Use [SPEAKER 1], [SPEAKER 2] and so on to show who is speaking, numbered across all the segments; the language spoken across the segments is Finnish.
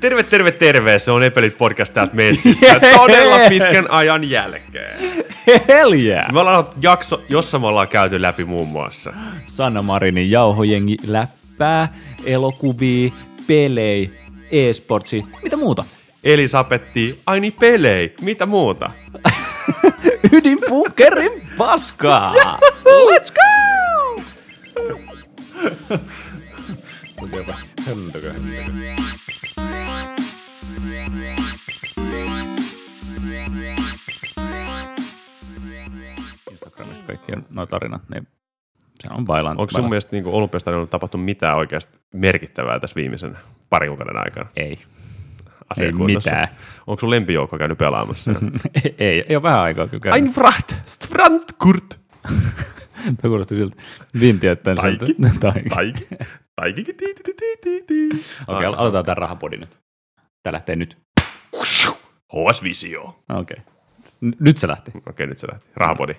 [SPEAKER 1] Terve, terve, terve! Se on Epelit podcast täältä messissä todella pitkän ajan jälkeen.
[SPEAKER 2] Hell yeah!
[SPEAKER 1] Me ollaan ollut jakso, jossa me ollaan käyty läpi muun muassa.
[SPEAKER 2] Sanna Marinin jauhojengi läppää, elokuvia, pelejä, e-sportsi, mitä muuta?
[SPEAKER 1] Eli sapetti, ai niin pelei, mitä muuta?
[SPEAKER 2] Ydinbunkerin paskaa! Let's go! Mitenpä hömpökö, hömpökö. Instagramista kaikki on nuo tarinat, niin se on bailan.
[SPEAKER 1] Onko sun mielestä niin olympiastadionilla tapahtunut mitään oikeasti merkittävää tässä viimeisen parin kuukauden aikana?
[SPEAKER 2] Ei.
[SPEAKER 1] Asiakunnassa?
[SPEAKER 2] mitään.
[SPEAKER 1] Onko sun lempijoukko käynyt pelaamassa?
[SPEAKER 2] ei, ei ole vähän aikaa kyllä käynyt.
[SPEAKER 1] Eintracht Strandkurt.
[SPEAKER 2] Tuo kuulosti siltä vintiä, että
[SPEAKER 1] Taiki.
[SPEAKER 2] Taiki.
[SPEAKER 1] Taiki. Taiki. ti- ti- ti- ti- ti- ti.
[SPEAKER 2] Okei,
[SPEAKER 1] Aivan.
[SPEAKER 2] okay, aloitetaan tämän rahapodi nyt. Tää lähtee nyt.
[SPEAKER 1] HS Visio.
[SPEAKER 2] Okei. N- Nyt se lähti.
[SPEAKER 1] Okei, nyt se lähti. Rahapodi.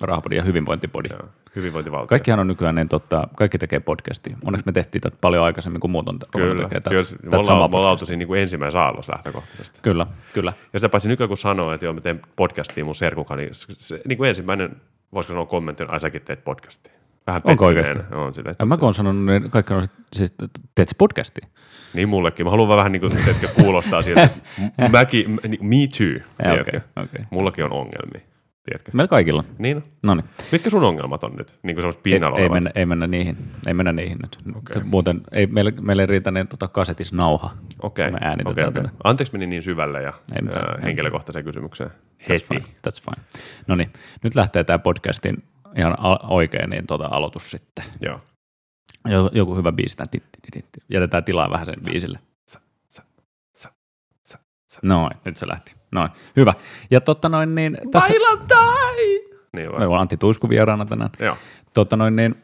[SPEAKER 2] Rahapodi ja hyvinvointipodi.
[SPEAKER 1] Joo. Hyvinvointivaltio.
[SPEAKER 2] Kaikkihan on nykyään, niin tota, kaikki tekee podcastia. Onneksi me tehtiin tätä paljon aikaisemmin kuin muut on te-
[SPEAKER 1] Kyllä,
[SPEAKER 2] tekee
[SPEAKER 1] kyllä.
[SPEAKER 2] tätä,
[SPEAKER 1] me
[SPEAKER 2] tätä samaa
[SPEAKER 1] ollaan, me ollaan
[SPEAKER 2] podcastia.
[SPEAKER 1] oltu siinä niin kuin ensimmäisessä aallossa lähtökohtaisesti.
[SPEAKER 2] Kyllä, kyllä.
[SPEAKER 1] Ja sitä paitsi nykyään kun sanoo, että joo, mä teen podcastia mun serkukaan, niin se, se, niin kuin ensimmäinen, voisiko sanoa kommentti, on, ai säkin teet podcastia. Vähän
[SPEAKER 2] Onko
[SPEAKER 1] pettyneenä.
[SPEAKER 2] oikeasti?
[SPEAKER 1] On sille, että,
[SPEAKER 2] Ja mä kun on sanonut, niin kaikki on siis, että teet sä podcastia?
[SPEAKER 1] Niin mullekin. Mä haluan vaan vähän niin kuin, että kuulostaa siltä, että m- mäkin, m- niin kuin me too,
[SPEAKER 2] Ja
[SPEAKER 1] tiedätkö?
[SPEAKER 2] okei, okei.
[SPEAKER 1] Mullakin on ongelmia, tiedätkö?
[SPEAKER 2] Meillä kaikilla.
[SPEAKER 1] Niin on.
[SPEAKER 2] Noniin.
[SPEAKER 1] Mitkä sun ongelmat on nyt? Niin kuin semmoiset
[SPEAKER 2] Ei,
[SPEAKER 1] pinnalla
[SPEAKER 2] ei,
[SPEAKER 1] olevat.
[SPEAKER 2] mennä, ei mennä niihin. Ei mennä niihin nyt. Okay. Muuten ei, meillä, meillä ei riitä niin tota, kasetis nauha.
[SPEAKER 1] Okei,
[SPEAKER 2] Me
[SPEAKER 1] okay.
[SPEAKER 2] äänitetään
[SPEAKER 1] okay, okay.
[SPEAKER 2] tätä.
[SPEAKER 1] Anteeksi meni niin syvälle ja
[SPEAKER 2] Ei mitään.
[SPEAKER 1] ää, henkilökohtaiseen kysymykseen.
[SPEAKER 2] That's
[SPEAKER 1] Heti.
[SPEAKER 2] fine. That's fine. No niin, nyt lähtee tämä podcastin ihan al- oikein niin tota aloitus sitten.
[SPEAKER 1] Joo.
[SPEAKER 2] Jo- Joku hyvä biisi. tää tit- tit- tit- Jätetään tilaa vähän sen biisille.
[SPEAKER 1] sa- sa- sa- sa- sa-
[SPEAKER 2] Noin, nyt se lähti. Noin, hyvä. Ja totta noin niin, tässä
[SPEAKER 1] Bailan tai! Niin vai?
[SPEAKER 2] meillä on Antti Tuisku vieraana tänään.
[SPEAKER 1] Joo.
[SPEAKER 2] Totta noin niin,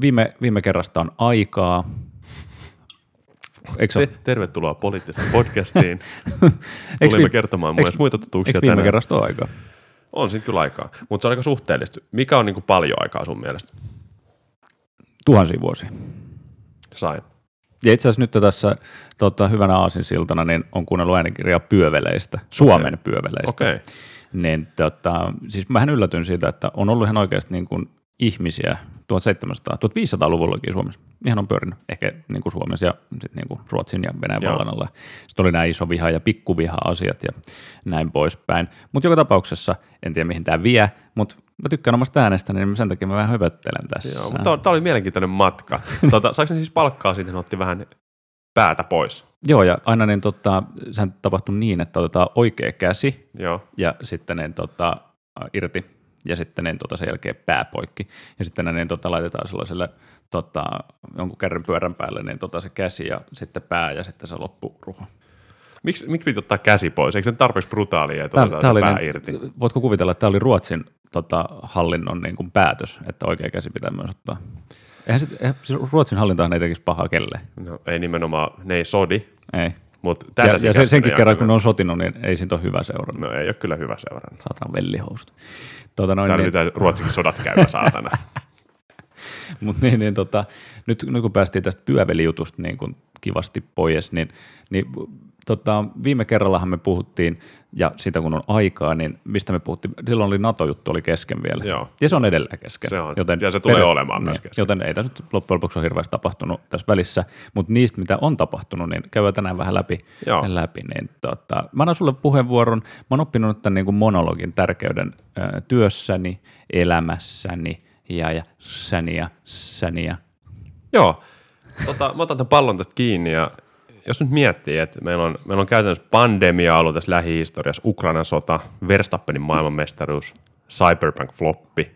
[SPEAKER 2] viime, viime kerrasta on aikaa. Eikö se
[SPEAKER 1] Te-
[SPEAKER 2] ole-
[SPEAKER 1] tervetuloa poliittiseen podcastiin.
[SPEAKER 2] Eikö
[SPEAKER 1] Tulimme
[SPEAKER 2] vi-
[SPEAKER 1] kertomaan myös
[SPEAKER 2] eikö-
[SPEAKER 1] muita tutuuksia
[SPEAKER 2] eikö viime
[SPEAKER 1] tänään.
[SPEAKER 2] kerrasta ole aikaa?
[SPEAKER 1] On siinä kyllä aikaa, mutta se on aika suhteellista. Mikä on niin kuin paljon aikaa sun mielestä?
[SPEAKER 2] Tuhansia vuosia.
[SPEAKER 1] Sain.
[SPEAKER 2] Ja itse asiassa nyt tässä tota, hyvänä aasinsiltana niin on kuunnellut äänikirjaa pyöveleistä, Suomen pyöveleistä.
[SPEAKER 1] Okei.
[SPEAKER 2] Niin, tota, siis mähän yllätyn siitä, että on ollut ihan oikeasti niin kuin ihmisiä 1700-1500-luvullakin Suomessa. Ihan on pyörinyt ehkä niin kuin Suomessa ja sit niin kuin Ruotsin ja Venäjän
[SPEAKER 1] Joo.
[SPEAKER 2] vallan alla. Sitten oli nämä isoviha- ja pikkuviha-asiat ja näin poispäin. Mutta joka tapauksessa, en tiedä mihin tämä vie, mutta mä tykkään omasta äänestäni, niin sen takia mä vähän höpöttelen tässä.
[SPEAKER 1] Joo, mutta tämä oli mielenkiintoinen matka. Tota, saiko ne siis palkkaa siitä, että ne otti vähän päätä pois?
[SPEAKER 2] Joo, ja aina niin, tota, sehän tapahtui niin, että otetaan oikea käsi
[SPEAKER 1] Joo.
[SPEAKER 2] ja sitten niin, tota, ä, irti ja sitten niin, tota, sen jälkeen pää poikki. Ja sitten ne niin, tota, laitetaan sellaiselle tota, jonkun kärryn pyörän päälle niin, tota, se käsi ja sitten pää ja sitten se loppuruho.
[SPEAKER 1] Miksi, miksi piti ottaa käsi pois? Eikö se nyt tarpeeksi brutaalia, että otetaan se pää irti?
[SPEAKER 2] niin- voitko kuvitella, että tämä oli Ruotsin tota, hallinnon niin kuin päätös, että oikea käsi pitää myös ottaa. Eihän sit, eihän, siis Ruotsin hallintahan ei tekisi pahaa kelle.
[SPEAKER 1] No, ei nimenomaan, ne ei sodi,
[SPEAKER 2] Ei.
[SPEAKER 1] mutta
[SPEAKER 2] Ja, ja sen, senkin kerran, kun ne on sotinut, niin ei siitä ole hyvä seurannut.
[SPEAKER 1] No ei ole kyllä hyvä seurannut.
[SPEAKER 2] saatana vellihousut. Tuota noin,
[SPEAKER 1] Täällä
[SPEAKER 2] niin,
[SPEAKER 1] pitää Ruotsinkin sodat käydä saatana.
[SPEAKER 2] mut niin, niin, tota, nyt, nyt kun päästiin tästä pyövelijutusta niin kun kivasti pois, niin, niin tota, viime kerrallahan me puhuttiin, ja siitä kun on aikaa, niin mistä me puhuttiin, silloin oli NATO-juttu oli kesken vielä.
[SPEAKER 1] Joo.
[SPEAKER 2] Ja se on edelleen kesken. niin,
[SPEAKER 1] Se on. Ja se tulee olemaan myös kesken.
[SPEAKER 2] Joten ei tässä nyt loppujen lopuksi ole hirveästi tapahtunut tässä välissä, mutta niistä, mitä on tapahtunut, niin käydään tänään vähän läpi.
[SPEAKER 1] Joo.
[SPEAKER 2] läpi niin tota, mä annan sulle puheenvuoron. Mä oon oppinut tämän niin kuin monologin tärkeyden ö, työssäni, elämässäni ja, ja säni ja säni ja.
[SPEAKER 1] Joo. Tota, mä otan tämän pallon tästä kiinni ja jos nyt miettii, että meillä on, meillä on käytännössä pandemia ollut tässä lähihistoriassa, Ukrainan sota, Verstappenin maailmanmestaruus, Cyberpunk-floppi,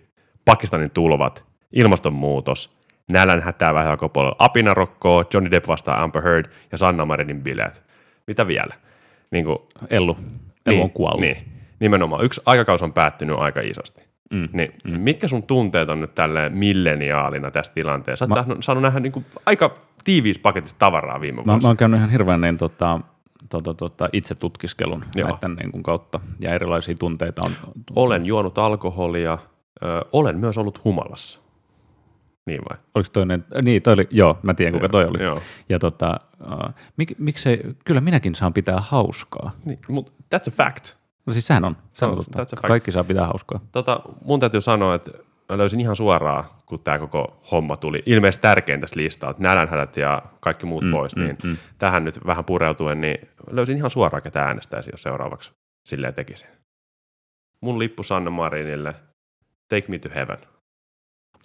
[SPEAKER 1] Pakistanin tulvat, ilmastonmuutos, nälänhätää vähän joka puolella, apinarokkoa, Johnny Depp vastaa Amber Heard ja Sanna Marinin bileet. Mitä vielä? Niin kuin,
[SPEAKER 2] Ellu. Ellu on kuollut.
[SPEAKER 1] Niin, nimenomaan. Yksi aikakausi on päättynyt aika isosti. Mm, niin, mm. Mitkä sun tunteet on nyt tällä milleniaalina tässä tilanteessa? Sä oot saanut- saanut nähdä niin kuin aika tiiviissä niinku paketissa tavaraa viime
[SPEAKER 2] Mä,
[SPEAKER 1] vuonna.
[SPEAKER 2] mä oon käynyt ihan hirveän niin, tota, tota, tota, itse tutkiskelun
[SPEAKER 1] Joo.
[SPEAKER 2] näiden niin kuin kautta ja erilaisia tunteita on.
[SPEAKER 1] Olen juonut alkoholia, ö, olen myös ollut humalassa. Niin vai?
[SPEAKER 2] Oliko toinen? Niin, toi oli, joo, mä tiedän kuka toi oli.
[SPEAKER 1] Joo.
[SPEAKER 2] Ja tota, äh, mik, miksei, kyllä minäkin saan pitää hauskaa.
[SPEAKER 1] Niin, mut that's a fact.
[SPEAKER 2] No siis sehän on, sehän on
[SPEAKER 1] on-
[SPEAKER 2] totta.
[SPEAKER 1] that's a fact.
[SPEAKER 2] Kaikki saa pitää hauskaa.
[SPEAKER 1] Tota, mun täytyy sanoa, että mä löysin ihan suoraan, kun tämä koko homma tuli. Ilmeisesti tärkein tästä listaa, että nälänhädät ja kaikki muut mm, pois, mm, niin mm. tähän nyt vähän pureutuen, niin löysin ihan suoraan, ketä äänestäisi, jos seuraavaksi silleen tekisin. Mun lippu Sanna Marinille, Take me to heaven.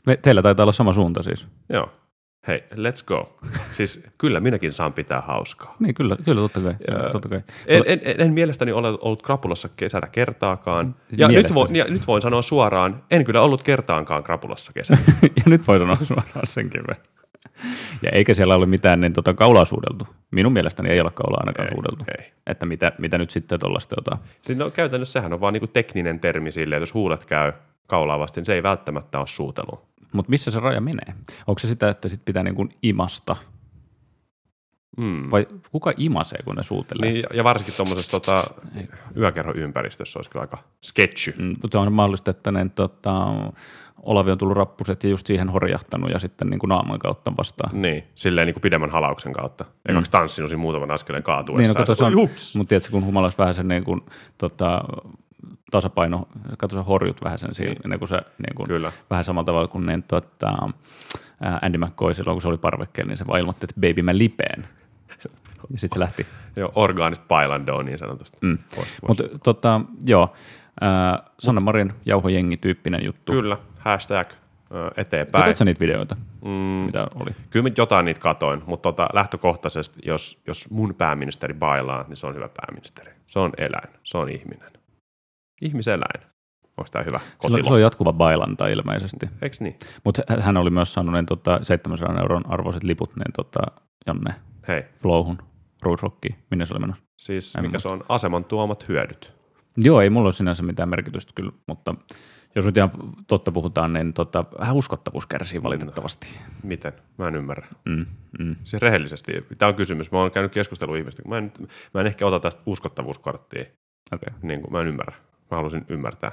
[SPEAKER 2] Me, teillä taitaa olla sama suunta siis.
[SPEAKER 1] Joo. Hei, let's go. Siis kyllä minäkin saan pitää hauskaa.
[SPEAKER 2] Niin kyllä, kyllä totta kai. Kyllä,
[SPEAKER 1] Öö,
[SPEAKER 2] totta kai.
[SPEAKER 1] En, en, en, en mielestäni ole ollut krapulassa kesällä kertaakaan. Ja nyt,
[SPEAKER 2] Mielestäni.
[SPEAKER 1] voin, ja nyt voin sanoa suoraan, en kyllä ollut kertaankaan krapulassa kesällä.
[SPEAKER 2] ja nyt voi sanoa suoraan senkin vielä. Ja eikä siellä ole mitään niin, tota, kaulaa suudeltu. Minun mielestäni ei ole kaulaa ainakaan
[SPEAKER 1] Ei,
[SPEAKER 2] suudeltu.
[SPEAKER 1] ei.
[SPEAKER 2] Että mitä, mitä nyt sitten tuollaista jotain.
[SPEAKER 1] Siis no, käytännössä sehän on vaan niinku tekninen termi sille, että jos huulet käy kaulaa vasten, niin se ei välttämättä ole suutelu.
[SPEAKER 2] Mutta missä se raja menee? Onko se sitä, että sit pitää niin kuin imasta?
[SPEAKER 1] Mm.
[SPEAKER 2] Vai kuka imasee, kun ne suutelee?
[SPEAKER 1] Niin, ja- ja varsinkin tuommoisessa tota, yökerhoympäristössä olisi kyllä aika sketchy.
[SPEAKER 2] Mm, Mutta on mahdollista, että ne, tota, Olavi on tullut rappuset ja just siihen horjahtanut ja sitten niin kuin naaman kautta vastaan.
[SPEAKER 1] Niin, silleen niinku pidemmän halauksen kautta. Ekaksi tanssinut siinä muutaman askeleen kaatuessa.
[SPEAKER 2] Mm. Niin, no, kato, se on,
[SPEAKER 1] Ups!
[SPEAKER 2] mutta tiedätkö, kun humalas vähän sen niin kuin, tota, tasapaino, kato sä horjut vähän sen siinä, niin. ennen kuin sä niin kuin,
[SPEAKER 1] Kyllä.
[SPEAKER 2] vähän samalla tavalla kuin niin, tota, ää, Andy McCoy silloin, kun se oli parvekkeella, niin se vaan ilmoitti, että baby mä lipeen. Ja sitten se lähti.
[SPEAKER 1] Joo, orgaanista pailandoa niin sanotusti. Mm. Pois, pois.
[SPEAKER 2] Mutta tota, joo, ää, Sanna Marin jauhojengi tyyppinen juttu.
[SPEAKER 1] Kyllä, hashtag ö, eteenpäin.
[SPEAKER 2] Katsotko sä niitä videoita, mm. mitä oli?
[SPEAKER 1] Kyllä mä jotain niitä katoin, mutta tota, lähtökohtaisesti, jos, jos mun pääministeri bailaa, niin se on hyvä pääministeri. Se on eläin, se on ihminen. Ihmiseläin. Onko tämä hyvä
[SPEAKER 2] Sillä,
[SPEAKER 1] kotilo?
[SPEAKER 2] se on jatkuva bailanta ilmeisesti.
[SPEAKER 1] Eikö niin?
[SPEAKER 2] Mutta hän oli myös saanut ne tota, 700 euron arvoiset liput ne, tota, jonne
[SPEAKER 1] Hei,
[SPEAKER 2] Flowhun, Ruusrockiin, minne se oli menossa.
[SPEAKER 1] siis
[SPEAKER 2] En
[SPEAKER 1] mikä se on aseman tuomat hyödyt.
[SPEAKER 2] Joo, ei mulla ole sinänsä mitään merkitystä kyllä, mutta jos nyt ihan totta puhutaan, niin tota, vähän uskottavuus kärsii valitettavasti.
[SPEAKER 1] Miten? Mä en ymmärrä.
[SPEAKER 2] Mm, mm.
[SPEAKER 1] Siis rehellisesti, tämä on kysymys. Mä oon käynyt keskustelua ihmisten. Mä en, nyt- mä en ehkä ota tästä uskottavuuskorttia.
[SPEAKER 2] Okay.
[SPEAKER 1] Niin kuin, mä en ymmärrä. Mä haluaisin ymmärtää.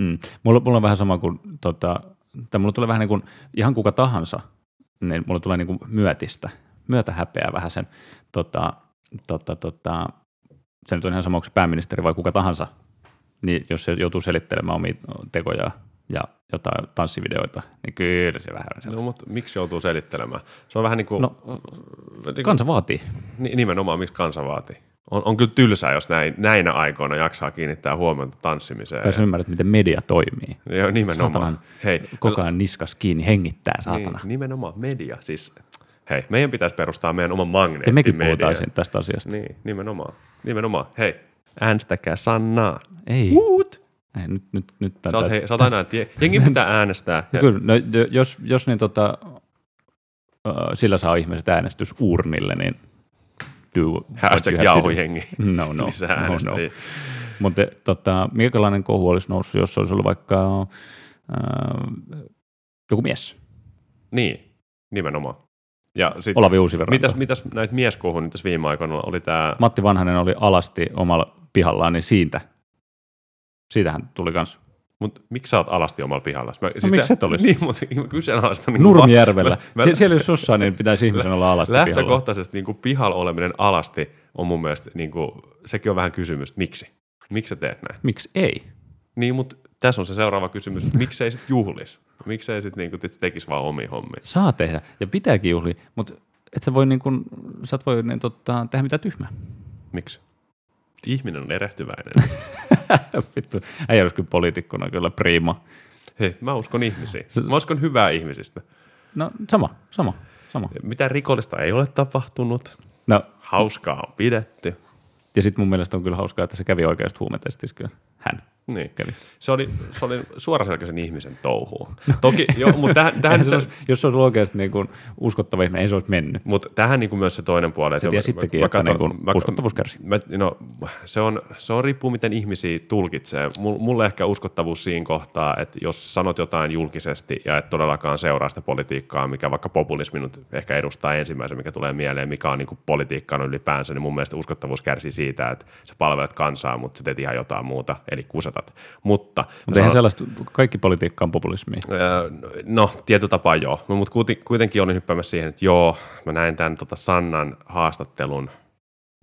[SPEAKER 2] Mm. Mulla, mulla on vähän sama kuin, tota, tai mulla tulee vähän niin kuin ihan kuka tahansa, niin mulla tulee niin kuin myötistä, myötä häpeää vähän sen, tota, tota, tota, se nyt on ihan sama, onko se pääministeri vai kuka tahansa, niin jos se joutuu selittelemään omia tekoja ja jotain tanssivideoita, niin kyllä se vähän on
[SPEAKER 1] No,
[SPEAKER 2] sellaista.
[SPEAKER 1] mutta miksi joutuu selittelemään? Se on vähän niinku- niin kuin...
[SPEAKER 2] No, kansa vaatii.
[SPEAKER 1] Ni- Nimenomaan, miksi kansa vaatii. On, on kyllä tylsää, jos näin, näinä aikoina jaksaa kiinnittää huomiota tanssimiseen.
[SPEAKER 2] Tai sä ymmärrät, miten media toimii.
[SPEAKER 1] Joo, nimenomaan.
[SPEAKER 2] Saatanan
[SPEAKER 1] Hei,
[SPEAKER 2] Koko ajan niskas kiinni, hengittää
[SPEAKER 1] niin,
[SPEAKER 2] saatana.
[SPEAKER 1] nimenomaan media. Siis, hei, meidän pitäisi perustaa meidän oma magneetti.
[SPEAKER 2] Ja mekin puhutaan siitä- tästä asiasta.
[SPEAKER 1] Niin, nimenomaan. Nimenomaan. Hei, äänestäkää Sannaa.
[SPEAKER 2] Ei,
[SPEAKER 1] Uut.
[SPEAKER 2] ei, nyt, nyt, nyt
[SPEAKER 1] Niin. Sä oot, hei, sä oot aina, tie... jengi pitää äänestää.
[SPEAKER 2] No
[SPEAKER 1] Ja,
[SPEAKER 2] kyllä, no, jo- jos, jos niin, tota, ö, sillä saa ihmiset äänestys urnille, niin do what
[SPEAKER 1] hashtag
[SPEAKER 2] you have to do.
[SPEAKER 1] jauhojengi.
[SPEAKER 2] No, no,
[SPEAKER 1] Lisää
[SPEAKER 2] no, no.
[SPEAKER 1] äänestäjiä.
[SPEAKER 2] Mutta tota, minkälainen kohu olisi noussut, jos olisi ollut vaikka äh, joku mies,
[SPEAKER 1] Niin, nimenomaan. Ja sit,
[SPEAKER 2] Olavi Uusiveranta.
[SPEAKER 1] mitäs, mitäs näitä mieskohuja nyt tässä viime aikoina oli tämä
[SPEAKER 2] Matti Vanhanen oli alasti omalla pihallaan, niin siitä, siitähän tuli kans
[SPEAKER 1] Mutta miksi sä oot alasti omalla pihalla? Mä, siis
[SPEAKER 2] No miksi et olis?
[SPEAKER 1] Niin, mutta mä kyseenalaistan. Niin
[SPEAKER 2] Nurmijärvellä.
[SPEAKER 1] Mä- mä-
[SPEAKER 2] Sie- siellä jos jossain, niin pitäisi ihmisen olla alasti pihalla.
[SPEAKER 1] lähtökohtaisesti niin kuin pihalla oleminen alasti on mun mielestä, niin kuin, sekin on vähän kysymys, että miksi? Miksi sä teet näin?
[SPEAKER 2] Miksi ei?
[SPEAKER 1] Niin, mutta tässä on se seuraava kysymys, että miksei sit juhlis? Miksei sit niin kuin, tekis vaan omia hommia?
[SPEAKER 2] Saa tehdä ja pitääkin juhlia, mutta et sä voi, niin kun, sä et voi niin, tota, tehdä mitään tyhmää.
[SPEAKER 1] Miksi? Ihminen on erehtyväinen.
[SPEAKER 2] Vittu, ei olisi kyllä poliitikkona kyllä prima.
[SPEAKER 1] Hei, mä uskon ihmisiin. Mä uskon hyvää ihmisistä.
[SPEAKER 2] No sama, sama, sama.
[SPEAKER 1] Mitä rikollista ei ole tapahtunut.
[SPEAKER 2] No,
[SPEAKER 1] Hauskaa on pidetty.
[SPEAKER 2] ja sitten mun mielestä on kyllä hauskaa, että se kävi oikeasta huumetestissä kyllä. Hän.
[SPEAKER 1] Niin.
[SPEAKER 2] kävi.
[SPEAKER 1] Se oli, se oli suoraselkäisen ihmisen touhu. Toki, joo, mutta tähän, tähän,
[SPEAKER 2] No. Eihän se
[SPEAKER 1] se,
[SPEAKER 2] olisi, jos se olisi oikeasti niin kuin uskottava ihminen, ei se olisi mennyt.
[SPEAKER 1] mutta tähän niin kuin myös se toinen puoli. että
[SPEAKER 2] Se tiesi sittenkin, että niin kuin uskottavuus kärsii.
[SPEAKER 1] Mä, no, se, on, se on riippuu, miten ihmisiä tulkitsee. Mul- Mulle ehkä uskottavuus siinä kohtaa, että jos sanot jotain julkisesti ja et todellakaan seuraa sitä politiikkaa, mikä vaikka populismi nyt ehkä edustaa ensimmäisen, mikä tulee mieleen, mikä on niin kuin politiikkaan ylipäänsä, niin mun mielestä uskottavuus kärsii siitä, että sä palvelet kansaa, mutta sä teet ihan jotain muuta, eli kusetat. Mutta,
[SPEAKER 2] Mutta eihän sellaista, kaikki politiikka on populismia.
[SPEAKER 1] Öö, No, tietyllä tapaa joo. Mutta kuitenkin olin hyppäämässä siihen, että joo, mä näin tämän tota Sannan haastattelun,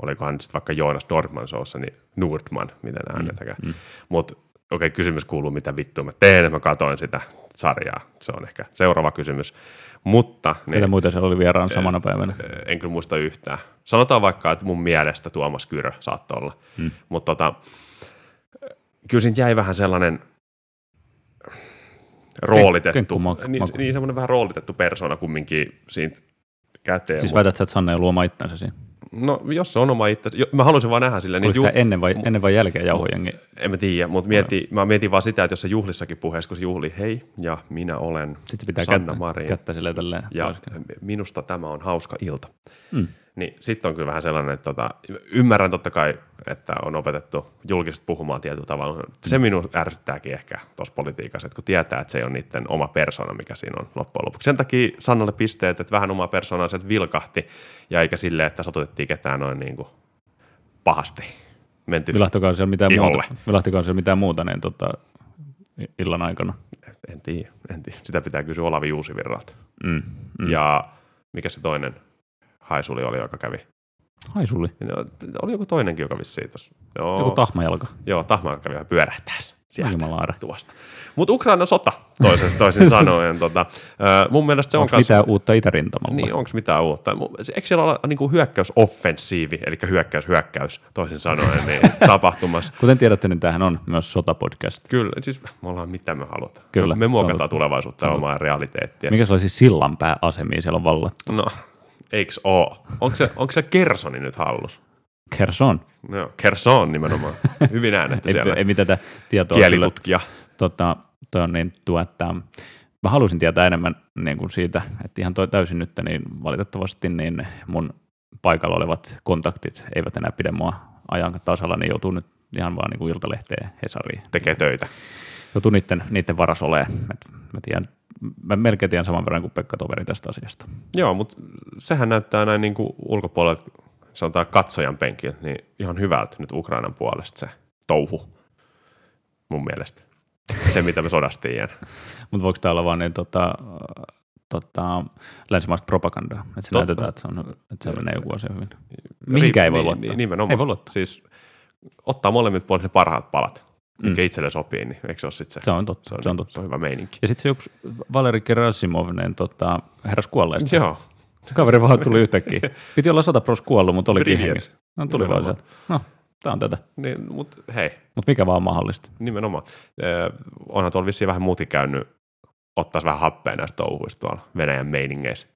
[SPEAKER 1] olikohan nyt sitten vaikka Joonas Nordman showssa, niin Nordman, miten äänetäkään. Mm, mm. Mutta okei, okay, kysymys kuuluu, mitä vittua mä teen, mä katoin sitä sarjaa. Se on ehkä seuraava kysymys. Mutta
[SPEAKER 2] Mitä
[SPEAKER 1] niin,
[SPEAKER 2] muita siellä oli vieraan samana päivänä?
[SPEAKER 1] öö, en kyllä muista yhtään. Sanotaan vaikka, että mun mielestä Tuomas Kyrö saattoi olla. Mm. Mutta tota, kyllä siitä jäi vähän sellainen roolitettu,
[SPEAKER 2] kenkkumaku-
[SPEAKER 1] niin,
[SPEAKER 2] maku.
[SPEAKER 1] niin semmoinen vähän roolitettu persona kumminkin siitä käteen.
[SPEAKER 2] Siis
[SPEAKER 1] mut-
[SPEAKER 2] väität sä, että Sanne ei luoma itseänsä siinä?
[SPEAKER 1] no jos se on oma itse, jo- mä haluaisin vaan nähdä sillä, niin
[SPEAKER 2] Oliko
[SPEAKER 1] ju-
[SPEAKER 2] tämä ennen vai, ennen vai jälkeen jauhojengi?
[SPEAKER 1] en mä tiedä, mutta mieti, mä mietin vaan sitä, että jos se juhlissakin puheessa, kun se juhli, hei ja minä olen
[SPEAKER 2] Sitten pitää
[SPEAKER 1] Sanna
[SPEAKER 2] kättä,
[SPEAKER 1] Marin
[SPEAKER 2] kättä silleen tälleen.
[SPEAKER 1] ja
[SPEAKER 2] taas.
[SPEAKER 1] minusta tämä on hauska ilta.
[SPEAKER 2] Mm.
[SPEAKER 1] Niin sitten on kyllä vähän sellainen, että tota, ymmärrän totta kai, että on opetettu julkisesti puhumaan tietyllä tavalla. Se minun ärsyttääkin ehkä tuossa politiikassa, että kun tietää, että se ei ole niiden oma persona, mikä siinä on loppujen lopuksi. Sen takia Sannalle pisteet, että vähän omaa persoonaa sieltä vilkahti, ja eikä silleen, että satutettiin ketään noin niin kuin pahasti. Menty.
[SPEAKER 2] Vilahtokaa siellä mitään
[SPEAKER 1] Iholle.
[SPEAKER 2] muuta. Vilahtokaa siellä mitään muuta niin tota, i- illan aikana.
[SPEAKER 1] En tiedä, en tiedä. Sitä pitää kysyä Olavi Juusivirralta.
[SPEAKER 2] Mm.
[SPEAKER 1] Mm. Ja mikä se toinen haisuli oli, joka kävi?
[SPEAKER 2] Ai sulli.
[SPEAKER 1] No, oli joku toinenkin, joka vissiin tuossa. Joo.
[SPEAKER 2] Joku tahmajalka.
[SPEAKER 1] Joo, tahma kävi vähän pyörähtääs sieltä
[SPEAKER 2] Jumalaare.
[SPEAKER 1] tuvasta. Mutta Ukraina sota, toisin, toisin sanoen. Tota, ö, mun mielestä se on
[SPEAKER 2] Onko
[SPEAKER 1] kans,
[SPEAKER 2] mitään uutta itärintamalla?
[SPEAKER 1] niin, onko mitään uutta? Mu- se- Eikö siellä ole niin hyökkäysoffensiivi, eli hyökkäys, hyökkäys, toisin sanoen, niin tapahtumassa?
[SPEAKER 2] Kuten tiedätte, niin tämähän on myös sotapodcast.
[SPEAKER 1] Kyllä, siis me ollaan mitä me halutaan.
[SPEAKER 2] Kyllä,
[SPEAKER 1] me
[SPEAKER 2] se on
[SPEAKER 1] muokataan
[SPEAKER 2] totta.
[SPEAKER 1] tulevaisuutta ja omaa realiteettia.
[SPEAKER 2] Mikä sellaisia sillanpää asemia siellä on vallattu?
[SPEAKER 1] No, eiks oo? Onko se, onko se Kersoni nyt hallus?
[SPEAKER 2] Kherson.
[SPEAKER 1] No, Kerson nimenomaan. Hyvin äänetty
[SPEAKER 2] Ei,
[SPEAKER 1] siellä.
[SPEAKER 2] ei mitään tätä tietoa. kyllä.
[SPEAKER 1] Kielitutkija.
[SPEAKER 2] tota, toi on niin tuo, että mä halusin tietää enemmän niin kuin siitä, että ihan toi täysin nyt, niin valitettavasti niin mun paikalla olevat kontaktit eivät enää pidä mua ajan tasalla, niin joutuu nyt ihan vaan niin kuin iltalehteen Hesariin.
[SPEAKER 1] Tekee töitä.
[SPEAKER 2] Joutuu niiden, niiden varas oleen. Et mä, tiedän, mä melkein tiedän saman verran kuin Pekka Toveri tästä asiasta.
[SPEAKER 1] Joo, mutta sehän näyttää näin niin kuin ulkopuolelta, sanotaan katsojan penkiltä, niin ihan hyvältä nyt Ukrainan puolesta se touhu, mun mielestä. Se, mitä me sodasta tiedän.
[SPEAKER 2] Mutta voiko tämä olla vaan niin tota, äh, tota, länsimaista propagandaa, että se
[SPEAKER 1] Totta.
[SPEAKER 2] näytetään, että se, on, että se menee joku asia hyvin. Mihinkä ei voi luottaa?
[SPEAKER 1] Niin, nimenomaan.
[SPEAKER 2] Ei voi luottaa.
[SPEAKER 1] Siis ottaa molemmilta puolilta ne parhaat palat, mikä
[SPEAKER 2] Mm.
[SPEAKER 1] itselle sopii, niin eikö se ole sitten se?
[SPEAKER 2] Se on totta. Se on, se on totta.
[SPEAKER 1] se on niin. hyvä meininki.
[SPEAKER 2] Ja sitten se joku Valeri Gerasimov, niin tota, herras kuolleista.
[SPEAKER 1] Joo.
[SPEAKER 2] Kaveri vaan tuli yhtäkkiä. Piti olla 100 pros kuollut, mutta olikin
[SPEAKER 1] Privet.
[SPEAKER 2] hengissä. No tuli vaan
[SPEAKER 1] Nimenomaan.
[SPEAKER 2] sieltä. No, tää on tätä.
[SPEAKER 1] Niin, mutta hei,
[SPEAKER 2] Mutta mikä vaan on mahdollista.
[SPEAKER 1] nimenomaan. Öö, onhan tuolla vissiin vähän muutkin käynyt, ottaisi vähän happea näistä touhuista tuolla Venäjän meiningeissä.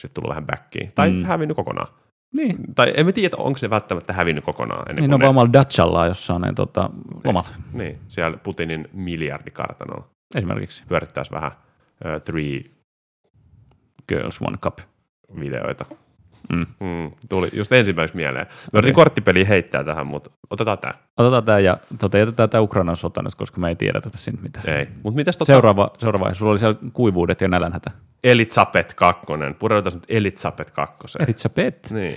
[SPEAKER 1] Sitten tullut vähän backiin. Tai
[SPEAKER 2] Mm.
[SPEAKER 1] mm. hävinnyt kokonaan.
[SPEAKER 2] Niin.
[SPEAKER 1] tai emme tiedä, onko se välttämättä hävinnyt kokonaan. Ennen
[SPEAKER 2] Niin
[SPEAKER 1] kuin
[SPEAKER 2] ne on vaan omalla datchallaan jossain niin, tota, lomalla
[SPEAKER 1] niin, siellä Putinin miljardikartanolla
[SPEAKER 2] esimerkiksi.
[SPEAKER 1] pyörittäisi vähän uh, three
[SPEAKER 2] Girls One Cup.
[SPEAKER 1] videoita.
[SPEAKER 2] Mm.
[SPEAKER 1] Mm, tuli just ensimmäiseksi mieleen. Mä yritin korttipeliä heittää tähän, mutta otetaan tämä.
[SPEAKER 2] Otetaan tämä ja tota, jätetään tämä Ukrainan sota nyt, koska me ei tiedetä siitä mitään.
[SPEAKER 1] Ei. Mutta mitäs tota
[SPEAKER 2] Seuraava, seuraava aihe. Sulla oli siellä kuivuudet ja nälänhätä.
[SPEAKER 1] Elitsapet 2. Pureudutaan nyt Elitsapet 2.
[SPEAKER 2] Elisabeth.
[SPEAKER 1] Niin.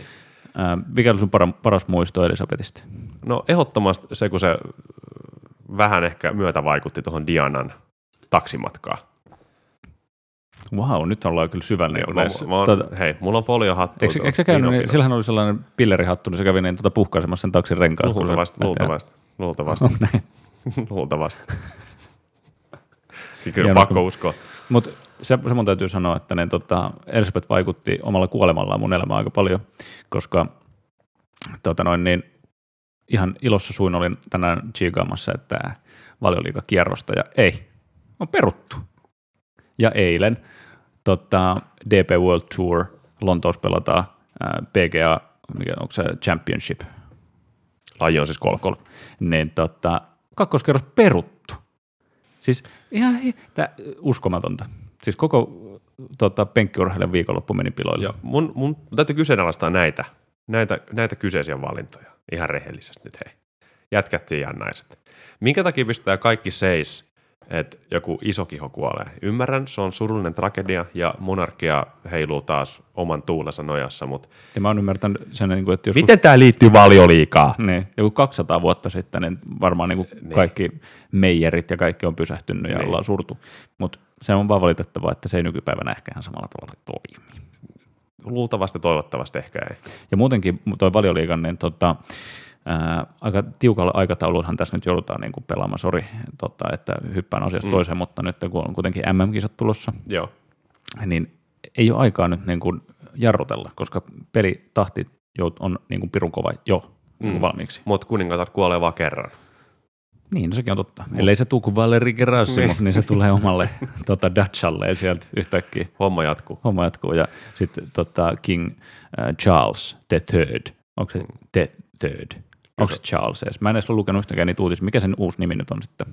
[SPEAKER 2] Äh, mikä oli sun para- paras muisto Elisabetista?
[SPEAKER 1] No ehdottomasti se, kun se äh, vähän ehkä myötä vaikutti tuohon Dianan taksimatkaan.
[SPEAKER 2] Vau, wow, nyt ollaan kyllä syvällä.
[SPEAKER 1] Mä,
[SPEAKER 2] Niin
[SPEAKER 1] mä, mä,
[SPEAKER 2] tota,
[SPEAKER 1] hei, mulla on foliohattu.
[SPEAKER 2] Eikö, eikö se
[SPEAKER 1] Niin
[SPEAKER 2] käynyt,
[SPEAKER 1] on
[SPEAKER 2] niin, sillähän oli sellainen pillerihattu, niin se kävi niin tuota puhkaisemassa sen taksin renkaan.
[SPEAKER 1] Luultavasti, luultavasti, luultavasti, luultavasti. Niin Kyllä
[SPEAKER 2] Hieno,
[SPEAKER 1] pakko
[SPEAKER 2] kun-
[SPEAKER 1] uskoa.
[SPEAKER 2] Mutta se, se mun täytyy sanoa, että ne, tota, Elisabeth vaikutti omalla kuolemallaan mun elämään aika paljon, koska tota noin, niin, ihan ilossa suin olin tänään chiikaamassa, että valioliikakierrosta ja ei, on peruttu. Ja eilen tota, DP World Tour Lontoossa pelataan ää, PGA, mikä, onko se Championship,
[SPEAKER 1] Laji on siis golf.
[SPEAKER 2] golf, niin tota, kakkoskerros peruttu. Siis ihan hi- tää, uskomatonta. Siis koko tota, penkkiurheilijan viikonloppu meni piloille.
[SPEAKER 1] Ja mun, mun täytyy kyseenalaistaa näitä, näitä, näitä kyseisiä valintoja ihan rehellisesti nyt hei. Jätkät ja naiset. Minkä takia pistää kaikki seis, että joku iso kiho kuolee? Ymmärrän, se on surullinen tragedia ja monarkia heiluu taas oman tuulensa nojassa, mutta
[SPEAKER 2] Ja mä oon ymmärtänyt sen, niin kuin, että joskus,
[SPEAKER 1] miten tämä liittyy valioliikaa?
[SPEAKER 2] niin, joku 200 vuotta sitten, niin varmaan niin kuin kaikki meijerit ja kaikki on pysähtynyt ja
[SPEAKER 1] Niin.
[SPEAKER 2] ollaan surtu. Mutta se on vaan valitettavaa, että se ei nykypäivänä ehkä ihan samalla tavalla toimi.
[SPEAKER 1] Luultavasti, toivottavasti ehkä ei.
[SPEAKER 2] Ja muutenkin toi valioliigan, niin tota, ää, aika tiukalla aikataulullahan tässä nyt joudutaan niin kuin pelaamaan, sori, tota, että hyppään asiasta mm. toiseen, mutta nyt kun on kuitenkin MM-kisat tulossa,
[SPEAKER 1] Joo.
[SPEAKER 2] niin ei ole aikaa nyt niin kuin jarrutella, koska pelitahti jout- on niin kuin pirun kova jo mm. valmiiksi.
[SPEAKER 1] Mutta kuningatar kuolee vaan kerran.
[SPEAKER 2] Niin, no sekin on totta. Mut. Ellei se tuu kuin Valeri Gerasimo, niin.
[SPEAKER 1] Niin.
[SPEAKER 2] niin se tulee omalle tota, Dachalleen sieltä yhtäkkiä.
[SPEAKER 1] Homma jatkuu.
[SPEAKER 2] Homma jatkuu ja sitten tota, King äh, Charles the Third. Onko se the Third? Onko se Charles edes? Mä en edes ole lukenut yhtäkään niitä uutisia. Mikä sen uusi nimi nyt on sitten?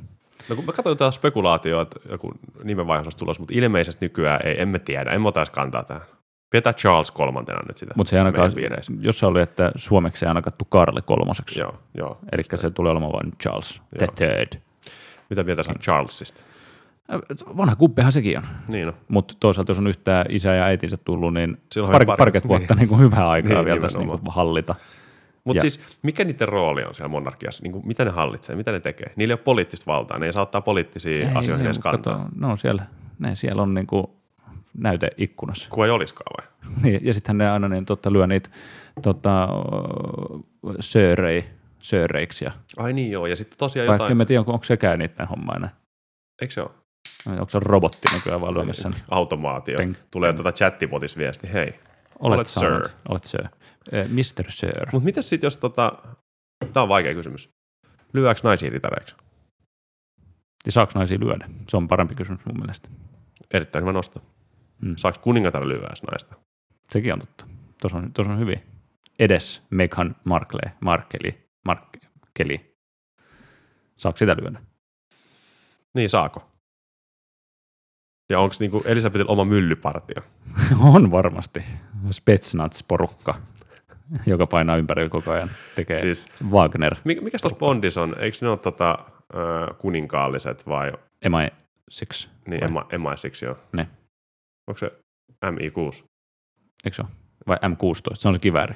[SPEAKER 1] No kun mä katsoin jotain spekulaatioa, että joku nimenvaihdos olisi tulossa, mutta ilmeisesti nykyään ei, emme tiedä, en mä ota edes kantaa tähän. Pidetään Charles kolmantena nyt sitä.
[SPEAKER 2] Mutta se ei ainakaan,
[SPEAKER 1] meidän piireissä.
[SPEAKER 2] jos se oli, että suomeksi ei ainakaan tuu Karle kolmoseksi.
[SPEAKER 1] Joo, joo.
[SPEAKER 2] Eli se tulee olemaan vain Charles the Third.
[SPEAKER 1] Mitä mieltä sä
[SPEAKER 2] Niin.
[SPEAKER 1] oot Charlesista?
[SPEAKER 2] Äh, Vanha kuppihan sekin on.
[SPEAKER 1] Niin on.
[SPEAKER 2] Mutta toisaalta jos on yhtään isä ja äitinsä tullut, niin
[SPEAKER 1] Silloin
[SPEAKER 2] pari,
[SPEAKER 1] on pari-
[SPEAKER 2] pariket vuotta niin. kuin hyvää aikaa
[SPEAKER 1] Niin,
[SPEAKER 2] vielä tässä niin
[SPEAKER 1] nimenomaan.
[SPEAKER 2] kuin hallita. Ja-
[SPEAKER 1] Mutta siis mikä niiden rooli on siellä monarkiassa? Niin kuin, mitä ne hallitsee? Mitä ne tekee? Niillä ei ole poliittista valtaa. Ne ei saa ottaa poliittisiin ei, asioihin ei, edes
[SPEAKER 2] mut
[SPEAKER 1] kantaa.
[SPEAKER 2] kato, No siellä, ne siellä on niin kuin näyteikkunassa.
[SPEAKER 1] Kun ei olisikaan vai?
[SPEAKER 2] Niin, ja sittenhän ne aina niin, totta, lyö niitä tota, söörei, sööreiksi. Ja
[SPEAKER 1] Ai niin joo. Ja sitten tosiaan
[SPEAKER 2] vaikka en
[SPEAKER 1] jotain. Me...
[SPEAKER 2] mä tiedä, onko, onko sekään niiden homma enää.
[SPEAKER 1] Eikö se ole?
[SPEAKER 2] Onko se robotti nykyään vaan lyömässä? sen?
[SPEAKER 1] Automaatio.
[SPEAKER 2] Peng,
[SPEAKER 1] Tulee tuota chattibotis viesti. Hei.
[SPEAKER 2] Olet,
[SPEAKER 1] Olet
[SPEAKER 2] saanut,
[SPEAKER 1] sir.
[SPEAKER 2] Olet sir. Eh, Mr. Sir.
[SPEAKER 1] Mutta miten sitten jos tota... Tämä on vaikea kysymys. Lyöäänkö naisia ritareiksi?
[SPEAKER 2] Ja Saako naisia lyödä? Se on parempi kysymys mun mielestä.
[SPEAKER 1] Erittäin hyvä nosto.
[SPEAKER 2] Mm.
[SPEAKER 1] Saako kuningatar lyödä edes naista?
[SPEAKER 2] Sekin on totta. Tuossa on, tuossa on hyvin. Edes Meghan Markle, Markeli, Markeli. Saako sitä lyödä?
[SPEAKER 1] Niin saako? Ja onko niinku Elisabetilla oma myllypartio?
[SPEAKER 2] on varmasti. Spetsnaz-porukka, joka painaa ympärillä koko ajan. Tekee siis.
[SPEAKER 1] Siis
[SPEAKER 2] Wagner.
[SPEAKER 1] Mik, mikä tuossa Bondissa on? Eikö ne ole tota, ö, kuninkaalliset vai
[SPEAKER 2] Am I six?
[SPEAKER 1] niin,
[SPEAKER 2] Vai?
[SPEAKER 1] ema, emaisiksi jo?
[SPEAKER 2] Ne.
[SPEAKER 1] Onko se MI6?
[SPEAKER 2] Eikö se ole? Vai M16? Se on se kivääri.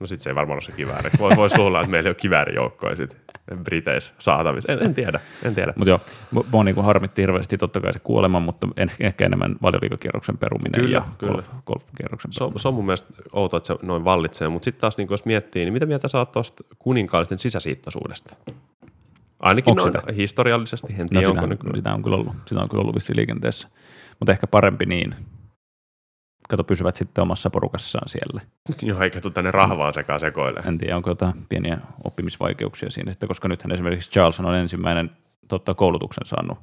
[SPEAKER 1] No sit se ei varmaan ole se kivääri. Voisi vois luulla, että meillä ei ole kiväärijoukkoja sit Briteissä saatavissa. En, en tiedä, en tiedä.
[SPEAKER 2] Mutta joo, mu- mua niin harmitti hirveästi totta kai se kuolema, mutta en, ehkä enemmän valioliikakierroksen peruminen
[SPEAKER 1] Kyllä,
[SPEAKER 2] ja
[SPEAKER 1] kyllä.
[SPEAKER 2] golf, golfkierroksen
[SPEAKER 1] Se on,
[SPEAKER 2] peruminen.
[SPEAKER 1] se on mun mielestä outoa, että se noin vallitsee, mutta sitten taas niin jos miettii, niin mitä mieltä sä oot tuosta kuninkaallisten sisäsiittoisuudesta? Ainakin
[SPEAKER 2] Onks
[SPEAKER 1] noin
[SPEAKER 2] sitä?
[SPEAKER 1] historiallisesti, en
[SPEAKER 2] No,
[SPEAKER 1] tiedä onko
[SPEAKER 2] sitä,
[SPEAKER 1] nykyään.
[SPEAKER 2] sitä, on kyllä ollut, sitä on kyllä ollut vissiin liikenteessä. Mutta ehkä parempi niin. Kato, pysyvät sitten omassa porukassaan siellä.
[SPEAKER 1] Joo, eikä tuu tänne rahvaan sekaan sekoille.
[SPEAKER 2] en tiedä, onko jotain pieniä oppimisvaikeuksia siinä, sitten, koska nythän esimerkiksi Charles on ensimmäinen totta, koulutuksen saanut.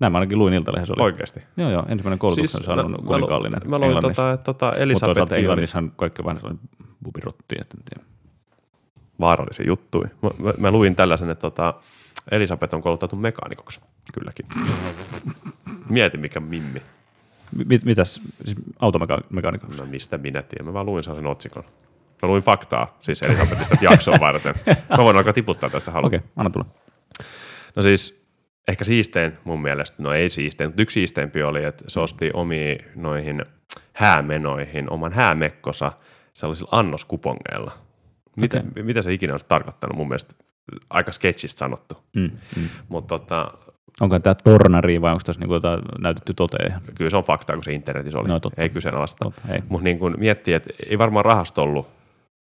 [SPEAKER 2] Näin mä ainakin luin Iltalehdessä. Oli.
[SPEAKER 1] Oikeasti.
[SPEAKER 2] Joo, joo, ensimmäinen koulutuksen siis, saanut
[SPEAKER 1] mä- mä lu-
[SPEAKER 2] kuninkaallinen
[SPEAKER 1] Mä luin
[SPEAKER 2] Englannissa.
[SPEAKER 1] tota, että tota
[SPEAKER 2] Mutta
[SPEAKER 1] Elisabeth
[SPEAKER 2] toisaalta
[SPEAKER 1] ei ole
[SPEAKER 2] Englannissahan kaikki on vähän sellainen bubirotti, että en tiedä.
[SPEAKER 1] vaarallisia juttuja. Mä, mä, mä luin tällaisen, että tota, Elisabeth on kouluttautunut mekaanikoksi, kylläkin. Mieti, mikä mimmi.
[SPEAKER 2] M- mit, mitäs siis automekaanikko?
[SPEAKER 1] No mistä minä tiedän, mä vaan luin sen otsikon. Mä luin faktaa, siis Elisabetista jaksoa varten. Mä voin alkaa tiputtaa tätä, jos sä haluat.
[SPEAKER 2] Okei, okay, anna tulla.
[SPEAKER 1] No siis ehkä siistein mun mielestä, no ei siistein, mutta yksi siisteimpi oli, että se osti omiin noihin häämenoihin oman häämekkonsa sellaisilla annoskupongeilla. Mitä, okay. mitä se ikinä olisi tarkoittanut? Mun mielestä aika sketchistä sanottu.
[SPEAKER 2] Mm, mm.
[SPEAKER 1] Mutta tota,
[SPEAKER 2] Onko tämä tornari vai onko tässä niinku jotain näytetty toteen? ihan?
[SPEAKER 1] kyllä se on faktaa, kun se internetissä oli.
[SPEAKER 2] No, totta.
[SPEAKER 1] ei kyseenalaista.
[SPEAKER 2] Totta, ei.
[SPEAKER 1] Mutta niin kun miettii, että ei varmaan rahasta ollut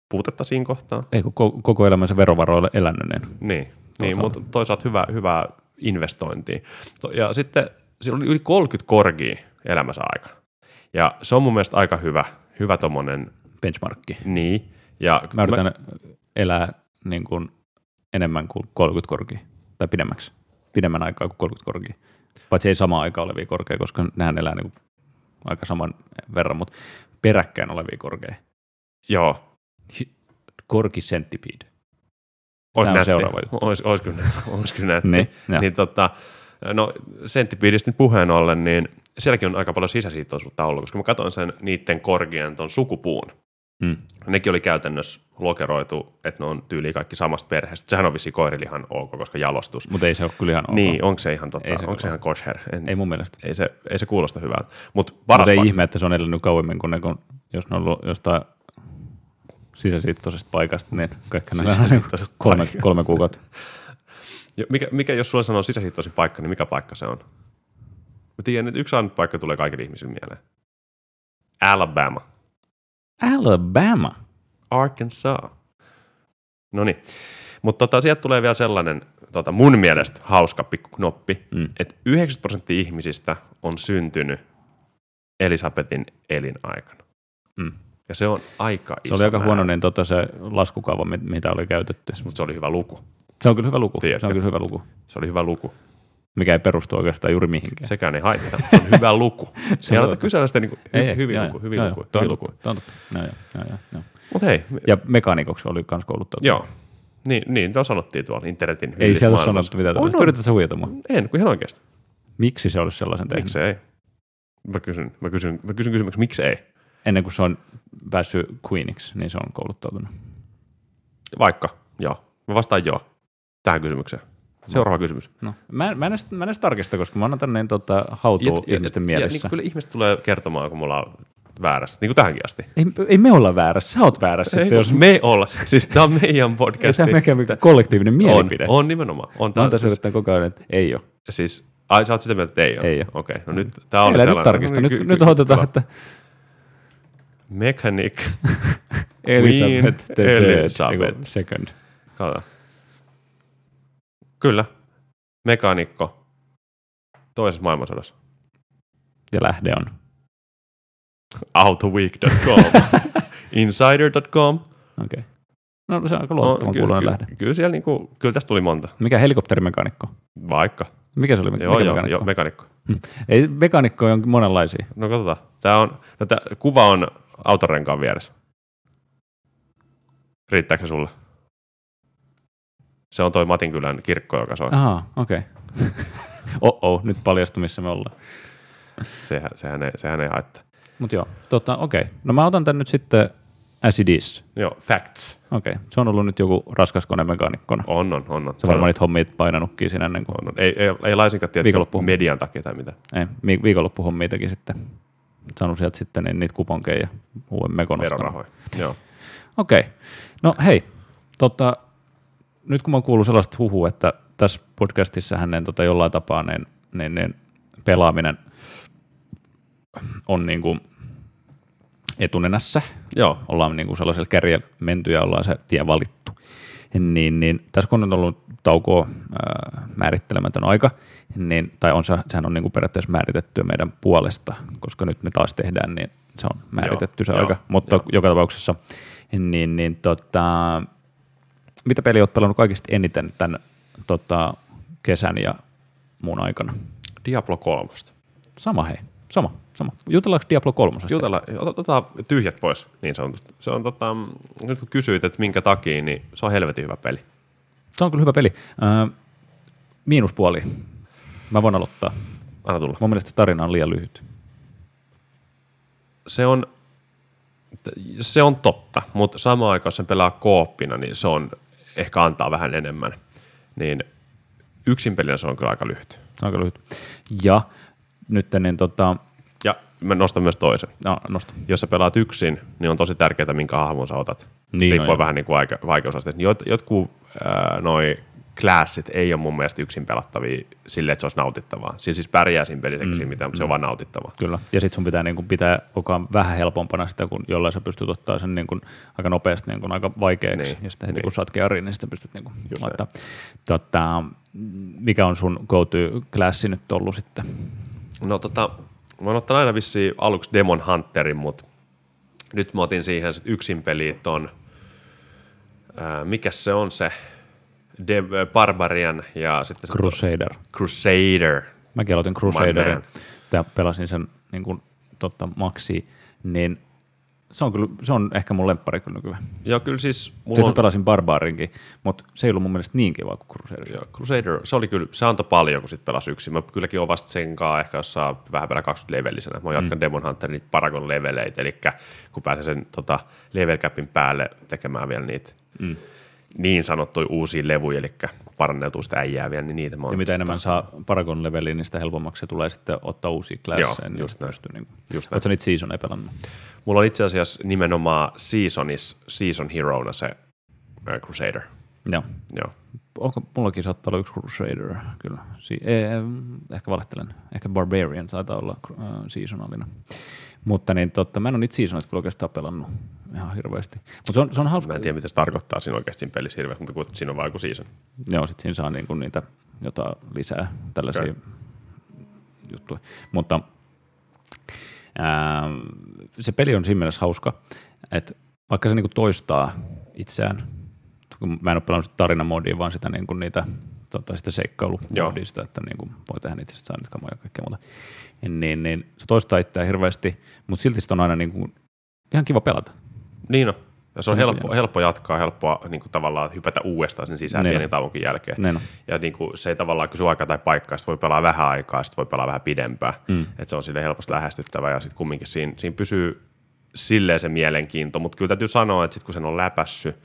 [SPEAKER 1] puutetta siinä kohtaa.
[SPEAKER 2] Ei, kun ko- koko elämänsä verovaroilla elänyt, niin
[SPEAKER 1] Niin, niin mutta toisaalta hyvä, hyvä investointi. To- Ja sitten sillä oli yli 30 korgia elämänsä aikana. Ja se on mun mielestä aika hyvä, hyvä tommonen
[SPEAKER 2] benchmarkki.
[SPEAKER 1] niin. Ja
[SPEAKER 2] Mä yritän mä... elää niin kuin enemmän kuin 30 korkia, tai pidemmäksi, pidemmän aikaa kuin 30 korkia. Paitsi ei samaan aikaan olevia korkeja, koska nehän elää niin kuin aika saman verran, mutta peräkkäin olevia korkeja.
[SPEAKER 1] joo,
[SPEAKER 2] Korki centipede.
[SPEAKER 1] Ois
[SPEAKER 2] Tää on
[SPEAKER 1] nätti.
[SPEAKER 2] seuraava juttu.
[SPEAKER 1] Ois, ois kyllä, ois kyllä nätti.
[SPEAKER 2] Niin,
[SPEAKER 1] niin,
[SPEAKER 2] joo.
[SPEAKER 1] niin tota, no senttipiidistä nyt puheen ollen, niin sielläkin on aika paljon sisäsiittoisuutta ollut, koska mä katsoin sen niiden korgien ton sukupuun. Niin.
[SPEAKER 2] Mm.
[SPEAKER 1] Nekin oli käytännössä lokeroitu, että ne on tyyliin kaikki samasta perheestä. Sehän on vissiin koirilihan ok, koska jalostus.
[SPEAKER 2] Mutta ei se ole kyllä ihan ok.
[SPEAKER 1] Niin, onko se ihan totta?
[SPEAKER 2] Ei se
[SPEAKER 1] Onko se
[SPEAKER 2] ole.
[SPEAKER 1] ihan kosher? En,
[SPEAKER 2] Ei mun mielestä.
[SPEAKER 1] ei, se, ei se kuulosta hyvältä. Mutta paras
[SPEAKER 2] Mutta ei
[SPEAKER 1] fak-
[SPEAKER 2] ihme, että se on elänyt kauemmin kuin ne, kun jos ne on ollut jostain sisäsiittoisesta paikasta, niin kaikki nämä on
[SPEAKER 1] Sisäsiittoisesta
[SPEAKER 2] kolme,
[SPEAKER 1] paikasta.
[SPEAKER 2] kolme kuukautta.
[SPEAKER 1] Siis Jo- Mikä, mikä, jos sulla sanoo sisäsiittoisin paikka, niin mikä paikka se on? Mä tiedän, että yksi ainut paikka tulee kaikille ihmisille mieleen. Alabama.
[SPEAKER 2] Alabama.
[SPEAKER 1] Arkansas. No niin. Mutta tota, sieltä tulee vielä sellainen tota, mun mielestä hauska pikkuknoppi,
[SPEAKER 2] Mm.
[SPEAKER 1] että 90 prosenttia ihmisistä on syntynyt Elisabetin elinaikana.
[SPEAKER 2] Mm.
[SPEAKER 1] Ja se on aika
[SPEAKER 2] Se
[SPEAKER 1] iso
[SPEAKER 2] oli aika
[SPEAKER 1] määrä,
[SPEAKER 2] huonoinen tota, se laskukaava, mit- mitä oli käytetty.
[SPEAKER 1] Mutta se oli hyvä luku.
[SPEAKER 2] Se on kyllä hyvä luku. Se
[SPEAKER 1] Tiedätkö?
[SPEAKER 2] on No kyllä hyvä luku,
[SPEAKER 1] Se oli hyvä luku.
[SPEAKER 2] mikä ei perustu oikeastaan juuri mihinkään.
[SPEAKER 1] Sekään ei haittaa. mutta Se on hyvä luku.
[SPEAKER 2] on
[SPEAKER 1] Se ei aleta
[SPEAKER 2] totta.
[SPEAKER 1] kysellä sitä niin kuin,
[SPEAKER 2] Ei, ei,
[SPEAKER 1] hy- hyvin
[SPEAKER 2] joo,
[SPEAKER 1] luku,
[SPEAKER 2] joo,
[SPEAKER 1] hyvin
[SPEAKER 2] joo,
[SPEAKER 1] luku,
[SPEAKER 2] joo, Tämä
[SPEAKER 1] hyvin
[SPEAKER 2] on
[SPEAKER 1] luku.
[SPEAKER 2] totta, tämä on totta. Joo, joo, joo, joo, joo.
[SPEAKER 1] Mutta hei,
[SPEAKER 2] Ja mekaanikoksi oli myös kouluttautunut.
[SPEAKER 1] Joo. Niin, niin tuo sanottiin tuolla internetin
[SPEAKER 2] Ei siellä ole
[SPEAKER 1] hyllismaailmassa.
[SPEAKER 2] sanottu mitään tällaista.
[SPEAKER 1] On, on.
[SPEAKER 2] Yrität sä huijata mua.
[SPEAKER 1] En, kun ihan oikeasti.
[SPEAKER 2] Miksi se olisi sellaisen tehnyt?
[SPEAKER 1] Miksi ei? Mä kysyn, mä kysyn, mä kysyn kysymyksen, miksi ei?
[SPEAKER 2] Ennen kuin se on päässyt queeniksi, niin se on kouluttautunut.
[SPEAKER 1] Vaikka, joo. Mä vastaan joo tähän kysymykseen. Seuraava kysymys.
[SPEAKER 2] No. Mä, en- mä, en edes, mä en edes tarkista, koska mä annan tänne tota, hautuu ihmisten
[SPEAKER 1] Ja, niin
[SPEAKER 2] mielessä.
[SPEAKER 1] kuin kyllä ihmiset tulee kertomaan, kun me ollaan väärässä, niin kuin tähänkin asti.
[SPEAKER 2] ei, ei me olla väärässä, sä oot väärässä.
[SPEAKER 1] Ei,
[SPEAKER 2] Ei, jos,
[SPEAKER 1] kun me olla. Siis tämä on meidän
[SPEAKER 2] ei
[SPEAKER 1] podcast.
[SPEAKER 2] tämä mikään mikään kollektiivinen
[SPEAKER 1] on,
[SPEAKER 2] mielipide.
[SPEAKER 1] on nimenomaan. On,
[SPEAKER 2] Mä
[SPEAKER 1] tää,
[SPEAKER 2] oon tässä
[SPEAKER 1] siis,
[SPEAKER 2] yrittänyt koko ajan, että ei ole.
[SPEAKER 1] siis, ai, sä oot sitä mieltä, että ei ole?
[SPEAKER 2] Ei oo.
[SPEAKER 1] Okei, no nyt tämä on
[SPEAKER 2] Älä
[SPEAKER 1] sellainen.
[SPEAKER 2] nyt tarkista, nyt,
[SPEAKER 1] Ky- ky-
[SPEAKER 2] nyt otetaan,
[SPEAKER 1] hyvä.
[SPEAKER 2] että
[SPEAKER 1] Mechanic.
[SPEAKER 2] Elizabeth the
[SPEAKER 1] Queen
[SPEAKER 2] third,
[SPEAKER 1] Elizabeth.
[SPEAKER 2] eiku, second.
[SPEAKER 1] Kato. Kyllä. Mekaanikko. Toisessa maailmansodassa.
[SPEAKER 2] Ja lähde on.
[SPEAKER 1] Autoweek.com. Insider.com.
[SPEAKER 2] Okei. No se on aika
[SPEAKER 1] No,
[SPEAKER 2] luotettavan kuulonen lähde.
[SPEAKER 1] kyllä, siellä niinku, kyllä tästä tuli monta.
[SPEAKER 2] Mikä helikopterimekaanikko?
[SPEAKER 1] Vaikka.
[SPEAKER 2] Mikä se oli? Mikä
[SPEAKER 1] Joo, joo,
[SPEAKER 2] mekaanikko?
[SPEAKER 1] joo, mekaanikko.
[SPEAKER 2] Hmm. Ei, mekaanikkoja on monenlaisia.
[SPEAKER 1] No katsotaan. Tää on, no tää, kuva on autorenkaan vieressä. Riittääkö se sulle? Se on toi Matinkylän kirkko, joka soi.
[SPEAKER 2] Ahaa, okei. Oh-oh, nyt paljastui, missä me ollaan.
[SPEAKER 1] Sehän, sehän, ei, sehän ei haittaa.
[SPEAKER 2] Mutta joo, tota, okei. No mä otan tän nyt sitten as it is.
[SPEAKER 1] Joo, facts.
[SPEAKER 2] Okei, se on ollut nyt joku raskas kone mekaanikkona.
[SPEAKER 1] On, on, on. on.
[SPEAKER 2] Se varmaan niitä hommia painanutkin siinä ennen kuin...
[SPEAKER 1] On, on. Ei, ei, ei laisinkaan tiedä,
[SPEAKER 2] Viikonloppuun.
[SPEAKER 1] median takia tai mitä.
[SPEAKER 2] Ei, mi- viikonloppuhommia teki sitten. Saanut sieltä sitten niin niitä kuponkeja ja uuden mekon ostanut.
[SPEAKER 1] Verorahoja. Joo.
[SPEAKER 2] Okei. No hei, tota, nyt kun mä oon kuullut sellaista huhua, että tässä podcastissa hänen tota, jollain tapaa niin, niin, niin pelaaminen on niin kuin etunenässä,
[SPEAKER 1] Joo.
[SPEAKER 2] ollaan niin kuin sellaisella kärjellä menty ja ollaan se tie valittu. Niin, niin, tässä kun on ollut taukoa ää, määrittelemätön aika, niin, tai on, se- sehän on niin kuin periaatteessa määritettyä meidän puolesta, koska nyt me taas tehdään, niin se on määritetty se
[SPEAKER 1] Joo,
[SPEAKER 2] aika.
[SPEAKER 1] joo,
[SPEAKER 2] Mutta joka tapauksessa, niin, niin tota, mitä peliä olet pelannut kaikista eniten tämän tota, kesän ja muun aikana?
[SPEAKER 1] Diablo 3.
[SPEAKER 2] Sama hei, sama, sama. Jutellaanko Diablo 3?
[SPEAKER 1] Jutella, otetaan tyhjät pois, niin sanotusti. Se on tota, mm, nyt kun kysyit, että minkä takia, niin se on helvetin hyvä peli.
[SPEAKER 2] Se on kyllä hyvä peli. Öö, miinuspuoli. Mä voin aloittaa.
[SPEAKER 1] Anna tulla.
[SPEAKER 2] Mun mielestä tarina on liian lyhyt.
[SPEAKER 1] Se on, t- se on totta, mutta samaan aikaan jos sen pelaa kooppina, niin se on ehkä antaa vähän enemmän. Niin yksin pelinä se on kyllä aika lyhyt.
[SPEAKER 2] Se on aika lyhyt. Ja nyt niin tota,
[SPEAKER 1] Ja mä nostan myös toisen.
[SPEAKER 2] no, nosta.
[SPEAKER 1] jos sä pelaat yksin, niin on tosi tärkeää, minkä hahmon sä otat.
[SPEAKER 2] Niin,
[SPEAKER 1] Niin,
[SPEAKER 2] no joo.
[SPEAKER 1] Riippuen vähän niin kuin vaike- vaikeusasteesta. Jot, jotkut äh, noi classit ei ole mun mielestä yksin pelattavia silleen, että se olisi nautittavaa. Siis, siis pärjää siinä pelissä mm. siinä mitään, mutta mm. se on vaan nautittavaa.
[SPEAKER 2] Kyllä. Ja sit sun pitää niin kun, pitää koko ajan vähän helpompana sitä, kun jollain sä pystyt ottaa sen niin kun, aika nopeasti niin kun, aika vaikeaksi. Niin.
[SPEAKER 1] Niin,
[SPEAKER 2] Ja sitten heti
[SPEAKER 1] niin.
[SPEAKER 2] kun saat keariin, niin sitten pystyt niin kun, laittaa. Tota, mikä on sun go-to-klassi nyt ollut sitten?
[SPEAKER 1] No tota, mä oon ottanut aina vissiin aluksi Demon Hunterin, mutta nyt mä otin siihen sit yksin peliin ton, ää, mikä se on se, De- Barbarian ja sitten se
[SPEAKER 2] Crusader.
[SPEAKER 1] Crusader.
[SPEAKER 2] Mäkin aloitin Crusaderin
[SPEAKER 1] man.
[SPEAKER 2] ja pelasin sen niin kuin, totta, maksi, niin se on, kyllä, se on ehkä mun lemppari kyllä nykyään.
[SPEAKER 1] Ja kyllä siis
[SPEAKER 2] Sitten
[SPEAKER 1] mulla
[SPEAKER 2] on...
[SPEAKER 1] on,
[SPEAKER 2] pelasin Barbarinkin, mutta se ei ollut mun mielestä niin kiva kuin Crusader.
[SPEAKER 1] ja Crusader, se oli kyllä, se antoi paljon, kun sit pelasi yksin. Mä kylläkin oon vasta sen kanssa ehkä jossain vähän päällä 20 levelisenä. Mä jatkan mm. Demon Hunterin niitä Paragon leveleitä, eli kun pääsen sen tota, level capin päälle tekemään vielä niitä mm. niin sanottuja uusia levuja, eli paranneltua sitä äijää vielä, niin niitä mä oon
[SPEAKER 2] Ja mitä
[SPEAKER 1] sit-
[SPEAKER 2] enemmän saa Paragon leveliin, niin sitä helpommaksi se tulee sitten ottaa uusia klasseja.
[SPEAKER 1] Joo,
[SPEAKER 2] niin
[SPEAKER 1] just näin.
[SPEAKER 2] pystyy Niin
[SPEAKER 1] Just näin.
[SPEAKER 2] Oletko niitä seasoneja pelannut?
[SPEAKER 1] Mulla on itse asiassa nimenomaan Seasonis, Season Heroina se äh, Crusader.
[SPEAKER 2] Joo.
[SPEAKER 1] Joo.
[SPEAKER 2] Onko, mullakin saattaa olla yksi Crusader, kyllä. Si- eh, ehkä valehtelen. Ehkä Barbarian saattaa olla äh, seasonalina. Mutta niin, totta, mä en ole niitä seasoneita kyllä oikeastaan pelannut ihan hirveästi. Mutta se on, se on hauska.
[SPEAKER 1] Mä en tiedä, mitä se tarkoittaa siinä oikeasti siinä pelissä hirveästi, mutta kun siinä on vaan joku season.
[SPEAKER 2] Joo, sit siinä saa niinku niitä jotain lisää, tällaisia
[SPEAKER 1] Okei.
[SPEAKER 2] okay. juttuja. Mutta ää, se peli on siinä mielessä hauska, että vaikka se niinku toistaa itseään, kun mä en ole pelannut sitä tarinamodia, vaan sitä niinku niitä tota, sitä
[SPEAKER 1] Joo.
[SPEAKER 2] seikkailumodia, sitä, että niinku voi tehdä itsestään niitä kamoja ja kaikkea muuta, niin, niin se toistaa itseään hirveästi, mutta silti sitä on aina niinku ihan kiva pelata.
[SPEAKER 1] Niin on. Ja se on
[SPEAKER 2] Se on
[SPEAKER 1] helppo,
[SPEAKER 2] hieno.
[SPEAKER 1] helppo jatkaa, helppoa niin kuin tavallaan hypätä uudestaan sen sisään
[SPEAKER 2] Niin on.
[SPEAKER 1] pienen tauonkin jälkeen.
[SPEAKER 2] Näin on.
[SPEAKER 1] Ja niin kuin, se ei tavallaan kysy aikaa tai paikkaa, sitten voi pelaa vähän aikaa, sitten voi pelaa vähän pidempään.
[SPEAKER 2] Mm.
[SPEAKER 1] Et se on sille helposti lähestyttävä ja sitten kumminkin siinä, siinä pysyy silleen se mielenkiinto, mutta kyllä täytyy sanoa, että sitten kun sen on läpässyt,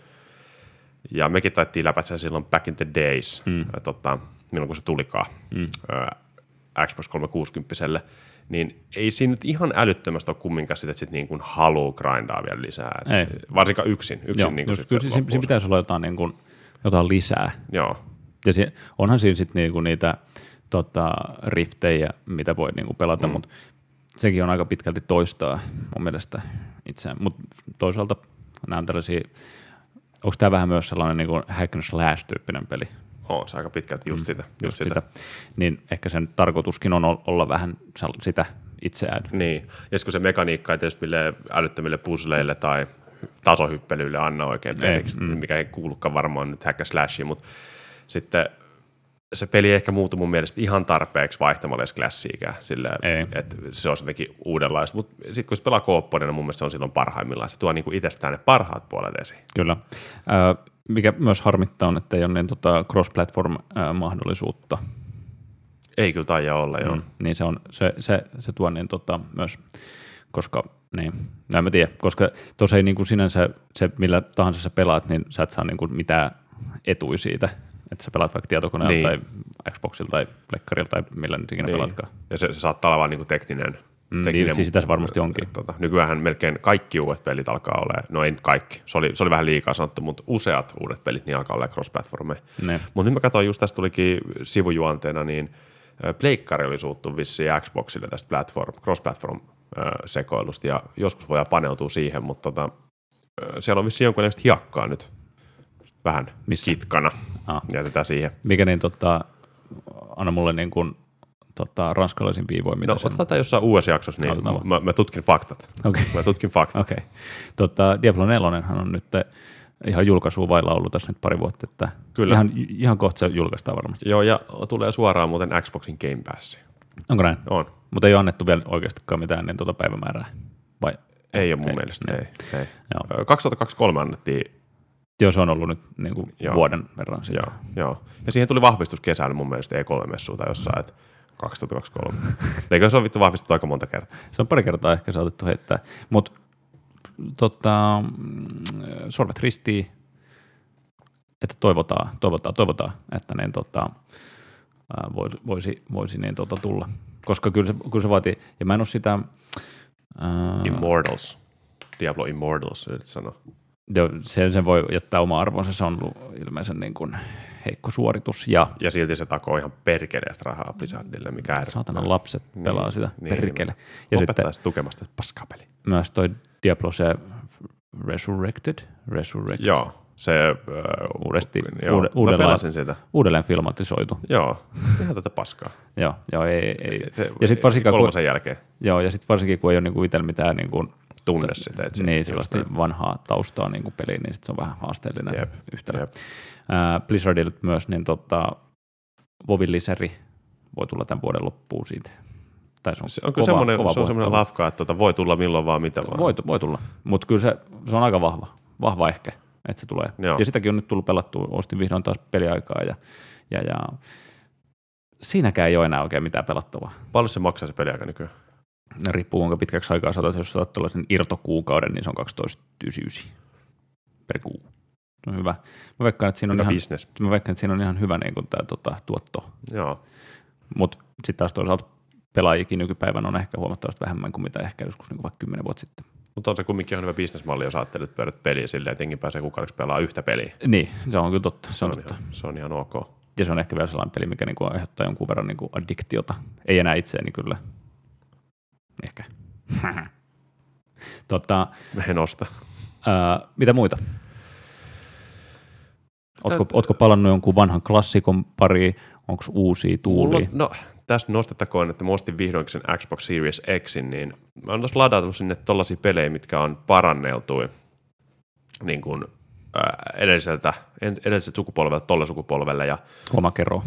[SPEAKER 1] ja mekin taittiin läpätä sen silloin back in the days, mm. tota, milloin kun se tulikaan mm. ö, Xbox 360 niin ei siinä nyt ihan älyttömästi ole kumminkaan sitä, että sit niin kuin haluaa grindaa vielä lisää. Et
[SPEAKER 2] Ei.
[SPEAKER 1] Varsinkaan yksin. yksin
[SPEAKER 2] Joo,
[SPEAKER 1] niin
[SPEAKER 2] just
[SPEAKER 1] kuin sit
[SPEAKER 2] kyllä
[SPEAKER 1] se
[SPEAKER 2] siinä, siinä
[SPEAKER 1] loppuosa.
[SPEAKER 2] pitäisi olla jotain, niin kuin, jotain lisää.
[SPEAKER 1] Joo,
[SPEAKER 2] Ja se, onhan siinä sitten niinku niitä tota, riftejä, mitä voi niinku pelata, mm. mutta sekin on aika pitkälti toistaa mun mielestä itseään. Mutta toisaalta nämä on tällaisia, onko tämä vähän myös sellainen niinku hack and slash tyyppinen peli?
[SPEAKER 1] on se aika pitkälti
[SPEAKER 2] Mm.
[SPEAKER 1] just sitä. Just sitä.
[SPEAKER 2] Niin ehkä sen tarkoituskin on ol- olla vähän sal- sitä itseään.
[SPEAKER 1] Niin, ja sit kun se mekaniikka ei tietysti mille älyttömille puzzleille tai tasohyppelyille anna oikein peliksi, mm. mikä ei kuulukaan varmaan nyt hack and slashiin, mutta sitten se peli ehkä muutu mun mielestä ihan tarpeeksi vaihtamalla edes klassiikää, sillä
[SPEAKER 2] Ei.
[SPEAKER 1] että se on jotenkin uudenlaista, mutta sitten kun se pelaa kooppoinen, niin mun mielestä se on silloin parhaimmillaan, se tuo niinku itsestään ne parhaat puolet esiin.
[SPEAKER 2] Kyllä. Ö, mikä myös harmittaa on, että ei ole niin tota cross-platform-mahdollisuutta.
[SPEAKER 1] Ei kyllä taida olla, joo. Mm.
[SPEAKER 2] Niin se, on, se, se, se tuo niin tota, myös, koska, niin, no en mä tiedä, koska tuossa ei niin kuin sinänsä se, millä tahansa sä pelaat, niin sä et saa niin kuin mitään etui siitä, että sä pelaat vaikka tietokoneella
[SPEAKER 1] Niin.
[SPEAKER 2] niin. tai Xboxilla tai Plekkarilla tai millä nyt ikinä niin. pelaatkaan.
[SPEAKER 1] Ja se, se saattaa olla vaan niinku tekninen.
[SPEAKER 2] Mm,
[SPEAKER 1] tekninen
[SPEAKER 2] niin, siis sitä se varmasti onkin.
[SPEAKER 1] Tota, nykyään melkein kaikki uudet pelit alkaa olla, no ei nyt kaikki, se oli, se oli vähän liikaa sanottu, mutta useat uudet pelit niin alkaa olla cross-platformeja.
[SPEAKER 2] Ne.
[SPEAKER 1] Mutta nyt mä katsoin, just tästä tulikin sivujuonteena, niin ö, Pleikkari oli suuttu vissiin Xboxille tästä platform, cross-platform ö, sekoilusta, ja joskus voidaan paneutua siihen, mutta tota, ö, siellä on vissiin jonkunnäköistä hiakkaa nyt vähän
[SPEAKER 2] Missä?
[SPEAKER 1] kitkana.
[SPEAKER 2] Ah.
[SPEAKER 1] Jätetään siihen.
[SPEAKER 2] Mikä niin tota, anna mulle niin kuin, tota, ranskalaisen viivoin, mitä
[SPEAKER 1] No,
[SPEAKER 2] se on.
[SPEAKER 1] otetaan tämä jossain uudessa jaksossa, niin
[SPEAKER 2] Otetaan vaan.
[SPEAKER 1] mä, mä tutkin faktat.
[SPEAKER 2] Okei.
[SPEAKER 1] Mä tutkin faktat.
[SPEAKER 2] Okei. Tota, Diablo 4 on nyt ihan julkaisua vailla ollut tässä nyt pari vuotta, että
[SPEAKER 1] Kyllä.
[SPEAKER 2] Ihan, ihan kohta se julkaistaan varmasti.
[SPEAKER 1] Joo, ja tulee suoraan muuten Xboxin Game Passiin.
[SPEAKER 2] Onko näin?
[SPEAKER 1] On.
[SPEAKER 2] Mutta ei ole annettu vielä oikeastikaan mitään niin tuota päivämäärää. Vai?
[SPEAKER 1] Ei ole mun
[SPEAKER 2] Ei,
[SPEAKER 1] mielestä, ei. ei.
[SPEAKER 2] Joo.
[SPEAKER 1] Ö, 2023 annettiin,
[SPEAKER 2] Joo, se on ollut nyt niin kuin
[SPEAKER 1] Joo.
[SPEAKER 2] vuoden verran. Siitä.
[SPEAKER 1] joo, joo. Ja siihen tuli vahvistus kesällä mun mielestä E3-messuun tai jossain, että 2023. Eikö se on vittu vahvistettu aika monta kertaa?
[SPEAKER 2] Se on pari kertaa ehkä saatettu heittää. Mutta tota, mm, sorvet ristiin, että toivotaan, toivotaan, toivotaan, että ne tota, ää, voi- voisi, voisi niin, tota, tulla. Koska kyllä se, kyllä se vaatii, ja mä en ole sitä, ää,
[SPEAKER 1] Immortals. Diablo Immortals, yrität sanoa.
[SPEAKER 2] jo, sen, sen voi jättää oma arvonsa, se on ollut ilmeisen niin kuin heikko suoritus, ja
[SPEAKER 1] Ja silti se takoo ihan perkeleestä rahaa Blizzardille, mikä ärsyttää.
[SPEAKER 2] saatana lapset pelaa niin, sitä
[SPEAKER 1] niin.
[SPEAKER 2] niin, perkele. Ja
[SPEAKER 1] Lopettaa
[SPEAKER 2] sitten
[SPEAKER 1] sitten... tukemasta paskaa peli.
[SPEAKER 2] myös toi Diablo se Resurrected, Resurrected
[SPEAKER 1] Joo, se... Äh,
[SPEAKER 2] Uudesti-
[SPEAKER 1] joo,
[SPEAKER 2] uude-
[SPEAKER 1] mä
[SPEAKER 2] uudella-
[SPEAKER 1] pelasin sitä.
[SPEAKER 2] uudelleen filmatisoitu.
[SPEAKER 1] Joo, ihan tätä paskaa.
[SPEAKER 2] Joo, joo, ei, ei, ei.
[SPEAKER 1] Se,
[SPEAKER 2] ja sitten varsinkin, kun,
[SPEAKER 1] Kolmosen jälkeen
[SPEAKER 2] joo, ja sit varsinkin, kun ei ole niinku itsellä mitään niinku,
[SPEAKER 1] tunne sitä. Että se-
[SPEAKER 2] niin,
[SPEAKER 1] just
[SPEAKER 2] sellaista vanhaa taustaa niinku peliin, niin sit se on vähän haasteellinen
[SPEAKER 1] Jep,
[SPEAKER 2] Jep. yhtälö.
[SPEAKER 1] jep.
[SPEAKER 2] Ää, Blizzardille myös niin tota, Vovin lisäri voi tulla tämän vuoden loppuun siitä. Tai se on,
[SPEAKER 1] Se on kyllä
[SPEAKER 2] kova,
[SPEAKER 1] semmoinen,
[SPEAKER 2] kova
[SPEAKER 1] se on semmoinen
[SPEAKER 2] puhettava.
[SPEAKER 1] lafka, että tota, voi tulla milloin vaan mitä vaan.
[SPEAKER 2] voi, voi tulla, mutta kyllä se, se, on aika vahva, vahva ehkä, että se tulee.
[SPEAKER 1] Joo.
[SPEAKER 2] Ja sitäkin on nyt tullut pelattua, ostin vihdoin taas peliaikaa ja, ja, ja siinäkään ei ole enää oikein mitään pelattavaa.
[SPEAKER 1] Paljon se maksaa se peliaika nykyään?
[SPEAKER 2] Ne riippuu kuinka pitkäksi aikaa saatat, jos saat tällaisen irtokuukauden, niin se on 12,99 per kuu. Se on hyvä. Mä veikkaan, että siinä on,
[SPEAKER 1] Mikä
[SPEAKER 2] No ihan,
[SPEAKER 1] business?
[SPEAKER 2] mä veikkaan, että siinä on ihan hyvä niin kuin tämä tota, tuotto.
[SPEAKER 1] Joo.
[SPEAKER 2] Mutta sitten taas toisaalta pelaajikin nykypäivän on ehkä huomattavasti vähemmän kuin mitä ehkä joskus niin kuin vaikka 10 vuotta sitten.
[SPEAKER 1] Mutta on se kumminkin ihan hyvä bisnesmalli, jos ajattelet, että pyörät peliä silleen, että jengi pääsee kuukaudeksi pelaamaan yhtä peliä.
[SPEAKER 2] Niin, se on kyllä totta. Se on
[SPEAKER 1] Se on
[SPEAKER 2] totta.
[SPEAKER 1] ihan, se on ihan ok.
[SPEAKER 2] Ja se on ehkä vielä sellainen peli, mikä niinku aiheuttaa jonkun verran niinku addiktiota. Ei enää itseäni kyllä. Ehkä. tota,
[SPEAKER 1] En osta.
[SPEAKER 2] ää, mitä muita? Ootko, ootko palannut jonkun vanhan klassikon pariin? Onko uusia
[SPEAKER 1] Mulla,
[SPEAKER 2] tuulia?
[SPEAKER 1] on- no, tässä nostettakoon, että mä ostin vihdoinkin sen Xbox Series Xin, niin mä oon tuossa ladatellut sinne tollaisia pelejä, mitkä on paranneltuja niin kuin, ää, edelliseltä, en- edelliseltä sukupolvelta tolle sukupolvelle. Ja,
[SPEAKER 2] Huomaako ero?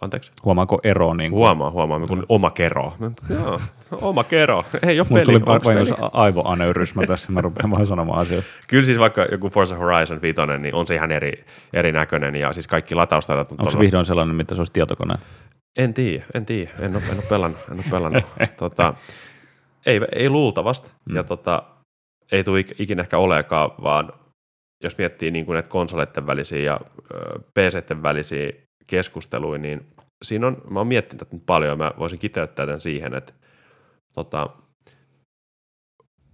[SPEAKER 1] anteeksi,
[SPEAKER 2] Huomaako ero? Niin kuin,
[SPEAKER 1] huomaa, huomaa, kun oma kero. Mä- Joo, oma kero. Ei ole
[SPEAKER 2] Mulla
[SPEAKER 1] peli,
[SPEAKER 2] tuli
[SPEAKER 1] onks peli?
[SPEAKER 2] vain aivoaneurysmä tässä, mä rupean vaan sanomaan asioita.
[SPEAKER 1] Kyllä siis vaikka joku Forza Horizon 5, niin on se ihan eri, erinäköinen ja siis kaikki lataustaidot on
[SPEAKER 2] Onko se
[SPEAKER 1] todella...
[SPEAKER 2] vihdoin sellainen, mitä se olisi tietokone?
[SPEAKER 1] En tiedä, en tiedä, en ole, en ole pelannut, en ole pelannut. tota, ei, ei luultavasti mm. ja tota, ei tule ik- ikinä ehkä olekaan, vaan jos miettii niin kuin näitä konsoleiden välisiä ja ö, PC:n välisiä keskusteluja, niin siinä on, mä oon miettinyt tätä nyt paljon ja mä voisin kiteyttää tämän siihen, että tota,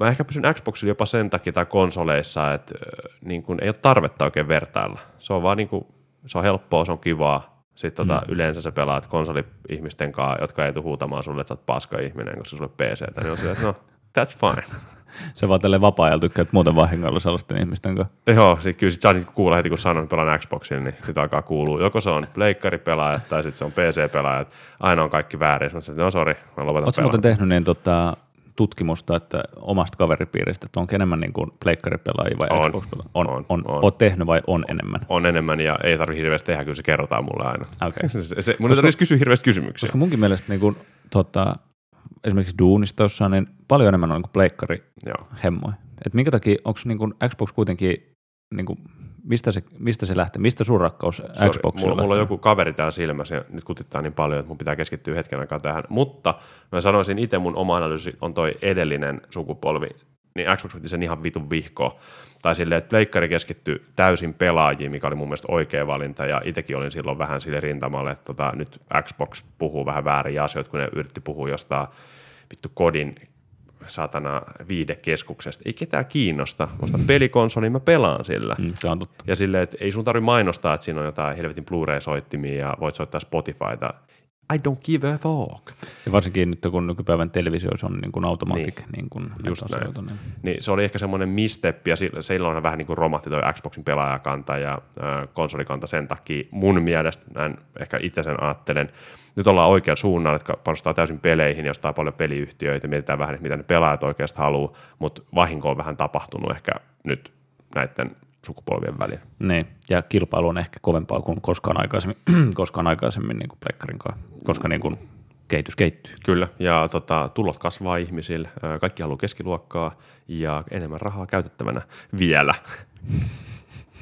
[SPEAKER 1] mä ehkä pysyn Xboxilla jopa sen takia tai konsoleissa, että ö, niin kun ei ole tarvetta oikein vertailla. Se on vaan niin kuin, se on helppoa, se on kivaa. Sitten tota, mm. yleensä sä pelaat konsoli-ihmisten kanssa, jotka ei tule huutamaan sulle, että sä oot paska ihminen, koska sulle PC, niin on silleen, että no, that's fine.
[SPEAKER 2] Se vaan tälle vapaa-ajalla tykkäät muuten vahingolla sellaisten ihmisten kanssa.
[SPEAKER 1] Joo, sit kyllä sit saa niinku kuulla heti, kun sanon, että pelaan Xboxilla, niin sitä alkaa kuulua. Joko se on pleikkaripelaaja tai sitten se on PC-pelaaja. Aina on kaikki väärin. Sitten mä sanon, että no sori, mä lopetan
[SPEAKER 2] Oletko
[SPEAKER 1] pelaa.
[SPEAKER 2] muuten tehnyt niin, tota, tutkimusta, että omasta kaveripiiristä, että onko enemmän niin kuin pleikkaripelaajia vai
[SPEAKER 1] On.
[SPEAKER 2] Xbox-pelaajia? On,
[SPEAKER 1] On,
[SPEAKER 2] on, on,
[SPEAKER 1] on.
[SPEAKER 2] Oot tehnyt vai on enemmän?
[SPEAKER 1] On enemmän ja ei tarvi hirveästi tehdä, kyllä se kerrotaan mulle aina.
[SPEAKER 2] Okei.
[SPEAKER 1] Se, se, mun ei tarvitsisi kysyä hirveästi kysymyksiä.
[SPEAKER 2] Koska munkin mielestä niin kuin, tota, esimerkiksi duunista jossain, niin paljon enemmän on niin kuin pleikkarihemmoja.
[SPEAKER 1] Joo.
[SPEAKER 2] Et minkä takia, onko niin kuin Xbox kuitenkin, niin kuin, mistä, se, mistä se lähtee, mistä sun rakkaus
[SPEAKER 1] Sorry,
[SPEAKER 2] Xboxilla
[SPEAKER 1] mulla, mulla on
[SPEAKER 2] lähtee?
[SPEAKER 1] joku kaveri täällä silmässä ja nyt kutittaa niin paljon, että mun pitää keskittyä hetken aikaa tähän. Mutta mä sanoisin itse, mun oma analyysi on toi edellinen sukupolvi, niin Xbox veti sen ihan vitun vihkoa. Tai silleen, että pleikkari keskittyi täysin pelaajiin, mikä oli mun mielestä oikea valinta, ja itsekin olin silloin vähän sille rintamalle, että tota, nyt Xbox puhuu vähän vääriä asioita, kun ne yritti puhua jostain vittu kodin satana viidekeskuksesta. Ei ketään kiinnosta. Musta pelikonsoli, mä pelaan sillä.
[SPEAKER 2] Mm, se on totta.
[SPEAKER 1] Ja silleen, että ei sun tarvi mainostaa, että siinä on jotain helvetin Blu-ray-soittimia ja voit soittaa Spotifyta. I don't give a fuck.
[SPEAKER 2] Ja varsinkin nyt, kun nykypäivän televisioissa on niin kuin automatic, niin, niin kuin
[SPEAKER 1] Just näin.
[SPEAKER 2] asioita, niin.
[SPEAKER 1] Niin se oli ehkä semmoinen misteppi ja sillä- silloin vähän niin kuin romahti toi Xboxin pelaajakanta ja ö, konsolikanta sen takia mun mielestä, näin ehkä itse sen ajattelen. Nyt ollaan oikean suunnan, että panostaa täysin peleihin, josta on paljon peliyhtiöitä, mietitään vähän, että mitä ne pelaajat oikeastaan haluaa, mutta vahinko on vähän tapahtunut ehkä nyt näiden sukupolvien väliin.
[SPEAKER 2] Niin, ja kilpailu on ehkä kovempaa kuin koskaan aikaisemmin, koskaan aikaisemmin niin kuin pleikkarin kanssa, koska niin kuin kehitys kehittyy.
[SPEAKER 1] Kyllä, ja tota, tulot kasvaa ihmisillä, ö, kaikki haluaa keskiluokkaa ja enemmän rahaa käytettävänä vielä.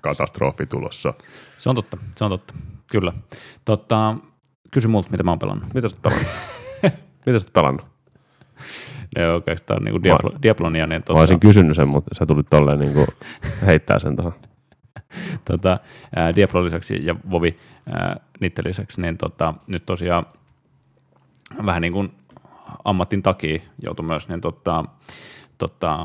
[SPEAKER 1] Katastrofi tulossa.
[SPEAKER 2] Se on totta, se on totta, kyllä. Totta, kysy multa, mitä mä oon pelannut.
[SPEAKER 1] Mitä sä oot pelannut? Mitä sä oot pelannut?
[SPEAKER 2] Ne oikeastaan niin kuin Diablo, Diablonia, niin
[SPEAKER 1] Mä
[SPEAKER 2] tota,
[SPEAKER 1] olisin kysynyt sen, mutta sä tulit tolleen niin kuin heittää sen tuohon.
[SPEAKER 2] tota, ää, Diablo lisäksi ja Vovi ää, niiden lisäksi, niin tota, nyt tosiaan vähän niin kuin ammatin takia joutui myös niin tota, tota,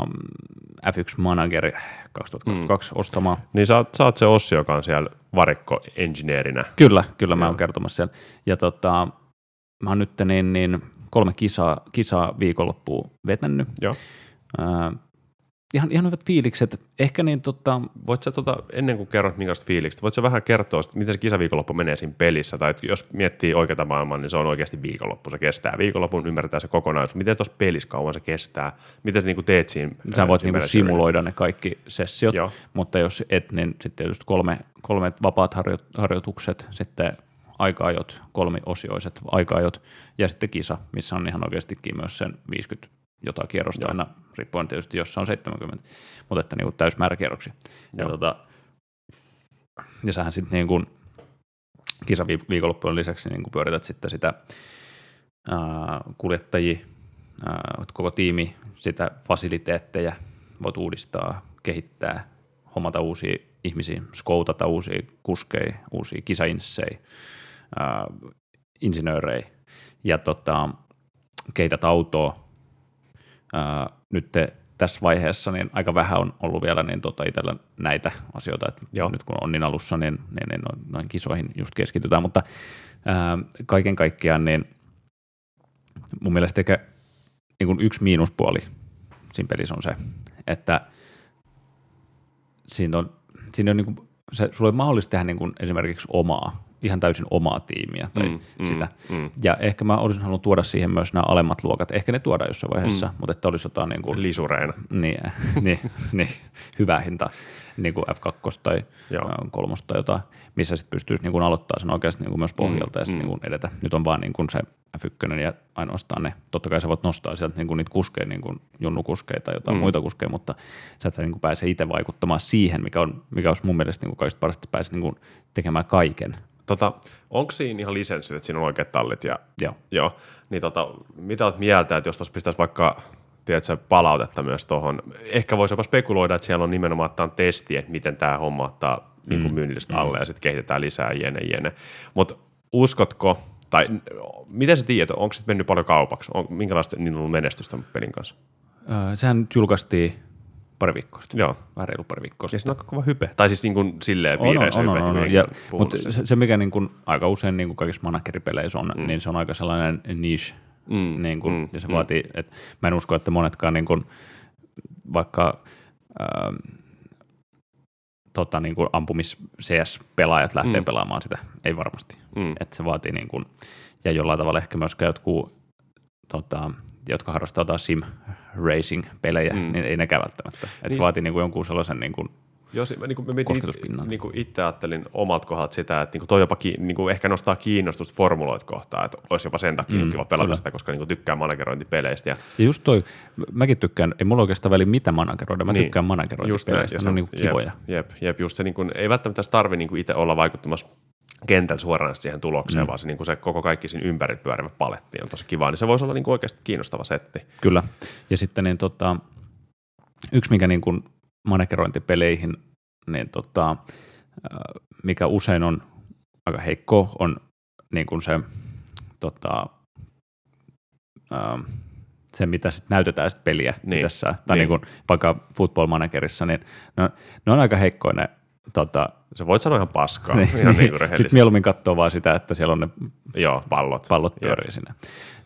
[SPEAKER 2] F1 Manager 2022 mm. ostamaan.
[SPEAKER 1] Niin sä oot, sä oot se Ossi, joka on siellä varikko-ingineerinä.
[SPEAKER 2] Kyllä, kyllä mä oon kertomassa siellä. Ja tota, mä oon nyt niin, niin kolme kisaa, kisaa viikonloppua vetänyt.
[SPEAKER 1] Joo.
[SPEAKER 2] Ää, ihan, ihan hyvät fiilikset. Ehkä niin tota,
[SPEAKER 1] Voit sä tota, ennen kuin kerrot minkälaista fiilistä, voit sä vähän kertoa, sit, miten se kisaviikonloppu menee siinä pelissä, tai et jos miettii oikeata maailmaa, niin se on oikeasti viikonloppu, se kestää viikonlopun, ymmärtää se kokonaisuus, miten tuossa pelissä kauan se kestää, miten sä niinku teet siinä.
[SPEAKER 2] sä
[SPEAKER 1] äh,
[SPEAKER 2] voit
[SPEAKER 1] siinä
[SPEAKER 2] niinku
[SPEAKER 1] pelissä?
[SPEAKER 2] simuloida ne kaikki sessiot,
[SPEAKER 1] Joo.
[SPEAKER 2] mutta jos et, niin sitten tietysti kolme, kolme vapaat harjo, harjoitukset, sitten aikaajot, kolmiosioiset aikaajot ja sitten kisa, missä on ihan oikeastikin myös sen 50 jotain kierrosta
[SPEAKER 1] Joo.
[SPEAKER 2] aina, riippuen tietysti, jos se on 70, mutta että niin täysmääräkierroksi. Ja,
[SPEAKER 1] Joo.
[SPEAKER 2] tota, ja sähän sitten niin kuin kisaviikonloppujen lisäksi niin kuin pyörität sitten sitä ää, kuljettajia, ää, koko tiimi, sitä fasiliteetteja voit uudistaa, kehittää, hommata uusia ihmisiä, skoutata uusia kuskeja, uusia kisainsseja, ää, insinöörejä äh, ja tota, keität autoa. Ää, nyt te, tässä vaiheessa niin aika vähän on ollut vielä niin tota itsellä näitä asioita, että
[SPEAKER 1] Joo.
[SPEAKER 2] nyt kun on niin alussa, niin, niin, niin noin- noin kisoihin just keskitytään, mutta ää, kaiken kaikkiaan niin mun mielestä ehkä niin kuin yksi miinuspuoli siinä pelissä on se, että siinä on, siinä on niin kuin, se, sulla ei ole mahdollista tehdä niin kuin esimerkiksi omaa, ihan täysin omaa tiimiä tai mm, sitä.
[SPEAKER 1] mm.
[SPEAKER 2] Ja ehkä mä olisin halunnut tuoda siihen myös nämä alemmat luokat. Ehkä ne tuodaan jossain vaiheessa, mm. mutta että olisi jotain niin kuin,
[SPEAKER 1] Lisureina.
[SPEAKER 2] niin, niin, niin, hyvää hintaa, niin kuin F2 tai
[SPEAKER 1] Joo.
[SPEAKER 2] Joo. 3 tai jotain, missä sitten pystyisi niin kuin aloittaa sen oikeasti niin kuin myös pohjalta mm, ja sitten mm. niin kuin edetä. Nyt on vaan niin kuin se F1 ja ainoastaan ne, totta kai sä voit nostaa sieltä niin kuin niitä kuskeja, niin kuin junnukuskeja tai jotain mm. muita kuskeja, mutta sä et niin kuin pääse itse vaikuttamaan siihen, mikä, on, mikä olisi mun mielestä niin kuin kaikista parasta, että pääsee niin kuin tekemään kaiken.
[SPEAKER 1] Tota, onko siinä ihan lisenssit, että siinä on oikeat tallit ja
[SPEAKER 2] Joo.
[SPEAKER 1] Joo, niin tota, mitä oot mieltä, että jos tuossa pistäisi vaikka tiedätkö, palautetta myös tuohon, ehkä voisi jopa spekuloida, että siellä on nimenomaan tämän testi, että miten tämä homma ottaa niin
[SPEAKER 2] Mm.
[SPEAKER 1] kuin myynnillistä alle ja sitten kehitetään lisää jene jene. Mutta uskotko, tai n- miten sä tiedät, onko sitten mennyt paljon kaupaksi? On, minkälaista niillä on ollut menestystä tämän pelin kanssa?
[SPEAKER 2] Öö, sehän nyt julkaistiin pari viikkoa sitten.
[SPEAKER 1] Joo.
[SPEAKER 2] Vähän reilu pari viikkoa
[SPEAKER 1] Ja siinä on aika kova hype. Tai siis niin kuin silleen
[SPEAKER 2] On,
[SPEAKER 1] piireissä
[SPEAKER 2] on, on,
[SPEAKER 1] hype.
[SPEAKER 2] on, on.
[SPEAKER 1] niin
[SPEAKER 2] Ja,
[SPEAKER 1] kuin puhunut
[SPEAKER 2] mutta
[SPEAKER 1] siitä.
[SPEAKER 2] se, se, mikä niin kuin aika usein niin kuin kaikissa manageripeleissä on, mm. niin se on aika sellainen niche. Mm. Niin kuin, mm. Ja se vaatii, että mä en usko, että monetkaan niin kuin, vaikka ähm, tota, niin kuin ampumis-CS-pelaajat lähtee mm. pelaamaan sitä. Ei varmasti.
[SPEAKER 1] Mm.
[SPEAKER 2] Et se vaatii niin kuin, ja jollain tavalla ehkä myöskään jotkut, tota, jotka harrastaa jotain sim racing-pelejä, mm. niin ei nekään välttämättä. Et niin. se vaatii niin kuin jonkun sellaisen niin kuin,
[SPEAKER 1] Jos, mä, niin kuin, mä mietin,
[SPEAKER 2] Kosketuspinnan.
[SPEAKER 1] niin kuin itse ajattelin omalta kohdalta sitä, että niin kuin toi jopa ki, niin kuin ehkä nostaa kiinnostusta formuloit kohtaan, että olisi jopa sen takia mm, kiva pelata kyllä. sitä, koska niin kuin tykkää managerointipeleistä. Ja,
[SPEAKER 2] Ja just toi, m- mäkin tykkään, ei mulla oikeastaan väli mitä manageroida, mä niin.
[SPEAKER 1] Niin.
[SPEAKER 2] tykkään managerointipeleistä, ne on niinku kivoja.
[SPEAKER 1] Jep, jep, jep, just se niin kuin, ei välttämättä edes tarvi niin kuin itse olla vaikuttamassa kentällä suoraan siihen tulokseen, mm. vaan se, niin kuin se koko kaikki siinä ympäri pyörivä paletti on tosi kiva, niin se voisi olla niin kuin oikeasti kiinnostava setti.
[SPEAKER 2] Kyllä. Ja sitten niin, tota, yksi, mikä niin kuin managerointipeleihin, niin, tota, äh, mikä usein on aika heikko, on niin kuin se, tota, ähm, se, mitä sit näytetään sit peliä
[SPEAKER 1] Niin.
[SPEAKER 2] tässä. Tai niin.
[SPEAKER 1] Niin.
[SPEAKER 2] Niin kuin, vaikka football managerissa, niin ne, ne on aika heikkoja ne tota,
[SPEAKER 1] Se voit sanoa ihan paskaa, ihan niin kuin
[SPEAKER 2] Sitten
[SPEAKER 1] rehellisesti.
[SPEAKER 2] mieluummin katsoo vaan sitä, että siellä on ne
[SPEAKER 1] Joo, pallot.
[SPEAKER 2] pallot
[SPEAKER 1] Jep.
[SPEAKER 2] pyörii sinne.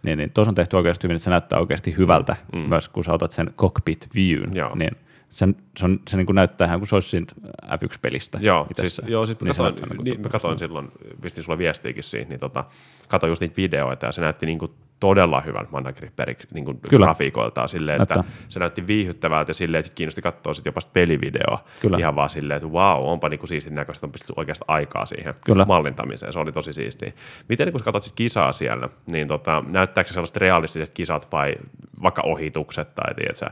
[SPEAKER 2] Niin, niin tuossa on tehty oikeasti hyvin, että se näyttää oikeasti hyvältä, mm. myös kun sä otat sen cockpit viewin,
[SPEAKER 1] Joo.
[SPEAKER 2] niin sen, se, on, se niin kuin näyttää ihan kuin se olisi siitä F1-pelistä.
[SPEAKER 1] Joo, siis,
[SPEAKER 2] itsessään.
[SPEAKER 1] joo, sit mä
[SPEAKER 2] Niin se
[SPEAKER 1] katsoin,
[SPEAKER 2] näyttää
[SPEAKER 1] niin
[SPEAKER 2] kuin
[SPEAKER 1] mä katsoin silloin, pistin sulle viestiäkin siihen, niin tota, katsoin just niitä videoita ja se näytti niinku todella hyvältä manageripeliksi niinku
[SPEAKER 2] Kyllä.
[SPEAKER 1] grafiikoiltaan silleen, että
[SPEAKER 2] Näyttää.
[SPEAKER 1] se näytti viihyttävältä ja silleen, että sit kiinnosti katsoa sit jopa sitä pelivideoa.
[SPEAKER 2] Kyllä.
[SPEAKER 1] Ihan vaan silleen, että vau, wow, onpa niinku siistin näköistä, on pistetty oikeasta aikaa siihen
[SPEAKER 2] Kyllä.
[SPEAKER 1] mallintamiseen, se oli tosi siistiä. Miten niin kun sä katsot sit kisaa siellä, niin tota, näyttääkö se sellaiset realistiset kisat vai vaikka ohitukset tai tiedätkö,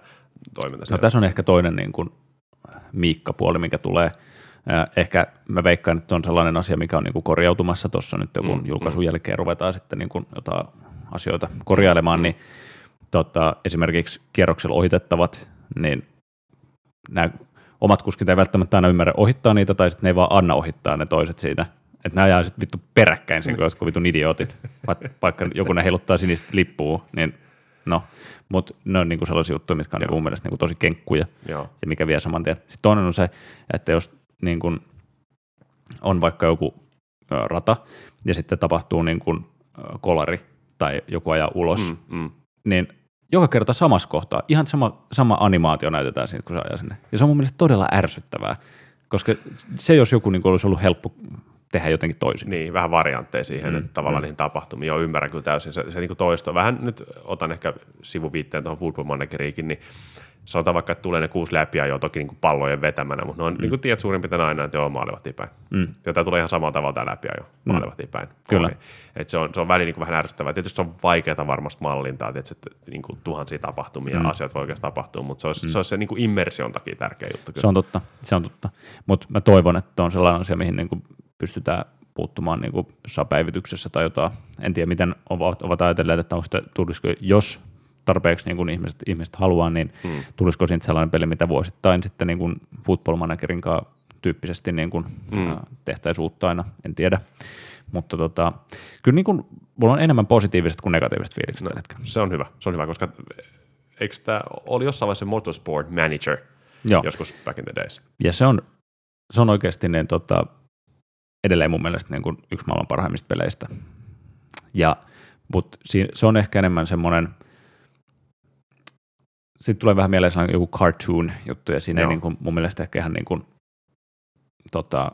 [SPEAKER 1] toiminta
[SPEAKER 2] No,
[SPEAKER 1] siellä?
[SPEAKER 2] tässä on ehkä toinen niin kuin miikkapuoli, mikä tulee. Äh, Ehkä mä veikkaan, että on sellainen asia, mikä on niin kuin korjautumassa tuossa nyt, kun mm, julkaisun mm. jälkeen ruvetaan sitten niin kuin jotain asioita korjailemaan, niin tota, esimerkiksi kierroksella ohitettavat, niin nämä omat kuskit ei välttämättä aina ymmärrä ohittaa niitä, tai sitten ne ei vaan anna ohittaa ne toiset siitä. Että nämä ajaa sitten vittu peräkkäin sen, kun jotkut vitun idiotit. Va- Vaikka joku ne heiluttaa sinistä lippua, niin no. Mutta ne on niinku sellaisia juttuja, mitkä on niinku mun mielestä niinku tosi kenkkuja
[SPEAKER 1] Joo.
[SPEAKER 2] ja mikä vie saman tien. Sitten toinen on se, että jos niin kun on vaikka joku ö, rata ja sitten tapahtuu niin kun, ö, kolari tai joku ajaa ulos, mm.
[SPEAKER 1] Mm, mm.
[SPEAKER 2] niin joka kerta samassa kohtaa, ihan sama, sama animaatio näytetään siitä, kun se ajaa sinne. Ja se on mun mielestä todella ärsyttävää, koska se jos joku niin olisi ollut helppo tehdä jotenkin toisin.
[SPEAKER 1] Niin, vähän variantteja siihen, mm, että tavallaan mm. niihin tapahtumiin. Joo, ymmärrän niinku kyllä täysin. Se, se niin toisto. Vähän nyt otan ehkä sivuviitteen tuohon Football Manageriinkin, niin sanotaan vaikka, että tulee ne kuusi läpi ja toki niin kuin pallojen vetämänä, mutta ne on, mm. niin kuin tiedät suurin piirtein aina, että joo, maalivat ipäin. Mm. Ja tämä tulee ihan samalla tavalla tämä läpi jo, maalivat ipäin.
[SPEAKER 2] Kyllä.
[SPEAKER 1] Et se on, se on väli niin kuin vähän ärsyttävää. Tietysti se on vaikeaa varmasti mallintaa, tietysti, että niin kuin tuhansia tapahtumia, mm. asiat voi oikeasti tapahtua, mutta se olisi mm. se, olisi se niin kuin immersion takia tärkeä juttu. Kyllä.
[SPEAKER 2] Se on totta, se on totta. Mutta mä toivon, että on sellainen asia, mihin niin kuin pystytään puuttumaan niin kuin päivityksessä tai jotain. En tiedä, miten ovat, ovat ajatelleet, että onko sitä, tulisiko, jos tarpeeksi niin kuin ihmiset, ihmiset haluaa, niin mm. tulisiko siitä sellainen peli, mitä vuosittain sitten niin kuin football managerin kanssa tyyppisesti niin kuin, mm. ä, tehtäisiin uutta aina, en tiedä. Mutta tota, kyllä niin kuin, mulla on enemmän positiiviset kuin negatiiviset fiilikset no, tällä hetkellä.
[SPEAKER 1] Se on hyvä, se on hyvä, koska eikö tämä oli jossain vaiheessa Motorsport Manager
[SPEAKER 2] Joo.
[SPEAKER 1] joskus back in the days?
[SPEAKER 2] Ja se on, se on oikeasti niin, tota, edelleen mun mielestä niin kuin yksi maailman parhaimmista peleistä. Ja, mutta se on ehkä enemmän semmoinen, sitten tulee vähän mieleen sellainen joku cartoon-juttu, ja siinä ei
[SPEAKER 1] Joo.
[SPEAKER 2] niin kuin, mun mielestä ehkä ihan niin kuin, tota,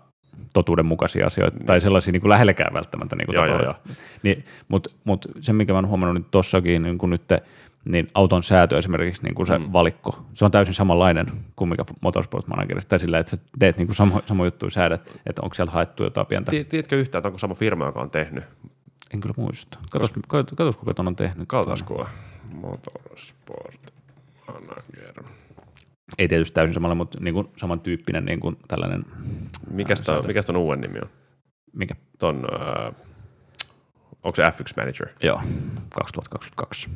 [SPEAKER 2] totuudenmukaisia asioita, tai sellaisia niin kuin lähelläkään välttämättä niin kuin
[SPEAKER 1] Joo, joo,
[SPEAKER 2] tapahdu. Niin, Mutta mut se, minkä mä oon huomannut nyt tossakin, niin kuin nyt, niin auton säätö esimerkiksi, niin kuin se mm. valikko, se on täysin samanlainen kuin mikä Motorsport Managerissa, tai sillä, että sä teet niin kuin samo, samo juttu säädät, että onko siellä haettu jotain pientä.
[SPEAKER 1] Ti- Tiedätkö yhtään, että onko sama firma, joka on tehnyt?
[SPEAKER 2] En kyllä muista. Katos, katos, katos kuka ton on tehnyt.
[SPEAKER 1] Kaltaas kuule. Motorsport Manager.
[SPEAKER 2] Ei tietysti täysin samalla, mutta niin kuin samantyyppinen niin kuin tällainen,
[SPEAKER 1] Mikäs ton, mikäs ton uuden nimi on?
[SPEAKER 2] mikä?
[SPEAKER 1] Ton, äh, onko se F1 Manager?
[SPEAKER 2] Joo, 2022.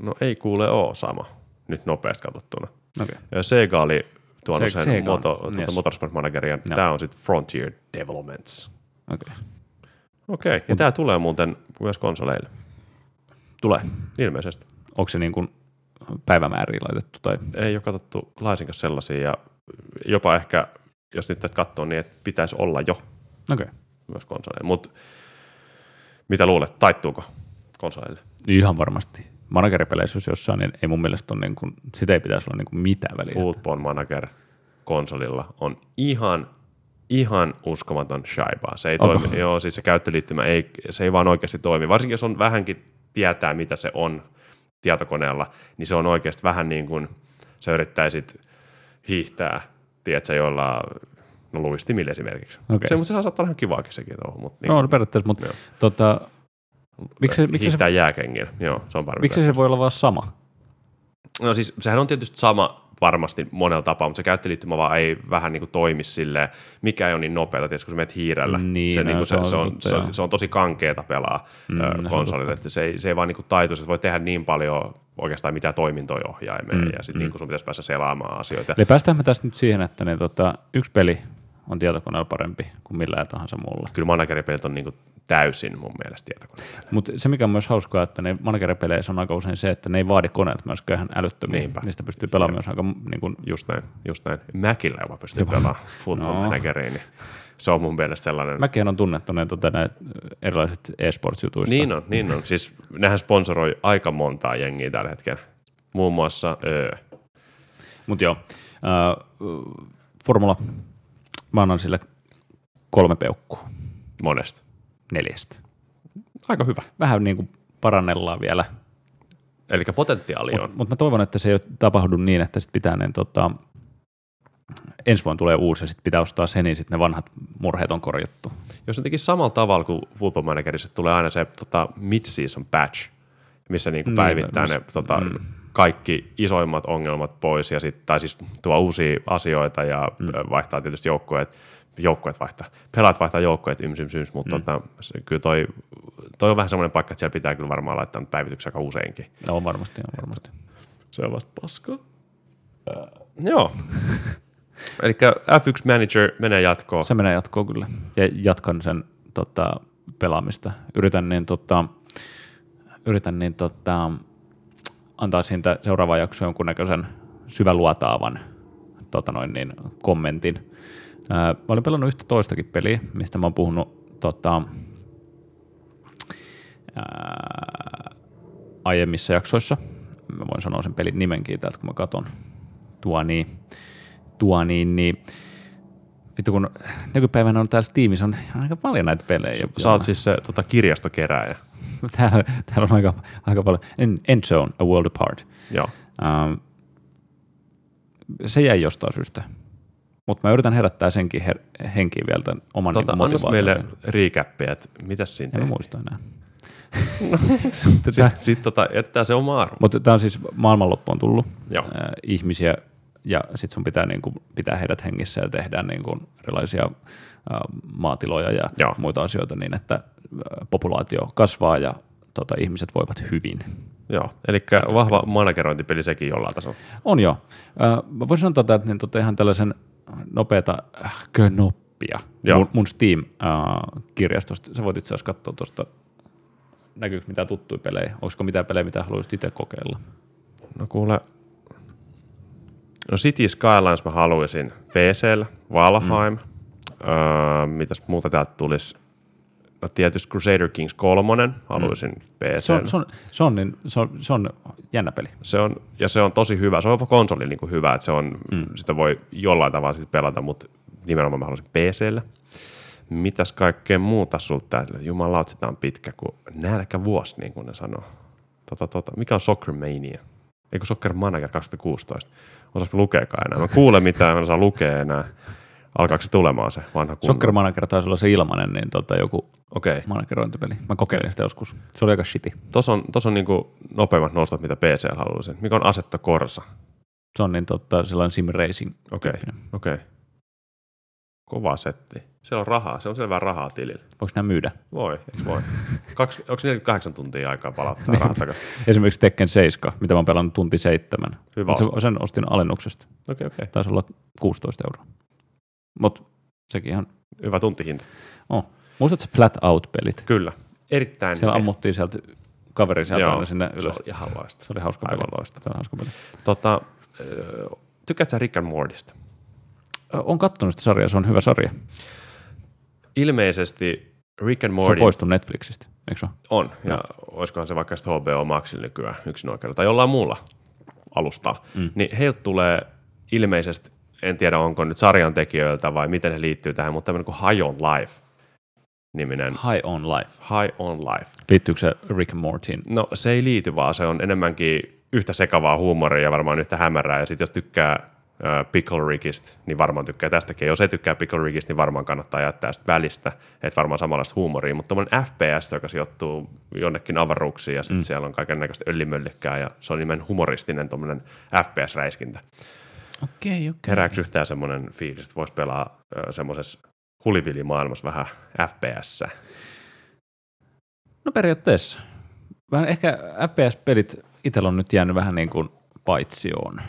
[SPEAKER 1] No ei kuule oo sama, nyt nopeasti katsottuna.
[SPEAKER 2] Okei.
[SPEAKER 1] Ja Sega oli tuonut
[SPEAKER 2] Se-
[SPEAKER 1] sen
[SPEAKER 2] Sega on,
[SPEAKER 1] moto, tuota,
[SPEAKER 2] yes.
[SPEAKER 1] Motorsport Manageria.
[SPEAKER 2] Joo.
[SPEAKER 1] Tämä on sitten Frontier Developments.
[SPEAKER 2] Okay.
[SPEAKER 1] Okei, okay. ja tämä tulee muuten myös konsoleille,
[SPEAKER 2] Tulee.
[SPEAKER 1] ilmeisesti.
[SPEAKER 2] Onko se niin kuin päivämääriin laitettu? Tai...
[SPEAKER 1] Ei ole katsottu laisinkaan sellaisia, ja jopa ehkä, jos nyt tätä katsoo, niin että pitäisi olla jo
[SPEAKER 2] Okei. Okay.
[SPEAKER 1] myös konsoleille. Mutta mitä luulet, taittuuko konsoleille?
[SPEAKER 2] Ihan varmasti. Manageripeleissä jos jossain, niin ei mun mielestä ole niin kuin, sitä ei pitäisi olla niin kuin mitään väliä.
[SPEAKER 1] Football Manager konsolilla on ihan, ihan uskomaton shaibaa. Se ei
[SPEAKER 2] Onko?
[SPEAKER 1] toimi, joo, siis se käyttöliittymä ei, se ei vaan oikeasti toimi. Varsinkin jos on vähänkin tietää, mitä se on tietokoneella, niin se on oikeasti vähän niin kuin sä yrittäisit hiihtää, tiedätkö, jolla no luistimilla esimerkiksi.
[SPEAKER 2] Okei.
[SPEAKER 1] Se, mutta sehän saattaa olla ihan kivaakin sekin tuohon, mutta niin,
[SPEAKER 2] No on periaatteessa, mutta
[SPEAKER 1] Joo.
[SPEAKER 2] tota, miksi, miksi, se,
[SPEAKER 1] hiihtää jääkengillä. Joo, se on parempi.
[SPEAKER 2] miksi se voi olla vaan sama?
[SPEAKER 1] No siis sehän on tietysti sama varmasti monella tapaa, mutta se käyttöliittymä vaan ei vähän niin kuin toimi silleen, mikä ei ole niin nopeata, tietysti kun sä menet hiirellä,
[SPEAKER 2] Niin,
[SPEAKER 1] se,
[SPEAKER 2] no,
[SPEAKER 1] niin kuin
[SPEAKER 2] se
[SPEAKER 1] se,
[SPEAKER 2] on
[SPEAKER 1] se, on,
[SPEAKER 2] totta,
[SPEAKER 1] se,
[SPEAKER 2] joo.
[SPEAKER 1] se on tosi kankeeta pelaa
[SPEAKER 2] Mm, no, se
[SPEAKER 1] mm,
[SPEAKER 2] on
[SPEAKER 1] konsolille, että se ei, se ei vaan niin kuin taitu, se voi tehdä niin paljon oikeastaan mitä toimintoja ohjaimeen, mm, ja sitten mm. niin kuin sun pitäisi päästä selaamaan asioita.
[SPEAKER 2] Eli päästään me tästä nyt siihen, että ne, tota, yksi peli on tietokoneella parempi kuin millään tahansa muulla.
[SPEAKER 1] Kyllä manageripelit on niin kuin täysin mun mielestä tietokoneella.
[SPEAKER 2] Mutta se, mikä on myös hauskaa, että ne manageripeleissä on aika usein se, että ne ei vaadi koneet myöskään ihan älyttömiä.
[SPEAKER 1] Niinpä.
[SPEAKER 2] Niistä pystyy pelaamaan myös aika niin kuin,
[SPEAKER 1] Just näin, just näin. Mäkillä jopa pystyy pelaamaan football
[SPEAKER 2] No.
[SPEAKER 1] no. manageriin, niin se on mun mielestä sellainen
[SPEAKER 2] Mäkin on tunnettu ne, tota, ne erilaiset e-sports-jutuista.
[SPEAKER 1] Niin on, niin on. Siis nehän sponsoroi aika montaa jengiä tällä hetkellä. Muun muassa öö.
[SPEAKER 2] Mutta joo, äh, Formula, mä annan sille kolme peukkua
[SPEAKER 1] monesta.
[SPEAKER 2] neljästä.
[SPEAKER 1] Aika hyvä.
[SPEAKER 2] Vähän niin kuin parannellaan vielä,
[SPEAKER 1] Eli potentiaali on.
[SPEAKER 2] mutta mä toivon, että se ei tapahdu niin, että sit pitää ne tota, ensi vuonna tulee uusi ja sitten pitää ostaa se, niin sitten ne vanhat murheet on korjattu.
[SPEAKER 1] Jos ne tekisi samalla tavalla kuin Football Managerissa, tulee aina se tota, mid-season patch, missä niinku
[SPEAKER 2] Niin,
[SPEAKER 1] päivittää
[SPEAKER 2] missä-
[SPEAKER 1] ne tota, kaikki isoimmat ongelmat pois, ja sit, tai siis tuo uusia asioita ja mm. vaihtaa tietysti joukkueet, joukkueet vaihtaa, pelaat vaihtaa joukkueet yms, yms, yms mutta mm. tota, se, kyllä toi, toi on vähän semmoinen paikka, että siellä pitää kyllä varmaan laittaa päivityksiä aika useinkin.
[SPEAKER 2] No on varmasti, on varmasti.
[SPEAKER 1] Se on vasta paskaa. Äh, joo. Eli F1 Manager menee jatkoon.
[SPEAKER 2] Se menee jatkoon kyllä. Ja jatkan sen tota, pelaamista. Yritän niin, tota, yritän niin tota, antaa siitä seuraavaan jaksoon jonkunnäköisen syväluotaavan tota noin, niin, kommentin. Ää, mä olen pelannut yhtä toistakin peliä, mistä mä oon puhunut tota, ää, aiemmissa jaksoissa. Mä voin sanoa sen pelin nimenkin täältä, kun mä katon. Tuo niin, tuo niin, niin. Vittu, kun nykypäivänä on täällä Steamissa on aika paljon näitä pelejä.
[SPEAKER 1] Sä oot siis se tota, kirjastokeräjä.
[SPEAKER 2] täällä, täällä on aika, aika paljon. En- End Zone, A World Apart.
[SPEAKER 1] Joo.
[SPEAKER 2] Ähm, se jäi jostain syystä. Mutta mä yritän herättää senkin her- henkiin vielä tämän oman
[SPEAKER 1] Tota,
[SPEAKER 2] niinku
[SPEAKER 1] annas meille
[SPEAKER 2] motivaation.
[SPEAKER 1] riikäppiä, että mitä siinä
[SPEAKER 2] En mä
[SPEAKER 1] tehtiin.
[SPEAKER 2] muista enää.
[SPEAKER 1] Sitten sit, tota, jätetään se oma arvo.
[SPEAKER 2] Mutta tämä on siis maailmanloppu on tullut
[SPEAKER 1] Joo.
[SPEAKER 2] ää, ihmisiä ja sitten sun pitää niinku, pitää heidät hengissä ja tehdään niinku erilaisia ää, maatiloja ja
[SPEAKER 1] Joo.
[SPEAKER 2] muita asioita niin, että ää, populaatio kasvaa ja tota, ihmiset voivat hyvin.
[SPEAKER 1] Joo, eli vahva managerointipeli sekin jollain tasolla.
[SPEAKER 2] On joo. Ää, Mä voisin antaa tätä niin tota ihan tällaisen nopeata äh, könoppia
[SPEAKER 1] Joo.
[SPEAKER 2] mun, mun Steam-kirjastosta. Sä voit itse asiassa katsoa tuosta, näkyykö mitään tuttuja pelejä, olisiko mitään pelejä, mitä haluaisit itse kokeilla.
[SPEAKER 1] No kuule, no City Skylines mä haluaisin PCllä, Valheim, mm. öö, mitäs muuta täältä tulisi, no tietysti Crusader Kings 3 haluaisin mm. PCllä.
[SPEAKER 2] Se on, se, on, se, on, niin, se, on, se on jännä peli.
[SPEAKER 1] Se on, ja se on tosi hyvä. Se on jopa konsoli niin kuin hyvä, että se on, mm. sitä voi jollain tavalla sit pelata, mutta nimenomaan mä haluaisin PCllä. Mitäs kaikkea muuta sulta? Jumala, sitä on pitkä kuin nälkä vuosi, niin kuin ne sanoo. Tota, tota, mikä on Soccer Mania? Eikö Soccer Manager 2016? Osaanko lukeekaan enää? Mä kuulen mitään, mä en saa lukea enää. Alkaako se tulemaan se vanha kunno?
[SPEAKER 2] Soccer Manager taisi olla se ilmanen, niin tota, joku
[SPEAKER 1] Okei. Okay.
[SPEAKER 2] managerointipeli. Mä kokeilin sitä joskus. Se oli aika shiti.
[SPEAKER 1] Tuossa on, tos on niin nopeimmat nostot, mitä PCllä haluaisin. Mikä on Assetto Corsa?
[SPEAKER 2] Se on niin tota, sellainen sim racing.
[SPEAKER 1] Okei. Okei. Kova setti. Siellä on rahaa, se on selvää rahaa tilillä.
[SPEAKER 2] Voiko nämä myydä?
[SPEAKER 1] Voi, eikö voi? Kaksi, onko 48 tuntia aikaa palauttaa
[SPEAKER 2] Niin.
[SPEAKER 1] rahat takaisin?
[SPEAKER 2] Esimerkiksi Tekken 7, mitä mä oon pelannut tunti seitsemän.
[SPEAKER 1] Hyvä
[SPEAKER 2] Mut
[SPEAKER 1] osto.
[SPEAKER 2] se- Sen ostin alennuksesta.
[SPEAKER 1] Okei, okei.
[SPEAKER 2] Taisi olla 16 euroa. Mutta sekin ihan...
[SPEAKER 1] Hyvä tuntihinta.
[SPEAKER 2] Oh. Muistatko Flat Out-pelit?
[SPEAKER 1] Kyllä. Erittäin
[SPEAKER 2] Siellä
[SPEAKER 1] hyvin.
[SPEAKER 2] ammuttiin sieltä kaveri sieltä
[SPEAKER 1] Joo,
[SPEAKER 2] aina sinne
[SPEAKER 1] Se
[SPEAKER 2] ylös.
[SPEAKER 1] oli ihan loista.
[SPEAKER 2] Se oli hauska peli.
[SPEAKER 1] Aivan loista.
[SPEAKER 2] Se oli hauska peli.
[SPEAKER 1] Tota, öö, tykkäätkö sä Rick and Mortista?
[SPEAKER 2] Ö, Oon kattonut sitä sarjaa, se on hyvä sarja.
[SPEAKER 1] Ilmeisesti Rick and
[SPEAKER 2] Se on
[SPEAKER 1] Morty
[SPEAKER 2] poistunut Netflixistä, eikö se ole?
[SPEAKER 1] on, ja olisikohan se vaikka sitten HBO Maxilla nykyään yksin oikeudella, tai jollain muulla alustaa, mm. niin heiltä tulee ilmeisesti, en tiedä onko nyt sarjan tekijöiltä vai miten he liittyy tähän, mutta tämmöinen kuin High on Life niminen.
[SPEAKER 2] High on Life.
[SPEAKER 1] High on Life.
[SPEAKER 2] Liittyykö se Rick and Mortyin?
[SPEAKER 1] No se ei liity, vaan se on enemmänkin yhtä sekavaa huumoria ja varmaan yhtä hämärää. Ja sitten jos tykkää ö, Pickle Rickistä, niin varmaan tykkää tästäkin. Jos ei tykkää Pickle Rickistä, niin varmaan kannattaa jättää sitä välistä, että varmaan samanlaista huumoria. Mutta tämmöinen FPS, joka sijoittuu jonnekin avaruuksiin ja sitten mm. siellä on kaiken näköistä öllimöllikkää ja se on nimen humoristinen tuommoinen FPS-räiskintä.
[SPEAKER 2] Okei, okei.
[SPEAKER 1] Herääks yhtään semmoinen fiilis, että voisi pelaa ö, semmoisessa hulivilimaailmassa vähän FPS.
[SPEAKER 2] No periaatteessa. Vähän ehkä FPS-pelit itsellä on nyt jäänyt vähän niin kuin paitsioon.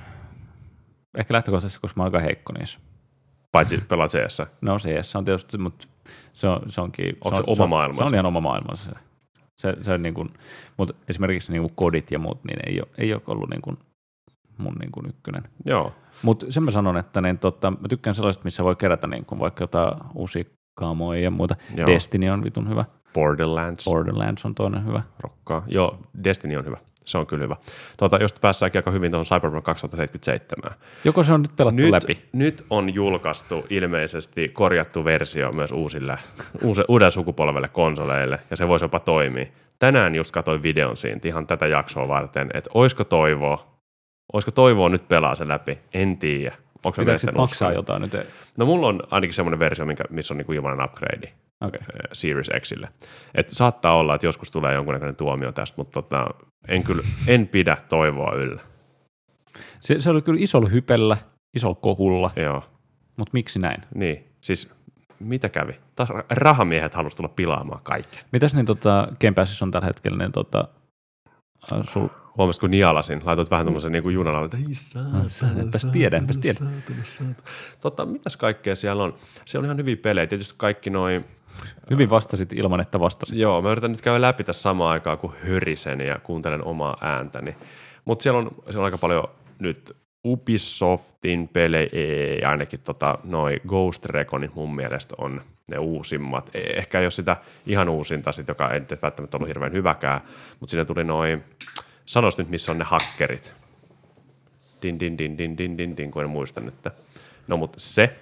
[SPEAKER 2] Ehkä lähtökohtaisesti, koska mä oon aika heikko niissä.
[SPEAKER 1] Paitsi pelaa CS.
[SPEAKER 2] No CS on tietysti, mutta se, on, se onkin...
[SPEAKER 1] Onko se
[SPEAKER 2] on,
[SPEAKER 1] oma
[SPEAKER 2] se, on-
[SPEAKER 1] maailmansa?
[SPEAKER 2] Se on ihan oma maailmansa. Se, se, se on niin kuin, mutta esimerkiksi niin kuin kodit ja muut, niin ei ole, ei ole ollut niin kuin mun niin kuin ykkönen.
[SPEAKER 1] Joo.
[SPEAKER 2] Mutta sen mä sanon, että niin, tota, mä tykkään sellaisesta, missä voi kerätä niin kuin vaikka jotain uusia kaamoja ja muuta.
[SPEAKER 1] Joo.
[SPEAKER 2] Joo. Destiny on vitun hyvä.
[SPEAKER 1] Borderlands.
[SPEAKER 2] Borderlands on toinen hyvä.
[SPEAKER 1] rokkaa. Joo, Destiny on hyvä. Se on kyllä hyvä. Tuota, josta päästäänkin aika hyvin tuohon Cyberpunk 2077.
[SPEAKER 2] Joko se on nyt pelattu
[SPEAKER 1] Nyt,
[SPEAKER 2] läpi?
[SPEAKER 1] nyt on julkaistu ilmeisesti korjattu versio myös uusille, uuse, uuden sukupolvelle konsoleille, ja se voisi jopa toimia. Tänään just katsoin videon siitä ihan tätä jaksoa varten, että oisko toivoa, oisko toivoa nyt pelaa se läpi, en tiedä. Onko se
[SPEAKER 2] Pitääkö
[SPEAKER 1] meistäni
[SPEAKER 2] sit maksaa
[SPEAKER 1] uskoa?
[SPEAKER 2] jotain nyt? Okei.
[SPEAKER 1] No mulla on ainakin semmoinen versio, minkä, missä on niinku ilmainen upgrade.
[SPEAKER 2] Okay.
[SPEAKER 1] Series Xille. Et saattaa olla, että joskus tulee jonkunnäköinen tuomio tästä, mutta tota, en, kyllä, en pidä toivoa yllä.
[SPEAKER 2] Se, se oli kyllä isolla hypellä, isolla kohulla,
[SPEAKER 1] Joo,
[SPEAKER 2] mutta miksi näin?
[SPEAKER 1] niin. Siis mitä kävi? Taas ra- rahamiehet halusi tulla pilaamaan kaiken.
[SPEAKER 2] Mitäs niin tota, Game Passissa on tällä hetkellä niin tota, äh, sul,
[SPEAKER 1] Huomasit, kun nialasin, laitoit vähän tuommoisen niin junalla, että ei saatana,
[SPEAKER 2] enpäs
[SPEAKER 1] saatana,
[SPEAKER 2] tiedä, enpäs tiedä.
[SPEAKER 1] saatana, saatana. Tota, mitäs kaikkea siellä on? Siellä on ihan hyviä pelejä. Tietysti kaikki noin
[SPEAKER 2] hyvin vastasit ilman, että vastasit.
[SPEAKER 1] Joo, mä yritän nyt käydä läpi tässä samaan aikaan, kun hörisen ja kuuntelen omaa ääntäni. Mutta siellä on, siellä on aika paljon nyt Ubisoftin pelejä, ainakin tota, noi Ghost Reconit mun mielestä on ne uusimmat. E- Ehkä ei ole sitä ihan uusinta, sit, joka ei nyt välttämättä ollut hirveän hyväkään, mutta siinä tuli noin, sanois nyt missä on ne hakkerit. Din, din, din, din, din, din, din, kun en muista nyt. No mutta se.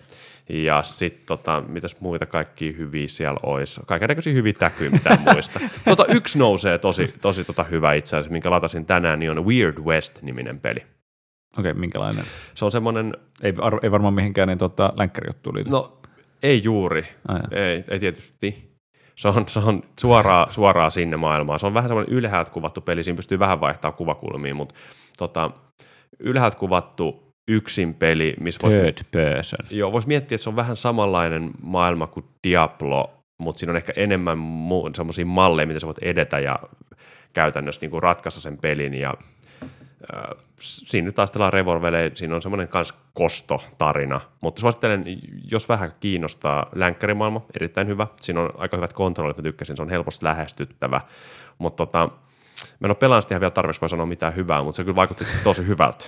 [SPEAKER 1] Ja sitten tota, mitäs muita kaikki hyviä siellä olisi. Kaikennäköisiä hyviä täkyjä, mitä en muista. tota, yksi nousee tosi, tosi tota hyvä itse asiassa, minkä latasin tänään, niin on Weird West-niminen peli.
[SPEAKER 2] Okei, minkälainen?
[SPEAKER 1] Se on semmoinen,
[SPEAKER 2] Ei, ar- ei varmaan mihinkään niin, tota, länkkärijuttuun liity.
[SPEAKER 1] no ei juuri,
[SPEAKER 2] Aina.
[SPEAKER 1] ei, ei tietysti. Se on, se on suoraa, suoraa sinne maailmaan. Se on vähän semmoinen ylhäältä kuvattu peli, siinä pystyy vähän vaihtaa kuvakulmiin, mutta tota, ylhäältä kuvattu yksin peli, missä voisi
[SPEAKER 2] Third person.
[SPEAKER 1] Joo, voisi miettiä, että se on vähän samanlainen maailma kuin Diablo, mutta siinä on ehkä enemmän mu- semmoisia malleja, mitä sä voit edetä ja käytännössä niin ratkaista sen pelin. Ja, äh, siinä nyt taistellaan revolvelejä, siinä on semmoinen kans kostotarina. Mutta suosittelen, jos vähän kiinnostaa länkkärimaailma, erittäin hyvä. Siinä on aika hyvät kontrollit, mä tykkäsin, se on helposti lähestyttävä. Mutta tota, mä en ole pelannut sitä ihan vielä tarpeeksi, voi sanoa mitään hyvää, mutta se kyllä vaikutti tosi hyvältä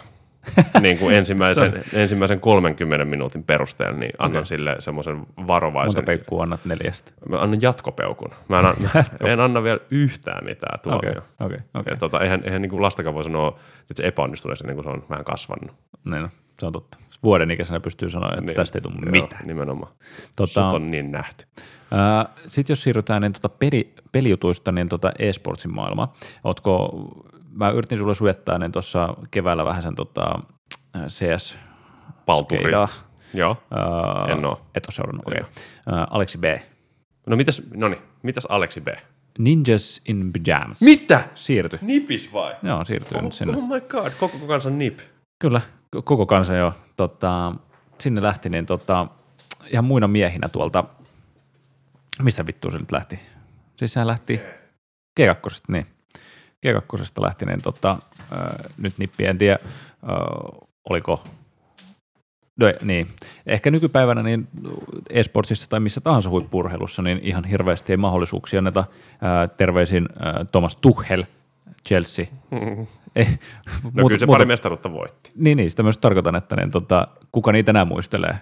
[SPEAKER 1] niin kuin ensimmäisen, ensimmäisen 30 minuutin perusteella, niin annan okay. sille semmoisen
[SPEAKER 2] Monta
[SPEAKER 1] varovaisen.
[SPEAKER 2] peikkua annat neljästä?
[SPEAKER 1] mä annan jatkopeukun. Mä en, mä en anna vielä yhtään mitään
[SPEAKER 2] Okei,
[SPEAKER 1] tuomioon. Okay.
[SPEAKER 2] okei, okei.
[SPEAKER 1] Okay. Tota, eihän, eihän niin kuin lastakaan voi sanoa, että se epäonnistunut ennen kuin se on vähän kasvanut.
[SPEAKER 2] Niin, no, se on totta. Vuoden ikäisenä pystyy sanoa, että niin.
[SPEAKER 1] Niin.
[SPEAKER 2] tästä ei tule
[SPEAKER 1] Joo,
[SPEAKER 2] mitään.
[SPEAKER 1] Nimenomaan. Sut
[SPEAKER 2] Tota,
[SPEAKER 1] on niin nähty.
[SPEAKER 2] Sitten Äh, jos siirrytään niin tota peli, pelijutuista niin tota e-sportsin maailmaan. Ootko, mä yritin sulle sujettaa niin tuossa keväällä vähän sen tota, äh, CS
[SPEAKER 1] Palturia.
[SPEAKER 2] skeidaa.
[SPEAKER 1] Joo.
[SPEAKER 2] Äh,
[SPEAKER 1] En oo.
[SPEAKER 2] Et ole seurannut, okei. Äh, Aleksi B.
[SPEAKER 1] No mitäs, noni, mitäs Aleksi B?
[SPEAKER 2] Ninjas in Pyjamas.
[SPEAKER 1] Mitä?
[SPEAKER 2] Siirty.
[SPEAKER 1] Nipis vai?
[SPEAKER 2] Joo, siirtyy nyt sinne.
[SPEAKER 1] Oh, oh my god, koko kansan nip.
[SPEAKER 2] Kyllä, k- koko kansa jo. Tota, sinne lähti niin tota, ihan muina miehinä tuolta, mistä vittu se nyt lähti? Siis sehän lähti G2, niin. G2 lähti niin tota, ö, nyt nippi, en tiedä, ö, oliko No, ei, niin. Ehkä nykypäivänä niin esportsissa tai missä tahansa huippurheilussa niin ihan hirveästi ei mahdollisuuksia anneta. Ää, terveisin ää, Thomas Tuchel, Chelsea. Ei,
[SPEAKER 1] No kyllä se pari mestaruutta voitti.
[SPEAKER 2] niin, niin, sitä myös tarkoitan, että niin, tota, kuka niitä enää muistelee.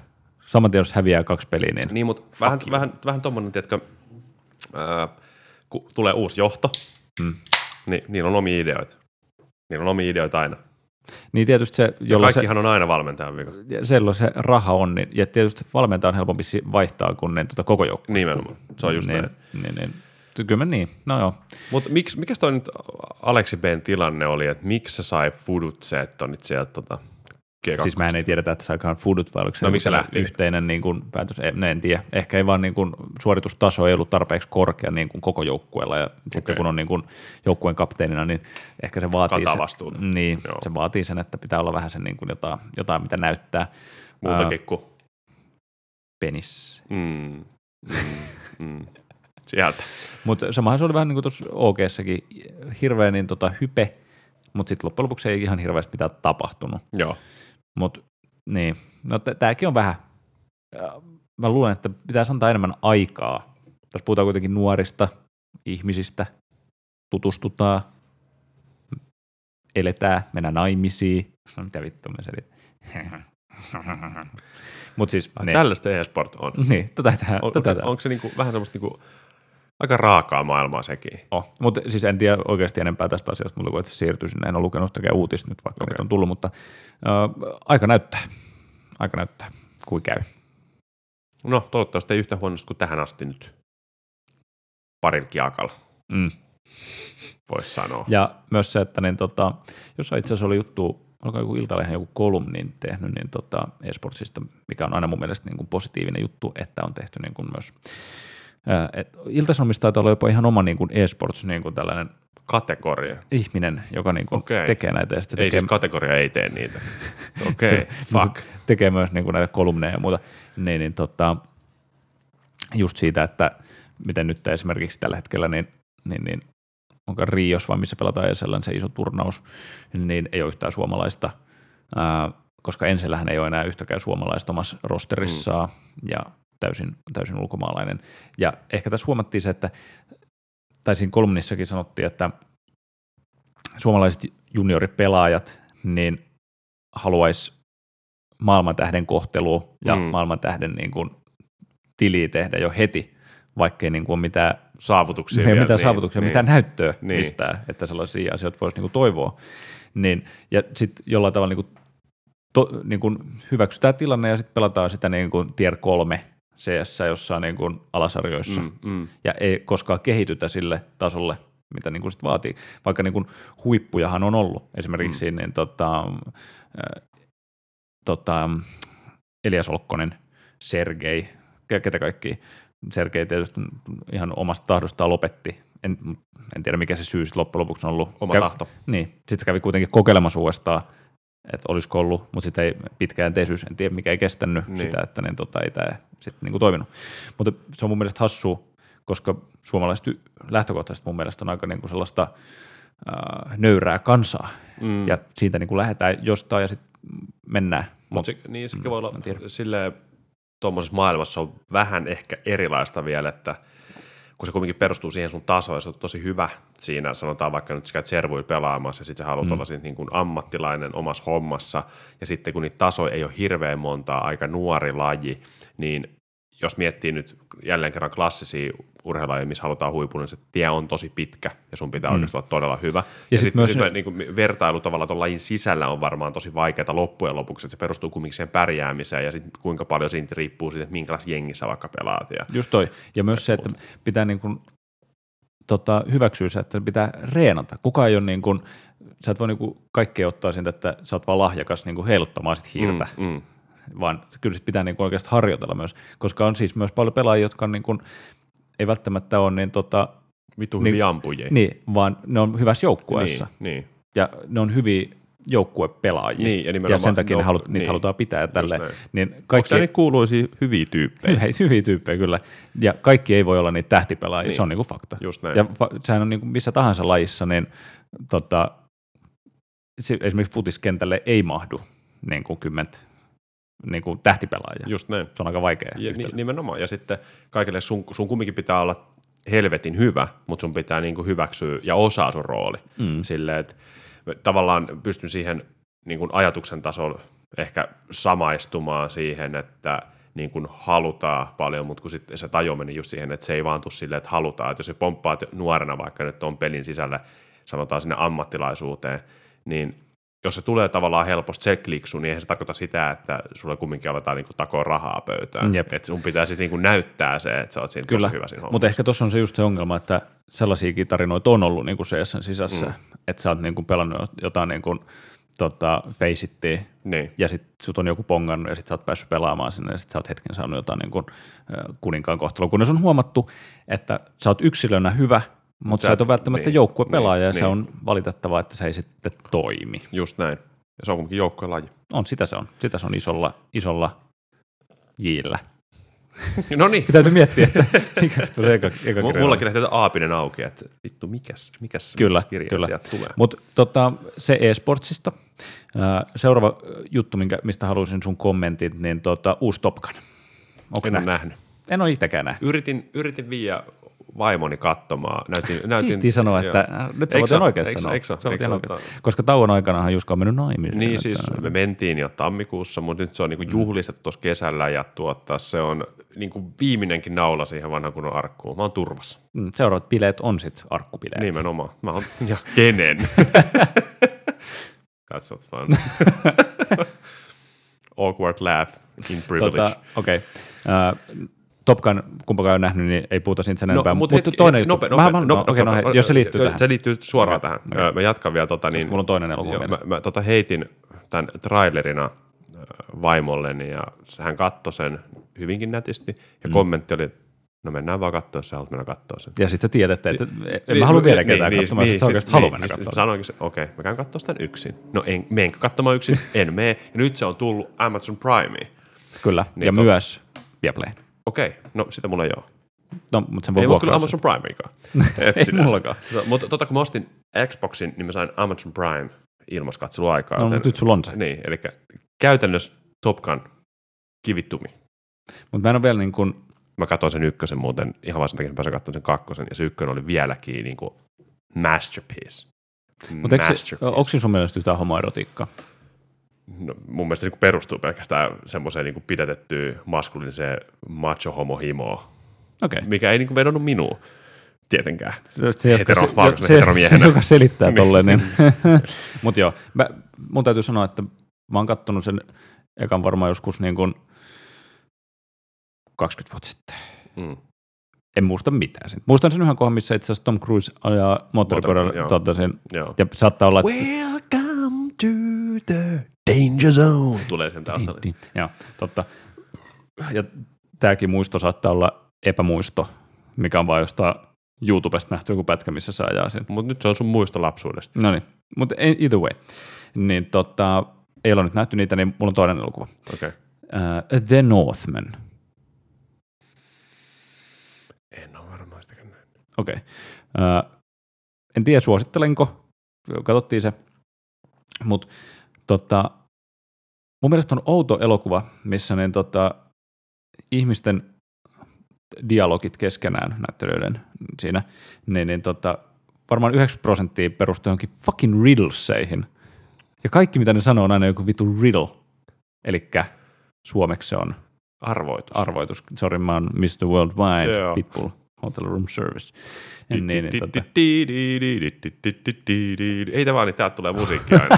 [SPEAKER 2] Saman tien, jos häviää kaksi peliä, niin,
[SPEAKER 1] Niin, mutta vähän, vähän, vähän tommonen, tiedätkö, ää, kun tulee uusi johto,
[SPEAKER 2] Mm.
[SPEAKER 1] niin niillä on omia ideoita. Niillä on omia ideoita aina.
[SPEAKER 2] niin tietysti se,
[SPEAKER 1] Ja
[SPEAKER 2] jolla se,
[SPEAKER 1] kaikkihan on aina valmentajan vika.
[SPEAKER 2] silloin se raha on, niin, ja tietysti valmentaja on helpompi si- vaihtaa kuin niin, tota, koko joukko.
[SPEAKER 1] Nimenomaan. Se on just niin.
[SPEAKER 2] niin,
[SPEAKER 1] näin.
[SPEAKER 2] niin, niin. Kyllä mä niin, no joo.
[SPEAKER 1] Mutta mikä toi nyt Aleksi B:n tilanne oli, että miksi se sai fudutseet tonit sieltä tota, G2?
[SPEAKER 2] Siis mä en tiedetä, että saikaan foodut vai oliko se,
[SPEAKER 1] No, miksi se
[SPEAKER 2] joku
[SPEAKER 1] lähti?
[SPEAKER 2] yhteinen niin kuin, päätös, en, en tiedä. Ehkä ei vaan niin kuin, suoritustaso ei ollut tarpeeksi korkea niin kuin, koko joukkueella ja sitten
[SPEAKER 1] Okei.
[SPEAKER 2] kun on niin kuin, joukkueen kapteenina, niin ehkä se vaatii,
[SPEAKER 1] Kantaa
[SPEAKER 2] sen,
[SPEAKER 1] vastuuta.
[SPEAKER 2] niin,
[SPEAKER 1] Joo.
[SPEAKER 2] se vaatii sen, että pitää olla vähän sen niin kuin, jotain, jotain, mitä näyttää. Ää,
[SPEAKER 1] Muutakin kuin
[SPEAKER 2] penis.
[SPEAKER 1] Mm. Mm. Mm. Sieltä.
[SPEAKER 2] Mutta samahan se oli vähän niin kuin tuossa OG-säkin, hirveä niin, tota, hype, mutta sitten loppujen lopuksi ei ihan hirveästi mitään tapahtunut.
[SPEAKER 1] Joo.
[SPEAKER 2] Mutta niin, no tämäkin on vähän, äh, mä luulen, että pitäisi antaa enemmän aikaa. Tässä puhutaan kuitenkin nuorista ihmisistä, tutustutaan, eletään, mennään naimisiin. No, mitä vittu mä selitän. Mutta siis,
[SPEAKER 1] Ai,
[SPEAKER 2] niin,
[SPEAKER 1] Tällaista e-sport on.
[SPEAKER 2] niin, tätä, tätä,
[SPEAKER 1] on
[SPEAKER 2] tätä.
[SPEAKER 1] onko, se, onko se niinku, vähän semmoista niinku, aika raakaa maailmaa sekin?
[SPEAKER 2] Oh. Mutta siis en tiedä oikeasti enempää tästä asiasta, mutta kun se siirtyy sinne, en ole lukenut sitäkään uutista nyt, vaikka okay.
[SPEAKER 1] Okei.
[SPEAKER 2] nyt on tullut, mutta ö, aika näyttää, aika näyttää, kuin käy.
[SPEAKER 1] No, toivottavasti ei yhtä huonosti kuin tähän asti nyt. Parilla kiakalla,
[SPEAKER 2] Mm.
[SPEAKER 1] voisi sanoa.
[SPEAKER 2] Ja myös se, että niin, tota, jossain itse asiassa oli juttu, oliko joku Iltalehden joku kolumnin tehnyt niin, tota, esportsista, mikä on aina mun mielestä niin kuin positiivinen juttu, että on tehty niin kuin myös. ää, et Ilta-Sanomissa taitaa olla jopa ihan oma niin kuin esports niin kuin tällainen
[SPEAKER 1] Kategoria.
[SPEAKER 2] ihminen, joka niin kuin
[SPEAKER 1] Okei.
[SPEAKER 2] tekee näitä ja sit se
[SPEAKER 1] Ei
[SPEAKER 2] tekee, No
[SPEAKER 1] siis kategoria ei tee niitä. Okei, okay, fuck.
[SPEAKER 2] Niin tekee myös niin kuin näitä kolumneja ja muuta, niin, niin tota, just siitä, että miten nyt esimerkiksi tällä hetkellä, niin, niin, niin onko Rios vai missä pelataan ESLn se iso turnaus, niin ei ole yhtään suomalaista, ää, koska Ensellähän ei ole enää yhtäkään suomalaista omassa rosterissaan
[SPEAKER 1] Mm.
[SPEAKER 2] ja täysin, täysin ulkomaalainen. Ja ehkä tässä huomattiin se, että, tai siinä kolumnissakin sanottiin, että suomalaiset junioripelaajat niin haluaisi maailmantähden kohtelua ja mm.
[SPEAKER 1] Mm.
[SPEAKER 2] maailmantähden niin kuin tiliä tehdä jo heti, vaikkei niin kuin ole mitään,
[SPEAKER 1] Saavutuksia
[SPEAKER 2] ei ole
[SPEAKER 1] vielä.
[SPEAKER 2] mitään niin, saavutuksia, niin. mitään näyttöä niin.
[SPEAKER 1] Niin.
[SPEAKER 2] mistään, että sellaisia asioita voisi niin kuin toivoa. Niin, ja sitten jollain tavalla niin kuin to, niin kuin hyväksytään tilanne ja sitten pelataan sitä niin kuin tier 3 CS jossain niin kuin alasarjoissa mm.
[SPEAKER 1] Mm, mm.
[SPEAKER 2] ja ei koskaan kehitytä sille tasolle, mitä niin kuin sit vaatii. Vaikka niin kuin huippujahan on ollut esimerkiksi mm. niin, tota, äh, tota, Elias Olkkonen, Sergei, ke- ketä kaikki. Sergei tietysti ihan omasta tahdostaan lopetti. En, en tiedä, mikä se syy sitten loppujen lopuksi on ollut.
[SPEAKER 1] Oma
[SPEAKER 2] Kä-
[SPEAKER 1] tahto.
[SPEAKER 2] niin, sitten se kävi kuitenkin kokeilemassa uudestaan, että olisiko ollut, mutta sitten ei pitkään teisyys, en tiedä mikä ei kestänyt niin.
[SPEAKER 1] Niin.
[SPEAKER 2] sitä, että niin, tota, ei tämä sitten niinku toiminut. Mutta se on mun mielestä hassua, koska suomalaiset y- lähtökohtaisesti mun mielestä on aika niinku sellaista äh, nöyrää kansaa, mm. ja siitä niinku lähdetään jostain ja sitten mennään.
[SPEAKER 1] Mut se, niin sekin voi olla
[SPEAKER 2] en tiedä.
[SPEAKER 1] silleen, tuommoisessa maailmassa on vähän ehkä erilaista vielä, että kun se kuitenkin perustuu siihen sun tasoon, ja sä oot tosi hyvä siinä, sanotaan vaikka nyt sä käyt servuilla pelaamassa, ja sit sä haluat mm. olla siinä niin kuin ammattilainen omassa hommassa, ja sitten kun niitä tasoja ei ole hirveän montaa, aika nuori laji, niin jos miettii nyt jälleen kerran klassisia urheilajia, missä halutaan huipun, niin se tie on tosi pitkä, ja sun pitää mm. oikeastaan olla todella hyvä. Ja,
[SPEAKER 2] sit
[SPEAKER 1] sit
[SPEAKER 2] myös
[SPEAKER 1] myös
[SPEAKER 2] ne-
[SPEAKER 1] niin kuin vertailu tavallaan tuon lajin sisällä on varmaan tosi vaikeaa loppujen lopuksi, että se perustuu kumminkin siihen pärjäämiseen ja sit kuinka paljon siitä riippuu siitä, että minkälaisessa jengissä vaikka pelaat. Ja,
[SPEAKER 2] Just toi. Ja myös se, että pitää niin kuin, tota, hyväksyä se, että pitää reenata. Kuka ei ole niin kuin, sä et voi niin kuin kaikkea ottaa siitä, että sä oot vaan lahjakas niin kuin heiluttamaan sit hiirtä,
[SPEAKER 1] Mm, mm.
[SPEAKER 2] mm. vaan kyllä sit pitää niin kuin oikeasti harjoitella myös, koska on siis myös paljon pelaajia, jotka on niin kuin, ei välttämättä ole niin, tota,
[SPEAKER 1] Vitu
[SPEAKER 2] Niin-
[SPEAKER 1] niin, hyviä ampujia.
[SPEAKER 2] niin, vaan ne on hyvässä
[SPEAKER 1] niin,
[SPEAKER 2] joukkueessa
[SPEAKER 1] niin,
[SPEAKER 2] ja ne on hyviä joukkuepelaajia.
[SPEAKER 1] Niin, ja
[SPEAKER 2] ja
[SPEAKER 1] nimenomaan-
[SPEAKER 2] sen takia ne
[SPEAKER 1] no,
[SPEAKER 2] halut, niitä
[SPEAKER 1] niin.
[SPEAKER 2] halutaan pitää ja tälleen.
[SPEAKER 1] näin. niinku
[SPEAKER 2] Niin
[SPEAKER 1] Onko
[SPEAKER 2] kaikki,
[SPEAKER 1] tämä niitä kuuluisia hyviä tyyppejä?
[SPEAKER 2] Hyviä, hyviä tyyppejä kyllä. Ja kaikki ei voi olla niitä tähtipelaajia, niin.
[SPEAKER 1] Niin.
[SPEAKER 2] se on niinku fakta.
[SPEAKER 1] Just näin.
[SPEAKER 2] Ja fa- sehän on niinku missä tahansa lajissa, niin tota, se, esimerkiksi futiskentälle ei mahdu niinku kymmentä niinku tähtipelaajia.
[SPEAKER 1] Just näin.
[SPEAKER 2] Se on aika vaikea
[SPEAKER 1] Ja,
[SPEAKER 2] yhtälö.
[SPEAKER 1] ni, Niin, nimenomaan. Ja sitten kaikille sun, sun kumminkin pitää olla helvetin hyvä, mutta sun pitää niin kuin hyväksyä ja osaa sun rooli.
[SPEAKER 2] Mm.
[SPEAKER 1] Silleen, että mä tavallaan pystyn siihen niin kuin ajatuksen tasolla ehkä samaistumaan siihen, että niin kuin halutaan paljon, mutta kun sitten se taju meni just siihen, että se ei vaan tule silleen, että halutaan. Että jos se pomppaa nuorena vaikka nyt on pelin sisällä, sanotaan sinne ammattilaisuuteen, niin jos se tulee tavallaan helposti se kliksu, niin eihän se tarkoita sitä, että sulle kumminkin aletaan niinku takoa rahaa pöytään.
[SPEAKER 2] Jep.
[SPEAKER 1] Että sun pitää sitten niinku näyttää se, että sä oot siinä
[SPEAKER 2] Kyllä,
[SPEAKER 1] tosi hyvä siinä
[SPEAKER 2] mutta
[SPEAKER 1] hommassa.
[SPEAKER 2] ehkä tuossa on se just se ongelma, että sellaisiakin tarinoita on ollut niinku CS:n sisässä, mm. että sä oot niinku pelannut jotain niinku, tota, feisittiä
[SPEAKER 1] Niin.
[SPEAKER 2] ja sitten sut on joku pongannut ja sitten sä oot päässyt pelaamaan sinne ja sitten sä oot hetken saanut jotain niin kuin, kuninkaan kohtaloa, kunnes on huomattu, että sä oot yksilönä hyvä, mutta sä,
[SPEAKER 1] sä
[SPEAKER 2] et ole
[SPEAKER 1] et-
[SPEAKER 2] välttämättä niin,
[SPEAKER 1] niin,
[SPEAKER 2] joukkuepelaaja niin, ja
[SPEAKER 1] niin,
[SPEAKER 2] se
[SPEAKER 1] niin.
[SPEAKER 2] on valitettavaa, että se ei sitten toimi.
[SPEAKER 1] Just näin. Ja se on kumminkin joukkojen laji.
[SPEAKER 2] On, sitä se on. Sitä se on isolla, isolla jillä.
[SPEAKER 1] no niin,
[SPEAKER 2] Täytyy miettiä, että mikä se on se eka, eka
[SPEAKER 1] M- mullakin lähtee tää aapinen auki, että vittu, mikäs, mikäs,
[SPEAKER 2] Kyllä,
[SPEAKER 1] mikäs kirja
[SPEAKER 2] kyllä.
[SPEAKER 1] sieltä tulee.
[SPEAKER 2] Mutta tota, se e-sportsista. Ää, Seuraava juttu, minkä, mistä haluaisin sun kommentit, niin tota, uusi Top Gun. Onko
[SPEAKER 1] en ole nähnyt.
[SPEAKER 2] En ole itsekään nähnyt.
[SPEAKER 1] Yritin, yritin viedä vaimoni katsomaan. Näytin, näytin,
[SPEAKER 2] Siistiä sanoa,
[SPEAKER 1] joo.
[SPEAKER 2] että äh, nyt sä
[SPEAKER 1] Eikö
[SPEAKER 2] voit
[SPEAKER 1] se
[SPEAKER 2] ihan
[SPEAKER 1] ole?
[SPEAKER 2] oikeasti
[SPEAKER 1] Eikö se-
[SPEAKER 2] sanoa.
[SPEAKER 1] eikö se ole?
[SPEAKER 2] Sä voit
[SPEAKER 1] Eikö
[SPEAKER 2] ihan
[SPEAKER 1] se
[SPEAKER 2] oikeasti.
[SPEAKER 1] ole?
[SPEAKER 2] Koska tauon aikanahan Juska on mennyt naimisiin.
[SPEAKER 1] Niin
[SPEAKER 2] Että- Mm.
[SPEAKER 1] siis me mentiin jo tammikuussa, mutta nyt se on niinku juhlistettu tuossa kesällä ja tuota, se on niinku viimeinenkin naula siihen vanhan kunnon arkkuun. Mä oon turvassa,
[SPEAKER 2] Mm, Seuraavat bileet on sit arkkubileet.
[SPEAKER 1] nimenomaan. Mä oon, ja kenen? That's not fun. Awkward laugh in privilege.
[SPEAKER 2] Tota, Okei. Äh, Top Gun, kumpakaan on nähnyt, niin ei puhuta siitä sen enempää.
[SPEAKER 1] No, mut
[SPEAKER 2] Mutta mut
[SPEAKER 1] hetki,
[SPEAKER 2] toinen
[SPEAKER 1] nope,
[SPEAKER 2] juttu.
[SPEAKER 1] nope,
[SPEAKER 2] Mä- mä-
[SPEAKER 1] nope,
[SPEAKER 2] okei, no
[SPEAKER 1] nope,
[SPEAKER 2] he- jos se liittyy
[SPEAKER 1] jo,
[SPEAKER 2] tähän.
[SPEAKER 1] Se liittyy suoraan tähän. Ö, Mä jatkan vielä tota niin.
[SPEAKER 2] mulla on toinen elokuva
[SPEAKER 1] joo, mä,
[SPEAKER 2] mielessä.
[SPEAKER 1] mä tota heitin tämän trailerina ö, vaimolleni ja hän katsoi sen hyvinkin nätisti ja
[SPEAKER 2] Mm.
[SPEAKER 1] kommentti oli, no mennään vaan katsoa, jos sä haluat mennä katsoa sen.
[SPEAKER 2] Ja sit sä tiedät, että
[SPEAKER 1] Niin,
[SPEAKER 2] et, en mä halua vielä ketään katsomaan, sit sä oikeasti haluat mennä
[SPEAKER 1] siis
[SPEAKER 2] katsomaan.
[SPEAKER 1] Sanoinkin se, okei, mä käyn katsomaan sitä yksin. No en, menkö katsomaan yksin? en mene. Ja nyt se on tullut Amazon Primeen.
[SPEAKER 2] Kyllä. Ja
[SPEAKER 1] tota-
[SPEAKER 2] myös Viaplay.
[SPEAKER 1] Okei, no sitä mulla ei ole.
[SPEAKER 2] No, mutta sen voi
[SPEAKER 1] Ei mulla kyllä
[SPEAKER 2] vuokraa.
[SPEAKER 1] Amazon Primeikaan.
[SPEAKER 2] Ei
[SPEAKER 1] sinänsä.
[SPEAKER 2] mullakaan.
[SPEAKER 1] No, mutta tota, kun mä ostin Xboxin, niin mä sain Amazon Prime ilmaskatseluaikaa.
[SPEAKER 2] No,
[SPEAKER 1] joten-
[SPEAKER 2] mutta nyt sulla on se.
[SPEAKER 1] Niin, eli käytännössä Top Gun kivittumi.
[SPEAKER 2] Mutta mä en ole vielä niin kuin,
[SPEAKER 1] Mä katsoin sen ykkösen muuten, ihan vaan sen takia, että mä pääsin katsomaan sen kakkosen, ja se ykkönen oli vieläkin niin kuin masterpiece.
[SPEAKER 2] mutta onko siinä sun mielestä yhtään homoerotiikkaa?
[SPEAKER 1] no, mun mielestä niin kuin perustuu pelkästään semmoiseen niin kuin pidätettyyn maskuliiniseen macho-homo-himoon,
[SPEAKER 2] Okei.
[SPEAKER 1] mikä ei niin kuin vedonnut minuun tietenkään.
[SPEAKER 2] Se, jotka,
[SPEAKER 1] Hetero-
[SPEAKER 2] se,
[SPEAKER 1] valkoisena
[SPEAKER 2] se,
[SPEAKER 1] heteromiehenä.
[SPEAKER 2] se, joka selittää
[SPEAKER 1] Niin.
[SPEAKER 2] tolleen. Niin. Mutta joo, mä, mun täytyy sanoa, että Mä oon kattonut sen ekan varmaan joskus niin kuin 20 vuotta sitten.
[SPEAKER 1] Mm.
[SPEAKER 2] En muista mitään sen. Muistan sen yhden kohdan, missä itse asiassa Tom Cruise ajaa moottoripyörällä
[SPEAKER 1] joo.
[SPEAKER 2] tota sen.
[SPEAKER 1] Joo.
[SPEAKER 2] Ja saattaa olla, että
[SPEAKER 1] Welcome to the danger zone. Tulee sen taustalla.
[SPEAKER 2] Tintin. Joo, totta. Ja tämäkin muisto saattaa olla epämuisto, mikä on vain jostain YouTubesta nähty joku pätkä, missä sä ajaa sen.
[SPEAKER 1] Mutta nyt se on sun muisto lapsuudesta.
[SPEAKER 2] No niin, mutta either way. Niin tota, ei ole nyt nähty niitä, niin mulla on toinen elokuva.
[SPEAKER 1] Okei. Okay.
[SPEAKER 2] Uh, The Northman.
[SPEAKER 1] En ole varmaan sitäkään näin.
[SPEAKER 2] Okei. Okay. en tiedä, suosittelenko. Katsottiin se. Mutta tota, mun mielestä on outo elokuva, missä ne tota, ihmisten dialogit keskenään näyttelijöiden siinä, niin, niin tota, varmaan 90 prosenttia perustuu johonkin fucking riddleseihin. Ja kaikki, mitä ne sanoo, on aina joku vitu riddle. Eli suomeksi se on
[SPEAKER 1] Arvoitus.
[SPEAKER 2] arvoitus. Sori, mä oon Mr. Worldwide,
[SPEAKER 1] Joo.
[SPEAKER 2] Pitbull, Hotel Room Service. Niin, niin, tota,
[SPEAKER 1] Di-di-di-di-di-di-di-di-di-di-di. Ei tämä vaan, niin täältä tulee musiikki aina.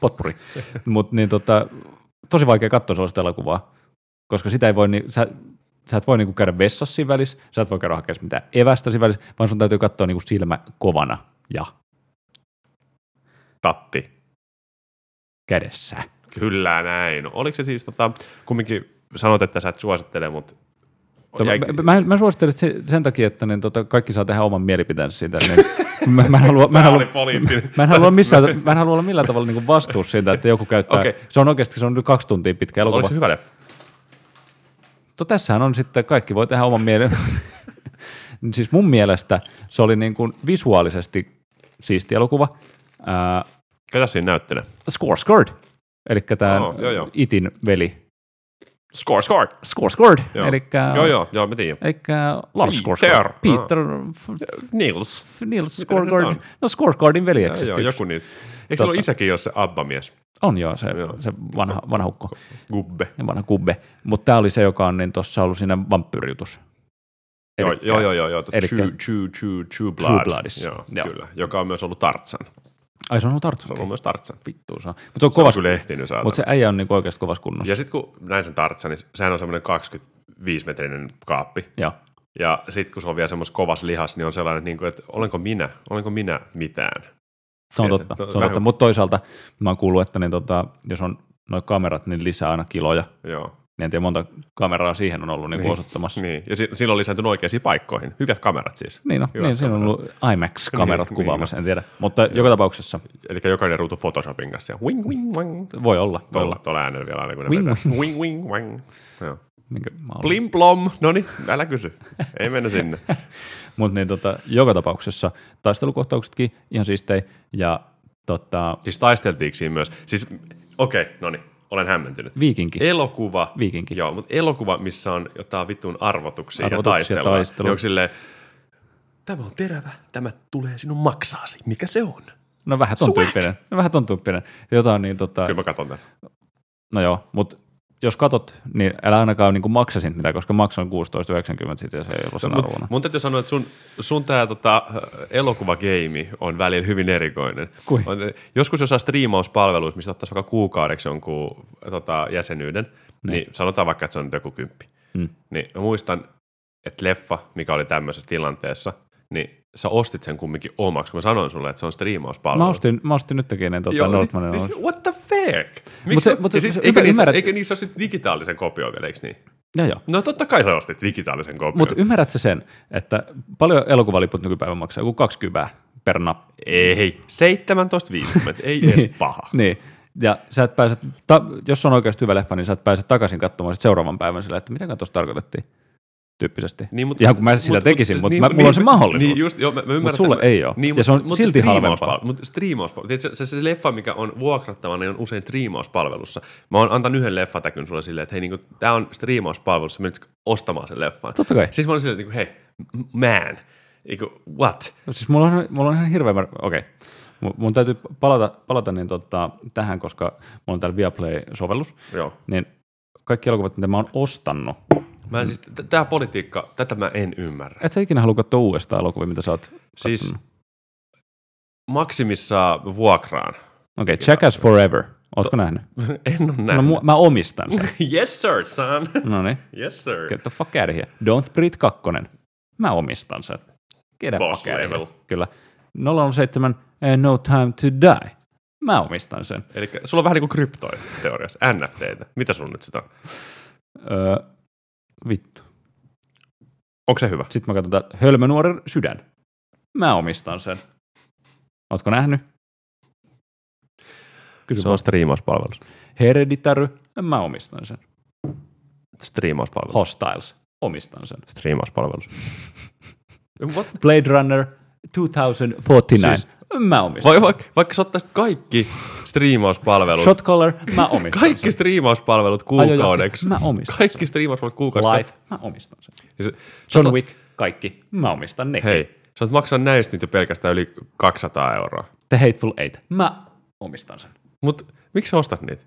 [SPEAKER 2] potpuri. Mut niin, tota, tosi vaikea katsoa sellaista elokuvaa, koska sitä ei voi, niin, sä, sä et voi niinku käydä vessassa siinä välissä, sä et voi käydä hakemassa mitään evästä siinä välissä, vaan sun täytyy katsoa niinku silmä kovana ja
[SPEAKER 1] Tatti.
[SPEAKER 2] kädessä.
[SPEAKER 1] Kyllä näin. Oliko se siis, tota, kumminkin sanoit, että sä et suosittele, mutta...
[SPEAKER 2] Tota, mä, mä, mä suosittelen se, sen takia, että niin, tota, kaikki saa tehdä oman mielipiteensä siitä. Niin, mä, mä, en halua, mä,
[SPEAKER 1] Tää
[SPEAKER 2] en halua,
[SPEAKER 1] oli poliittinen.
[SPEAKER 2] mä, en halua missään, mä en halua olla millään tavalla niin vastuussa siitä, että joku käyttää. Okay.
[SPEAKER 1] Okei.
[SPEAKER 2] Se on oikeasti se on nyt kaksi tuntia pitkä elokuva.
[SPEAKER 1] Oliko se hyvä leffa?
[SPEAKER 2] Mutta tässähän on sitten, kaikki voi tehdä oman mielen. siis mun mielestä se oli niin kuin visuaalisesti siisti elokuva. Äh,
[SPEAKER 1] Ketä siinä näyttelee?
[SPEAKER 2] Skarsgård, eli tämä
[SPEAKER 1] Joo, joo, joo.
[SPEAKER 2] Itin veli.
[SPEAKER 1] Score, score!
[SPEAKER 2] Skarsgård,
[SPEAKER 1] Joo.
[SPEAKER 2] eli
[SPEAKER 1] Joo, joo, joo, mä tiedän.
[SPEAKER 2] Lars
[SPEAKER 1] Peter.
[SPEAKER 2] Skarsgård.
[SPEAKER 1] Ah.
[SPEAKER 2] Peter, F-
[SPEAKER 1] Nils.
[SPEAKER 2] F- Nils
[SPEAKER 1] Mikä ne nyt
[SPEAKER 2] Skarsgård.
[SPEAKER 1] on?
[SPEAKER 2] No Skarsgårdin
[SPEAKER 1] Joo,
[SPEAKER 2] veljeksistä
[SPEAKER 1] joo,
[SPEAKER 2] yksi.
[SPEAKER 1] joku niitä. Eikö sillä ole isäkin ole se Abba-mies?
[SPEAKER 2] On joo, se,
[SPEAKER 1] Joo.
[SPEAKER 2] se vanha, vanha ukko
[SPEAKER 1] Gubbe.
[SPEAKER 2] ja vanha kubbe. Mutta tämä oli se, joka on niin tuossa ollut siinä vampyyrijutus.
[SPEAKER 1] Joo,
[SPEAKER 2] Elikkä-
[SPEAKER 1] joo, joo, joo, joo. Elikkä,
[SPEAKER 2] elikkä-
[SPEAKER 1] true, true, true, true blood. True
[SPEAKER 2] Bloodissa,
[SPEAKER 1] Joo,
[SPEAKER 2] joo.
[SPEAKER 1] joo, kyllä. Joka on myös ollut Tartsan.
[SPEAKER 2] Ai se on ollut
[SPEAKER 1] Se on
[SPEAKER 2] tarttunut.
[SPEAKER 1] ollut myös Tartsan.
[SPEAKER 2] Vittu saa. Mutta se on
[SPEAKER 1] Se on
[SPEAKER 2] kovassa
[SPEAKER 1] kyllä ehtinyt saada.
[SPEAKER 2] Mutta se äijä on niinku oikeasti kovassa kunnossa.
[SPEAKER 1] Ja sitten kun näin sen Tartsan, niin sehän on semmoinen 25-metrinen kaappi.
[SPEAKER 2] Joo.
[SPEAKER 1] Ja sitten kun se on vielä semmoisessa kovassa lihas, niin on sellainen, että, niinku, että olenko minä, olenko minä mitään.
[SPEAKER 2] Se on
[SPEAKER 1] Ja se-
[SPEAKER 2] totta.
[SPEAKER 1] to-
[SPEAKER 2] Se on
[SPEAKER 1] vähän-
[SPEAKER 2] totta. Mutta toisaalta mä oon kuullut, että niin tota, jos on noi kamerat, niin lisää aina kiloja.
[SPEAKER 1] Joo.
[SPEAKER 2] Niin en tiedä, monta kameraa siihen on ollut niinku
[SPEAKER 1] Niin.
[SPEAKER 2] osoittamassa. Niin,
[SPEAKER 1] Niin. Ja si- silloin on lisääntynyt oikeisiin paikkoihin. Hyvät kamerat siis.
[SPEAKER 2] niin, no,
[SPEAKER 1] Hyvä
[SPEAKER 2] niin siinä on ollut IMAX-kamerat
[SPEAKER 1] Niin,
[SPEAKER 2] kuvaamassa, en tiedä. Mutta joka tapauksessa
[SPEAKER 1] Eli jokainen ruutu Photoshopin kanssa. Ja wing, wing, wing.
[SPEAKER 2] voi olla. Voi
[SPEAKER 1] Tuolla,
[SPEAKER 2] olla.
[SPEAKER 1] tuolla äänellä vielä aina, kun ne
[SPEAKER 2] Wing,
[SPEAKER 1] vetää. Wing, wing, wing. Joo.
[SPEAKER 2] Minkä mä oon
[SPEAKER 1] Plim plom. No niin, älä kysy. Ei mennä sinne.
[SPEAKER 2] Mutta niin, tota, joka tapauksessa taistelukohtauksetkin ihan siistei. Ja tota,
[SPEAKER 1] Siis taisteltiinko siinä myös? Siis, okei, no niin, olen hämmentynyt.
[SPEAKER 2] viikinki.
[SPEAKER 1] Elokuva.
[SPEAKER 2] Viikinki.
[SPEAKER 1] Joo, mutta elokuva, missä on jotain vitun arvotuksia, ja
[SPEAKER 2] Arvotuksia,
[SPEAKER 1] taistelua.
[SPEAKER 2] taistelua.
[SPEAKER 1] Niin onko silleen, tämä on terävä, tämä tulee sinun maksaasi. Mikä se on?
[SPEAKER 2] No vähän ton
[SPEAKER 1] Swag!
[SPEAKER 2] tyyppinen. No vähän ton tyyppinen. Jotain niin tota,
[SPEAKER 1] Kyllä mä katson tämän.
[SPEAKER 2] No joo, mutta jos katot, niin älä ainakaan niin maksa siitä mitään, koska maksan 16,90 sitten, jos ei ollut sen
[SPEAKER 1] Mut,
[SPEAKER 2] arvona.
[SPEAKER 1] mun täytyy sanoa, että sun, sun tämä tota, elokuvageimi on välillä hyvin erikoinen.
[SPEAKER 2] Kui?
[SPEAKER 1] On, joskus jossain striimauspalveluissa, mistä ottaisi vaikka kuukaudeksi jonkun tota, jäsenyyden, niin. niin sanotaan vaikka, että se on nyt joku kymppi.
[SPEAKER 2] Mm.
[SPEAKER 1] Niin mä muistan, että leffa, mikä oli tämmöisessä tilanteessa, niin sä ostit sen kumminkin omaksi, kun mä sanoin sulle, että se on striimauspalvelu.
[SPEAKER 2] Mä ostin, mä ostin nytkin ne tota,
[SPEAKER 1] Joo,
[SPEAKER 2] Northmanin
[SPEAKER 1] siis,
[SPEAKER 2] siis,
[SPEAKER 1] what the fuck?
[SPEAKER 2] Mut se-
[SPEAKER 1] Miksi?
[SPEAKER 2] mut
[SPEAKER 1] Mut se,
[SPEAKER 2] se-
[SPEAKER 1] sit,
[SPEAKER 2] se-
[SPEAKER 1] eikö,
[SPEAKER 2] ymmär-
[SPEAKER 1] niissä,
[SPEAKER 2] ymmärrät-
[SPEAKER 1] eikö niissä ole sit digitaalisen kopio vielä, eikö niin?
[SPEAKER 2] Joo joo.
[SPEAKER 1] No totta kai sä ostit digitaalisen kopion.
[SPEAKER 2] Mutta ymmärrät sä sen, että paljon elokuvaliput nykypäivän maksaa joku 20 per nappi.
[SPEAKER 1] Ei, 17.50, ei edes paha.
[SPEAKER 2] Niin. Ja sä et pääse, ta, jos on oikeasti hyvä leffa, niin sä et pääse takaisin katsomaan sit seuraavan päivän sillä, että mitä tuossa tarkoitettiin tyyppisesti. Niin, mutta, Ihan kun mä sitä mut, tekisin, mutta mut, mulla on se mahdollisuus.
[SPEAKER 1] Niin just, joo, mä, mä ymmärrän. niin,
[SPEAKER 2] Mut sulla
[SPEAKER 1] tämän.
[SPEAKER 2] ei oo. Ja se on silti
[SPEAKER 1] striimauspal-
[SPEAKER 2] halvempaa.
[SPEAKER 1] Mutta striimauspalvelu, tiedätkö, se, se, leffa, mikä on vuokrattava, niin on usein striimauspalvelussa. Mä oon antanut yhden leffatäkyn sulle silleen, että hei, niinku, tää on striimauspalvelussa, menet ostamaan sen leffan.
[SPEAKER 2] Totta kai.
[SPEAKER 1] Siis mä olin silleen, niinku, hei, m- man, niinku, what?
[SPEAKER 2] No Siis mulla on, mulla on ihan hirveä määrä, okei. Mun- Mun täytyy palata, palata niin tota, tähän, koska mulla on täällä Viaplay-sovellus,
[SPEAKER 1] Joo.
[SPEAKER 2] niin kaikki elokuvat, mitä mä oon ostannut.
[SPEAKER 1] Mä en siis, t- tää politiikka, tätä mä en ymmärrä.
[SPEAKER 2] Et sä ikinä halua katsoa uudestaan elokuvia, mitä sä oot
[SPEAKER 1] Siis
[SPEAKER 2] kattonut.
[SPEAKER 1] maksimissa vuokraan
[SPEAKER 2] Okei, okay, Jackass Forever Ootko nähnyt?
[SPEAKER 1] En ole
[SPEAKER 2] No,
[SPEAKER 1] näin.
[SPEAKER 2] mu- mä omistan sen.
[SPEAKER 1] yes sir, son.
[SPEAKER 2] No niin.
[SPEAKER 1] Yes sir.
[SPEAKER 2] Get the fuck out of here. Don't Breathe 2. Mä omistan sen. Get the
[SPEAKER 1] Boss
[SPEAKER 2] fuck out of
[SPEAKER 1] level.
[SPEAKER 2] here. Kyllä. 007 eh, No Time to Die. Mä omistan sen.
[SPEAKER 1] Eli sulla on vähän niin kuin kryptoja teoriassa, NFTitä. Mitä sun nyt sitä on?
[SPEAKER 2] Öö, vittu.
[SPEAKER 1] Onko se hyvä?
[SPEAKER 2] Sitten mä katsotaan Hölmönuoren sydän. Mä omistan sen. Ootko nähnyt? Kysy
[SPEAKER 1] Se on striimauspalvelus.
[SPEAKER 2] Hereditary. Mä omistan sen.
[SPEAKER 1] Striimauspalvelus.
[SPEAKER 2] Hostiles. Omistan sen.
[SPEAKER 1] Striimauspalvelus. What?
[SPEAKER 2] Blade Runner Siis- 2049.
[SPEAKER 1] Siis-
[SPEAKER 2] mä omistan.
[SPEAKER 1] Vai, vaikka, vaikka sä ottaisit kaikki striimauspalvelut,
[SPEAKER 2] Shot Color. Mä omistan
[SPEAKER 1] kaikki
[SPEAKER 2] sen.
[SPEAKER 1] striimauspalvelut
[SPEAKER 2] Ajojahti,
[SPEAKER 1] kuukaudeksi.
[SPEAKER 2] Mä omistan
[SPEAKER 1] Kaikki striimauspalvelut
[SPEAKER 2] sen.
[SPEAKER 1] kuukaudeksi.
[SPEAKER 2] Life. Mä omistan sen.
[SPEAKER 1] Ja se- sä
[SPEAKER 2] John
[SPEAKER 1] oot-
[SPEAKER 2] Wick. Kaikki. Mä omistan ne.
[SPEAKER 1] Hei, sä oot maksaa näistä nyt jo pelkästään yli 200 euroa.
[SPEAKER 2] The Hateful Eight. Mä omistan sen.
[SPEAKER 1] Mut miksi sä ostat niitä?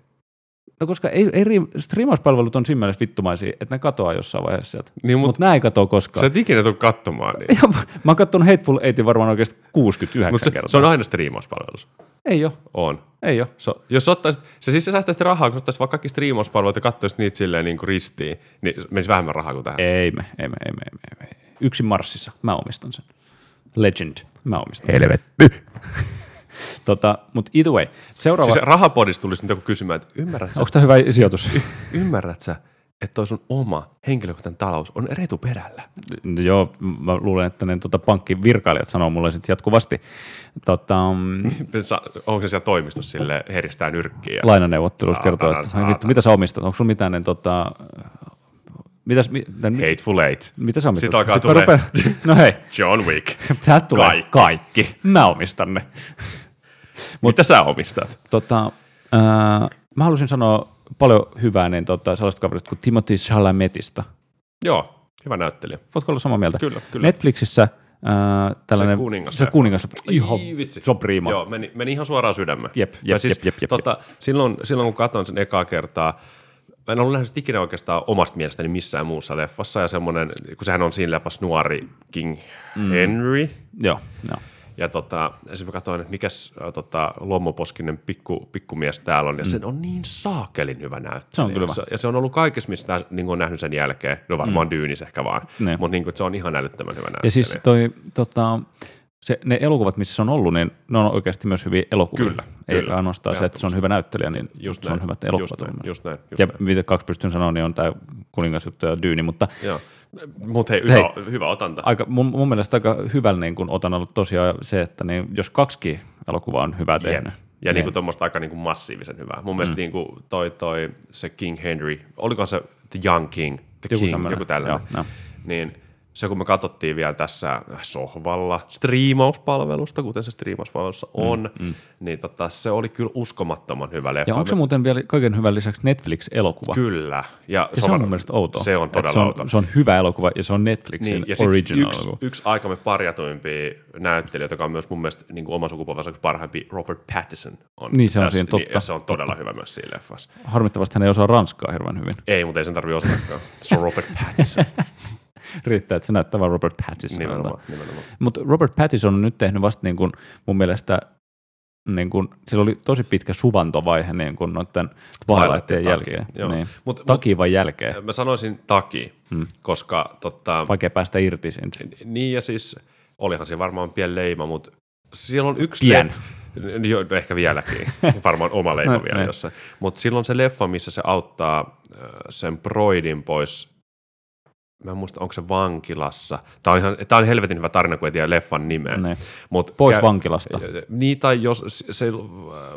[SPEAKER 2] No koska ei, eri striimauspalvelut on siinä mielessä vittumaisia, että ne katoaa jossain vaiheessa sieltä.
[SPEAKER 1] Niin, mut-
[SPEAKER 2] Mutta mut nämä ei katoa koskaan.
[SPEAKER 1] Sä et ikinä tuu katsomaan niitä.
[SPEAKER 2] Ja mä, mä oon kattonut Hateful Eightin varmaan oikeasti 69
[SPEAKER 1] Mut se,
[SPEAKER 2] kertaa.
[SPEAKER 1] se, on aina striimauspalvelus.
[SPEAKER 2] Ei oo,
[SPEAKER 1] On.
[SPEAKER 2] ei oo.
[SPEAKER 1] So, jos sä ottaisit, se siis sä säästäisit rahaa, kun sä ottaisit vaikka kaikki striimauspalvelut ja katsoisit niitä silleen niin kuin ristiin, niin menisi vähemmän rahaa kuin tähän.
[SPEAKER 2] Ei me, ei me, ei me, ei me, ei me. Yksin Marsissa, mä omistan sen. Legend, mä omistan
[SPEAKER 1] Helvetti.
[SPEAKER 2] sen. Tota, mutta either way, seuraava,
[SPEAKER 1] Siis
[SPEAKER 2] siis,
[SPEAKER 1] rahapodissa tulisi nyt joku kysymään, että ymmärrät sä,
[SPEAKER 2] onko tämä hyvä sijoitus?
[SPEAKER 1] ymmärrät sä, että toi sun oma henkilökohtainen talous on retuperällä.
[SPEAKER 2] No Joo, mä luulen, että ne tota, pankkin virkailijat sanoo mulle sitten jatkuvasti tota, mm,
[SPEAKER 1] Sa- Onko se siellä toimistossa sille heristää nyrkkiä? ja-
[SPEAKER 2] lainaneuvotteluissa
[SPEAKER 1] Saatana,
[SPEAKER 2] kertoo, että
[SPEAKER 1] saatana.
[SPEAKER 2] vittu, mitä sä omistat, onko sulla mitään ne, tota, mitäs, mi, tän,
[SPEAKER 1] Hateful Eight.
[SPEAKER 2] mitä sä omistat?
[SPEAKER 1] Sitten alkaa
[SPEAKER 2] mä
[SPEAKER 1] tulee
[SPEAKER 2] rupean- No hei,
[SPEAKER 1] John Wick.
[SPEAKER 2] tää tulee
[SPEAKER 1] Kaikki.
[SPEAKER 2] kaikki. Mä omistan ne.
[SPEAKER 1] Mitä sä omistat?
[SPEAKER 2] Tota, ää, mä halusin sanoa paljon hyvää niin tota, sellaista kaverista kuin Timothy Chalametista.
[SPEAKER 1] Joo, hyvä näyttelijä.
[SPEAKER 2] Voitko olla samaa mieltä?
[SPEAKER 1] Kyllä, kyllä.
[SPEAKER 2] Netflixissä ää, tällainen...
[SPEAKER 1] Se kuningas.
[SPEAKER 2] Se kuningas. Ihan
[SPEAKER 1] Ai vitsi.
[SPEAKER 2] sopriima.
[SPEAKER 1] Joo, meni, meni ihan suoraan sydämeen.
[SPEAKER 2] Jep,
[SPEAKER 1] Mä
[SPEAKER 2] jep, jep, jep, jep,
[SPEAKER 1] tota, Silloin, silloin kun katsoin sen ekaa kertaa, mä en ollut nähnyt sitä ikinä oikeastaan omasta mielestäni missään muussa leffassa, ja semmoinen, kun sehän on siinä leffassa nuori King
[SPEAKER 2] Mm.
[SPEAKER 1] Henry,
[SPEAKER 2] Joo, joo.
[SPEAKER 1] ja tota, sitten mä katsoin, että mikäs äh, tota, lommoposkinen pikku, pikkumies täällä on, ja mm. sen on niin saakelin hyvä näyttö.
[SPEAKER 2] Se on kyllä hyvä.
[SPEAKER 1] Ja se on ollut kaikessa, mistä tää, niin on nähnyt sen jälkeen, no varmaan mm. dyynis ehkä vaan,
[SPEAKER 2] Ne.
[SPEAKER 1] mutta niin kuin, se on ihan älyttömän hyvä näyttö.
[SPEAKER 2] Ja siis toi, tota, se, ne elokuvat, missä se on ollut, niin ne on oikeasti myös hyviä elokuvia.
[SPEAKER 1] Kyllä,
[SPEAKER 2] Ei
[SPEAKER 1] kyllä.
[SPEAKER 2] ainoastaan se, että se on hyvä näyttelijä, niin
[SPEAKER 1] Just
[SPEAKER 2] se on
[SPEAKER 1] näin,
[SPEAKER 2] hyvät
[SPEAKER 1] just
[SPEAKER 2] elokuvat.
[SPEAKER 1] näin,
[SPEAKER 2] ollut myös.
[SPEAKER 1] just näin, just
[SPEAKER 2] ja
[SPEAKER 1] näin.
[SPEAKER 2] mitä kaksi pystyn sanoa, niin on tämä kuningasjuttu ja dyyni, mutta
[SPEAKER 1] Joo. Mutta hei,
[SPEAKER 2] Hei.
[SPEAKER 1] hyvä, hyvä otanta.
[SPEAKER 2] aika, mun, mun mielestä aika hyvällä niin kun otan ollut tosiaan se, että niin, jos kaksi elokuvaa on hyvää
[SPEAKER 1] Jep.
[SPEAKER 2] tehnyt.
[SPEAKER 1] Ja niin kuin tuommoista aika niin kuin massiivisen hyvää.
[SPEAKER 2] Mm.
[SPEAKER 1] Mun mielestä niin kuin toi, toi, se King Henry, oliko se The Young King, The
[SPEAKER 2] Joku
[SPEAKER 1] King,
[SPEAKER 2] semmoinen,
[SPEAKER 1] joku tällainen,
[SPEAKER 2] joo, joo.
[SPEAKER 1] niin se kun me katsottiin vielä tässä sohvalla striimauspalvelusta, kuten se striimauspalvelussa on, mm, mm. niin tota, se oli kyllä uskomattoman hyvä leffa.
[SPEAKER 2] Ja onko se muuten vielä kaiken hyvän lisäksi Netflix-elokuva?
[SPEAKER 1] Kyllä. Ja,
[SPEAKER 2] Ja se on mun mielestä outoa.
[SPEAKER 1] Se on
[SPEAKER 2] Että
[SPEAKER 1] todella
[SPEAKER 2] se
[SPEAKER 1] outoa.
[SPEAKER 2] on, se on hyvä elokuva ja se on Netflixin
[SPEAKER 1] Niin, ja
[SPEAKER 2] niin,
[SPEAKER 1] sit
[SPEAKER 2] original
[SPEAKER 1] yksi,
[SPEAKER 2] elokuva.
[SPEAKER 1] yksi aikamme parjatuimpia näyttelijöitä, joka on myös mun mielestä niin kuin oman sukupolvensa parhaimpi, Robert Pattinson on.
[SPEAKER 2] Niin, se on
[SPEAKER 1] tässä,
[SPEAKER 2] siinä,
[SPEAKER 1] niin-
[SPEAKER 2] totta,
[SPEAKER 1] ja se on todella hyvä myös siinä leffassa.
[SPEAKER 2] Harmittavasti hän ei osaa ranskaa hirveän hyvin.
[SPEAKER 1] Ei, mutta ei sen tarvitse osatakaan. Se on Robert Pattinson.
[SPEAKER 2] Riittää, että se näyttää vain Robert Pattinsonilta.
[SPEAKER 1] nimenomaan, nimenomaan.
[SPEAKER 2] Mutta Robert Pattinson on nyt tehnyt vasta niin kuin, mun mielestä, niin kuin, sillä oli tosi pitkä suvantovaihe niin kuin noiden
[SPEAKER 1] Twilightin
[SPEAKER 2] Twilightien
[SPEAKER 1] takia,
[SPEAKER 2] jälkeen.
[SPEAKER 1] joo.
[SPEAKER 2] Niin.
[SPEAKER 1] Mut-
[SPEAKER 2] Takia vai jälkeen?
[SPEAKER 1] Mä sanoisin taki, hmm. koska tota,
[SPEAKER 2] Vaikea päästä irti siitä.
[SPEAKER 1] niin ja siis olihan siinä varmaan pieni leima, mutta siellä on yksi
[SPEAKER 2] Pien.
[SPEAKER 1] leff- N- Jo, ehkä vieläkin, varmaan oma leima
[SPEAKER 2] No,
[SPEAKER 1] vielä
[SPEAKER 2] niin.
[SPEAKER 1] jossain. Mutta silloin se leffa, missä se auttaa äh, sen proidin pois, mä en muista, onko se vankilassa. Tämä on, ihan, tää on helvetin hyvä tarina, kun ei tiedä leffan nimeä.
[SPEAKER 2] Niin.
[SPEAKER 1] Mut
[SPEAKER 2] Pois
[SPEAKER 1] kä-
[SPEAKER 2] vankilasta.
[SPEAKER 1] Niin, tai jos se, se, äh,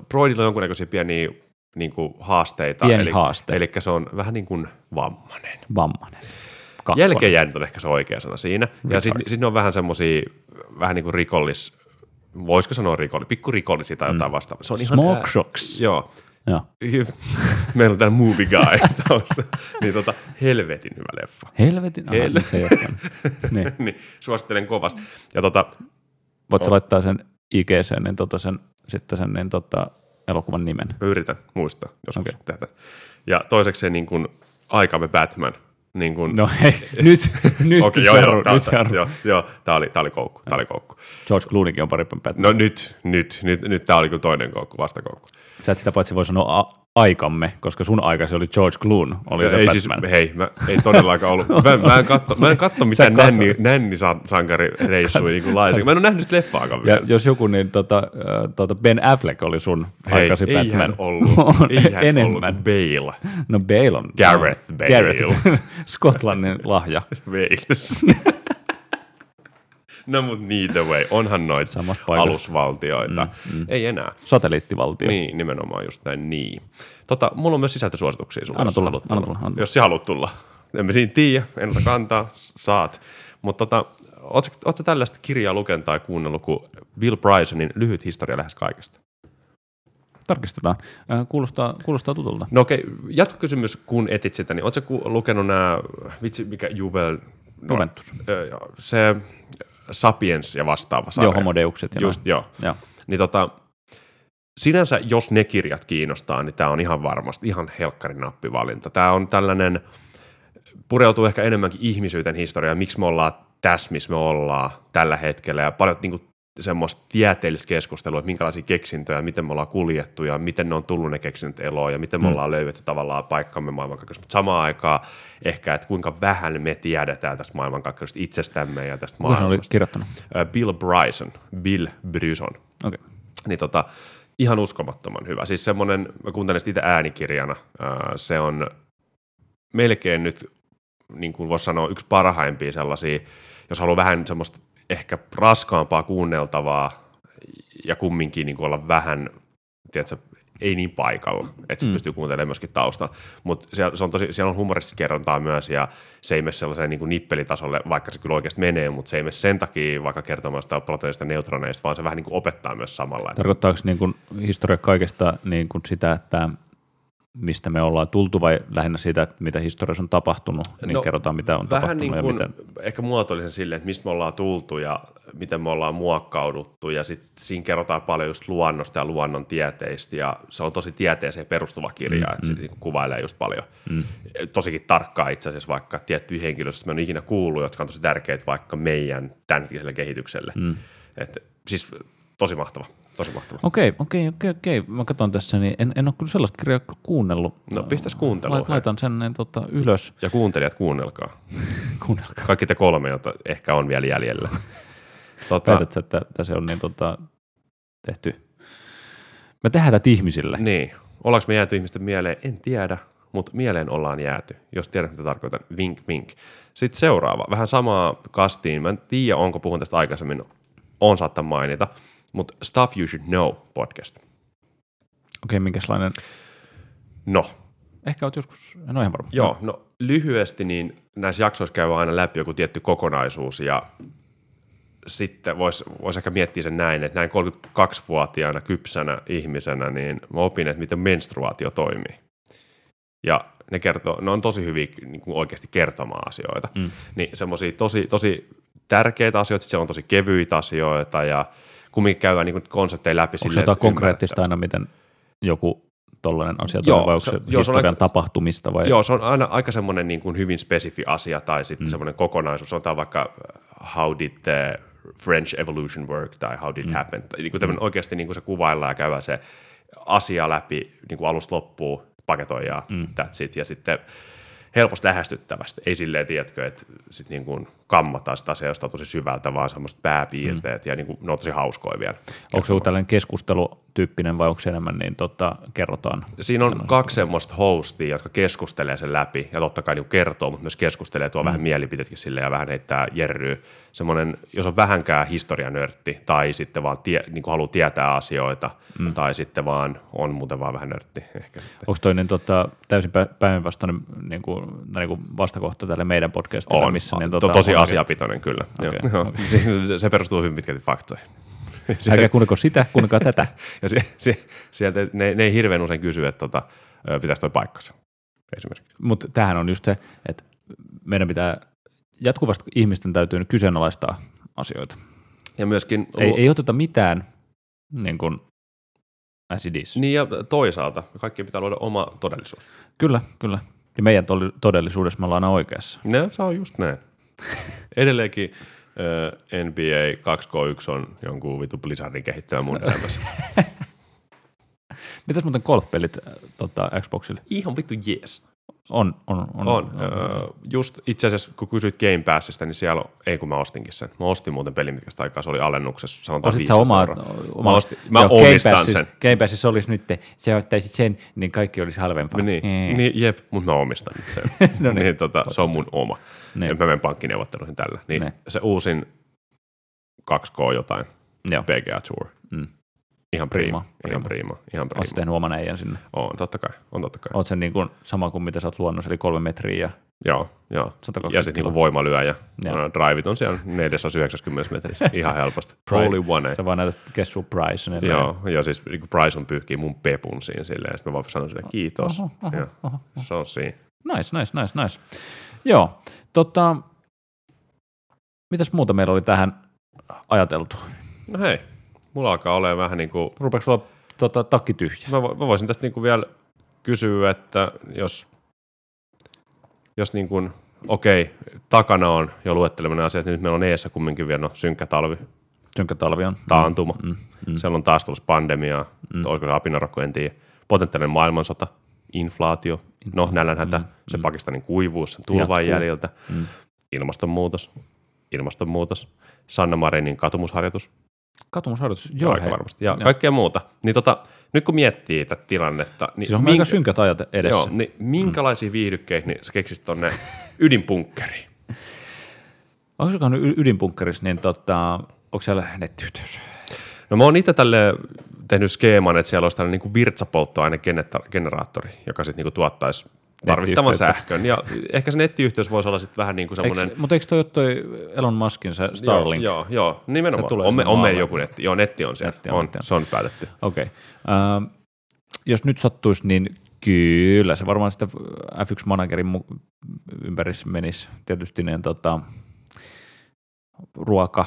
[SPEAKER 1] proidilla on jonkunnäköisiä pieniä niin kuin haasteita.
[SPEAKER 2] Pieni
[SPEAKER 1] eli,
[SPEAKER 2] haaste.
[SPEAKER 1] Eli se on vähän niin kuin vammainen.
[SPEAKER 2] Vammanen. Kakkonen.
[SPEAKER 1] Jälkeenjäänyt on ehkä se oikea sana siinä. Ja sitten sit ne on vähän semmoisia, vähän niin kuin rikollis, voisiko sanoa rikolli, pikkurikollisia tai jotain vastaavaa. Se on ihan...
[SPEAKER 2] Mm. Smoke
[SPEAKER 1] ää-
[SPEAKER 2] shocks.
[SPEAKER 1] Joo.
[SPEAKER 2] Joo.
[SPEAKER 1] Meillä on täällä movie guy. tausta. niin tota, helvetin hyvä leffa.
[SPEAKER 2] Helvetin. Aha,
[SPEAKER 1] Hel-
[SPEAKER 2] nyt se ei olekaan. niin.
[SPEAKER 1] niin, suosittelen kovasti. Ja tota,
[SPEAKER 2] Voit sä laittaa sen IGC, niin tota sen, sitten sen niin tota, elokuvan nimen.
[SPEAKER 1] mä yritän muistaa joskus okay. tätä. Ja toiseksi niin kuin aikamme Batman. niin kuin,
[SPEAKER 2] No hei, nyt, nyt,
[SPEAKER 1] Okei, joo,
[SPEAKER 2] jarru,
[SPEAKER 1] joo, tää-
[SPEAKER 2] nyt
[SPEAKER 1] tää-
[SPEAKER 2] jarru.
[SPEAKER 1] joo, joo, tää oli, tää oli koukku, tää oli koukku.
[SPEAKER 2] George Clooneykin on pari päivää.
[SPEAKER 1] No nyt, nyt, nyt, nyt tää oli kyllä toinen koukku, vastakoukku.
[SPEAKER 2] Sä et sitä paitsi voi sanoa a- aikamme, koska sun aikasi oli George Clooney, oli se
[SPEAKER 1] ei
[SPEAKER 2] Batman.
[SPEAKER 1] siis, hei, mä, ei todellakaan ollut. Mä, mä, en, katso, mä en katso mitään
[SPEAKER 2] katso.
[SPEAKER 1] nänni, nännisankarireissuja niin laisinkaan. Mä en ole nähnyt sitä leffaakaan
[SPEAKER 2] Ja
[SPEAKER 1] vielä.
[SPEAKER 2] jos joku, niin tota, äh, tota Ben Affleck oli sun
[SPEAKER 1] Hei,
[SPEAKER 2] aikasi
[SPEAKER 1] eihän
[SPEAKER 2] Batman.
[SPEAKER 1] ollut,
[SPEAKER 2] On
[SPEAKER 1] eihän
[SPEAKER 2] enemmän.
[SPEAKER 1] ollut Bale.
[SPEAKER 2] No Bale on.
[SPEAKER 1] Gareth
[SPEAKER 2] no,
[SPEAKER 1] Bale.
[SPEAKER 2] Gareth. Skotlannin lahja.
[SPEAKER 1] Wales. no mut neither way, onhan noita
[SPEAKER 2] Samasta paikasta.
[SPEAKER 1] alusvaltioita. Mm, mm. Ei enää.
[SPEAKER 2] Satelliittivaltio.
[SPEAKER 1] Niin, nimenomaan just näin niin. Tota, mulla on myös sisältösuosituksia sulle,
[SPEAKER 2] Anna
[SPEAKER 1] jos,
[SPEAKER 2] tulla,
[SPEAKER 1] haluat
[SPEAKER 2] anna
[SPEAKER 1] tulla.
[SPEAKER 2] tulla, anna
[SPEAKER 1] jos sä haluat tulla. En mä siinä tiedä, en ota kantaa, s- saat. Mutta tota, ootko, ootko tällaista kirjaa lukenut tai kuunnellut kuin Bill Brysonin Lyhyt historia lähes kaikesta?
[SPEAKER 2] Tarkistetaan. Äh, Kuulostaa, kuulostaa tutulta.
[SPEAKER 1] No okei, jatkokysymys, kun etit sitä, niin ootko ku- lukenut nämä, vitsi mikä Juvel, no,
[SPEAKER 2] Juventus.
[SPEAKER 1] ö, se Sapiens ja vastaava sarja.
[SPEAKER 2] Joo, homodeukset. Ja
[SPEAKER 1] Just, joo.
[SPEAKER 2] näin. Joo.
[SPEAKER 1] Niin tota, sinänsä, jos ne kirjat kiinnostaa, niin tämä on ihan varmasti ihan helkkarin nappivalinta. Tämä on tällainen, pureutuu ehkä enemmänkin ihmisyyden historiaan, miksi me ollaan tässä, missä me ollaan tällä hetkellä, ja paljon niin kuin, semmoista tieteellistä keskustelua, että minkälaisia keksintöjä, miten me ollaan kuljettu ja miten ne on tullut ne keksinnöt eloon ja miten me mm. ollaan löydetty tavallaan paikkamme maailmankaikkeudessa. Mutta samaan aikaan ehkä, että kuinka vähän me tiedetään tästä maailmankaikkeudesta itsestämme ja tästä
[SPEAKER 2] Kuka sen oli
[SPEAKER 1] maailmasta.
[SPEAKER 2] kirjoittanut?
[SPEAKER 1] Ö, Bill Bryson, Bill Bryson
[SPEAKER 2] Okei. Okay.
[SPEAKER 1] niin tota, ihan uskomattoman hyvä. Siis semmoinen, mä kuuntelen sitä itse äänikirjana, ää, se on melkein nyt, niin kuin voisi sanoa, yksi parhaimpia sellaisia, jos haluaa vähän semmoista ehkä raskaampaa kuunneltavaa ja kumminkin niin kuin olla vähän, tiedätkö, ei niin paikalla, että se mm. pystyy kuuntelemaan myöskin tausta. Mutta siellä, se on tosi, siellä on humoristista kerrontaa myös ja se ei mene sellaiseen niin kuin nippelitasolle, vaikka se kyllä oikeasti menee, mutta se ei mene sen takia vaikka kertomaan sitä proteiinista neutroneista, vaan se vähän niin kuin opettaa myös samalla. Että
[SPEAKER 2] Tarkoittaako niin kuin historia kaikesta niin kuin sitä, että mistä me ollaan tultu vai lähinnä siitä, että mitä historiassa on tapahtunut, niin
[SPEAKER 1] No,
[SPEAKER 2] kerrotaan mitä on
[SPEAKER 1] vähän
[SPEAKER 2] tapahtunut
[SPEAKER 1] niin
[SPEAKER 2] ja
[SPEAKER 1] kuin,
[SPEAKER 2] miten.
[SPEAKER 1] ehkä muotoilisen silleen, että mistä me ollaan tultu ja miten me ollaan muokkauduttu ja sitten siinä kerrotaan paljon just luonnosta ja luonnontieteistä ja se on tosi tieteeseen perustuva kirja, mm, että se niinku kuvailee just paljon mm. tosikin tarkkaa itse asiassa vaikka tiettyjä henkilöitä, joista me on ikinä kuullut, jotka on tosi tärkeitä vaikka meidän tämänhetkiselle kehitykselle. Mm. Et, siis tosi mahtava, tosi mahtava.
[SPEAKER 2] Okei, okei, okei, okei. Mä katson tässä, niin en, en ole kyllä sellaista kirjaa kyllä kuunnellut.
[SPEAKER 1] No pistäs kuuntelua.
[SPEAKER 2] Lait, laitan sen niin, tota, ylös.
[SPEAKER 1] Ja kuuntelijat, kuunnelkaa.
[SPEAKER 2] Kuunnelkaa.
[SPEAKER 1] Kaikki te kolme, joita ehkä on vielä jäljellä. Tota,
[SPEAKER 2] Päätät sä, että, että se on niin, tota, tehty. Me tehdään tätä ihmisille.
[SPEAKER 1] Niin. Ollaanko me jääty ihmisten mieleen? En tiedä, mutta mieleen ollaan jääty, jos tiedät mitä tarkoitan. Vink, vink. Sitten seuraava, vähän samaa kastiin. Mä en tiedä, onko puhun tästä aikaisemmin. On saattaa mainita, mutta Stuff You Should Know podcast.
[SPEAKER 2] Okei, minkälainen?
[SPEAKER 1] No,
[SPEAKER 2] Ehkä oot joskus, en ole ihan varma.
[SPEAKER 1] joo, no lyhyesti, niin näissä jaksoissa käy aina läpi joku tietty kokonaisuus ja sitten voisi vois ehkä miettiä sen näin, että näin 32-vuotiaana kypsänä ihmisenä, niin mä opin, että miten menstruaatio toimii. Ja ne, kertoo, ne on tosi hyviä niin kuin oikeasti kertomaan asioita. Mm. Niin semmoisia tosi, tosi tärkeitä asioita, sitten siellä on tosi kevyitä asioita ja kumminkin käydään niin kuin konsepteja läpi.
[SPEAKER 2] Onko se
[SPEAKER 1] silleen,
[SPEAKER 2] jotain
[SPEAKER 1] että ymmärtää
[SPEAKER 2] konkreettista aina, miten joku tollainen asia
[SPEAKER 1] Joo,
[SPEAKER 2] tulee, vai onko
[SPEAKER 1] se-
[SPEAKER 2] se,
[SPEAKER 1] joo, se on
[SPEAKER 2] historian
[SPEAKER 1] aika-
[SPEAKER 2] tapahtumista? Vai?
[SPEAKER 1] Joo, se on aina aika semmoinen niin kuin hyvin spesifi asia tai sitten mm. semmoinen kokonaisuus. Sanotaan vaikka äh, how did the French Evolution work tai how did it happen. Tai niin kuin mm. oikeasti niin kuin se kuvaillaan ja käydään se asia läpi niin kuin alusta loppuun, paketoidaan, mm. that's it. Ja sitten helposti lähestyttävästi. Ei silleen, tiedätkö, että sit niin kuin kammataan sitä asiaa jostain tosi syvältä, vaan semmoiset pääpiirteet. Mm. Ja niin kuin, ne on tosi hauskoja vielä.
[SPEAKER 2] Onko se joku tällainen keskustelutyyppinen vai onko se enemmän niin tota, kerrotaan?
[SPEAKER 1] Siinä on kaksi semmoista hostia, jotka keskustelee sen läpi ja totta kai niin kertoo, mutta myös keskustelee, tuo mm. vähän mielipiteetkin sille ja vähän heittää jerryä. Semmoinen, jos on vähänkään historianörtti tai sitten vaan tie, niin haluaa tietää asioita mm. tai sitten vaan on muuten vaan vähän nörtti ehkä. sitten.
[SPEAKER 2] Onko toinen tota, täysin pä- päinvastainen niin kuin, tai niin kuin vastakohta tälle meidän podcastille?
[SPEAKER 1] On,
[SPEAKER 2] missä,
[SPEAKER 1] missä,
[SPEAKER 2] niin,
[SPEAKER 1] to, tosi
[SPEAKER 2] on
[SPEAKER 1] asiapitoinen kyllä.
[SPEAKER 2] Okei,
[SPEAKER 1] Joo, joo. Siis se- se perustuu hyvin pitkälti faktoihin.
[SPEAKER 2] oikeasti- Älkää kuunnelko sitä, kuunnelkaa tätä.
[SPEAKER 1] Ja se, se, sieltä, ne, ne ei hirveän usein kysy, että tota, ö, pitäisi toi paikkansa esimerkiksi.
[SPEAKER 2] Mutta tämähän on just se, että meidän pitää jatkuvasti ihmisten täytyy nyt kyseenalaistaa asioita.
[SPEAKER 1] Ja myöskin
[SPEAKER 2] Ei, ei oteta mitään niin kuin, as it is.
[SPEAKER 1] Niin ja toisaalta, kaikkien pitää luoda oma todellisuus.
[SPEAKER 2] Kyllä, kyllä. niin meidän tol- todellisuudessa me ollaan aina oikeassa.
[SPEAKER 1] No, se on just näin. Edelleenkin ö, NBA 2K1 on jonkun vitu Blizzardin kehittäjä mun elämässä.
[SPEAKER 2] Mitäs muuten golfpelit äh, tota, Xboxille?
[SPEAKER 1] Ihan vittu jees.
[SPEAKER 2] On, on, on.
[SPEAKER 1] On. Öö, just itse asiassa, kun kysyit Game Passista, niin siellä on, ei kun mä ostinkin sen. Mä ostin muuten pelin pitkästä aikaa, se oli alennuksessa, sanotaan
[SPEAKER 2] Ostit No, sä
[SPEAKER 1] 15
[SPEAKER 2] omaa,
[SPEAKER 1] äh, euroa.
[SPEAKER 2] omaa
[SPEAKER 1] Mä, ostin, mä
[SPEAKER 2] Joo, Game
[SPEAKER 1] omistan
[SPEAKER 2] Passissa-
[SPEAKER 1] sen.
[SPEAKER 2] Game Passissa olisi nyt, se ottaisit sen, niin kaikki olisi halvempaa.
[SPEAKER 1] Niin,
[SPEAKER 2] Ee.
[SPEAKER 1] niin jep, mutta mä omistan nyt sen.
[SPEAKER 2] No
[SPEAKER 1] no
[SPEAKER 2] niin.
[SPEAKER 1] niin, tota, se on mun oma.
[SPEAKER 2] Niin.
[SPEAKER 1] Niin. Mä menen pankkineuvotteluihin tällä. Niin,
[SPEAKER 2] Niin.
[SPEAKER 1] Se uusin 2K jotain,
[SPEAKER 2] Joo.
[SPEAKER 1] PGA Tour.
[SPEAKER 2] Mm.
[SPEAKER 1] Ihan prima,
[SPEAKER 2] Prima,
[SPEAKER 1] ihan
[SPEAKER 2] prima.
[SPEAKER 1] prima, ihan prima.
[SPEAKER 2] Oot sä tehnyt oman äijän sinne?
[SPEAKER 1] On, totta kai, on totta kai.
[SPEAKER 2] Oot sen niin kuin sama kuin mitä sä oot luonnos, eli kolme metriä ja
[SPEAKER 1] Joo, joo.
[SPEAKER 2] 120
[SPEAKER 1] Ja sitten
[SPEAKER 2] kiloa.
[SPEAKER 1] niinku voimalyöjä.
[SPEAKER 2] No, Joo.
[SPEAKER 1] No, driveit on siellä 490 metrissä, ihan helposti.
[SPEAKER 2] Pride.
[SPEAKER 1] Holy one.
[SPEAKER 2] Sä vaan näytät Kessu Price. Niin
[SPEAKER 1] Joo, ja siis niin Bryson pyyhkii mun pepun siinä silleen, ja sitten mä vaan sanon sille kiitos.
[SPEAKER 2] Oho, oho,
[SPEAKER 1] Joo.
[SPEAKER 2] oho.
[SPEAKER 1] Se on siinä.
[SPEAKER 2] Nice, nice, nice, nice. Joo, tota, mitäs muuta meillä oli tähän ajateltu?
[SPEAKER 1] No hei, mulla alkaa olemaan vähän niin kuin
[SPEAKER 2] Rupeeko sulla tota, takki tyhjä?
[SPEAKER 1] mä, vo- mä voisin tästä niinku vielä kysyä, että jos, jos niinku, okei, takana on jo luetteleminen asiat, niin nyt meillä on eessä kumminkin vielä no, synkkä talvi,
[SPEAKER 2] Synkkä talvi on.
[SPEAKER 1] taantuma,
[SPEAKER 2] Mm, mm,
[SPEAKER 1] siellä on taas tulossa pandemiaa, mm. olisiko se apinarokko, en tiedä, potentiaalinen maailmansota, inflaatio, no nälänhätä, mm. se Pakistanin kuivuus, sen tulvan
[SPEAKER 2] Jatkuu.
[SPEAKER 1] jäljiltä,
[SPEAKER 2] Mm.
[SPEAKER 1] ilmastonmuutos, ilmastonmuutos, Sanna Marinin katumusharjoitus,
[SPEAKER 2] Katumusharjoitus, joo.
[SPEAKER 1] Joo,
[SPEAKER 2] hei.
[SPEAKER 1] aika varmasti. Ja kaikkea muuta. Niin tota, nyt kun miettii tätä tilannetta, niin,
[SPEAKER 2] Siis on minkä... aika synkät ajat edessä.
[SPEAKER 1] joo, niin minkälaisia viihdykkeitä niin sä keksisit tonne ydinpunkkeriin?
[SPEAKER 2] Onko se y- ydinpunkkerissa, niin tota, onko siellä nettiyhteys?
[SPEAKER 1] No mä oon itse tälle tehnyt skeeman, että siellä olisi tällainen niin virtsapolttoainegeneraattori, joka sitten niin tuottaisi tarvittavan
[SPEAKER 2] Nettiyhteyttä.
[SPEAKER 1] sähkön. Ja ehkä se nettiyhteys voisi olla sitten vähän niin kuin semmoinen...
[SPEAKER 2] Eiks, mutta eikö toi ole toi Elon Muskin se Starlink?
[SPEAKER 1] Joo, joo, joo nimenomaan.
[SPEAKER 2] Se tulee
[SPEAKER 1] on, me,
[SPEAKER 2] sinne
[SPEAKER 1] on meillä
[SPEAKER 2] maalle.
[SPEAKER 1] joku netti. Joo, netti on siellä.
[SPEAKER 2] Netti
[SPEAKER 1] Netti
[SPEAKER 2] on,
[SPEAKER 1] on,
[SPEAKER 2] netti on.
[SPEAKER 1] Se on päätetty.
[SPEAKER 2] Okei. Ähm, jos nyt sattuisi, niin kyllä se varmaan sitä F1-managerin mu- ympärissä menisi. Tietysti ne tota, ruoka,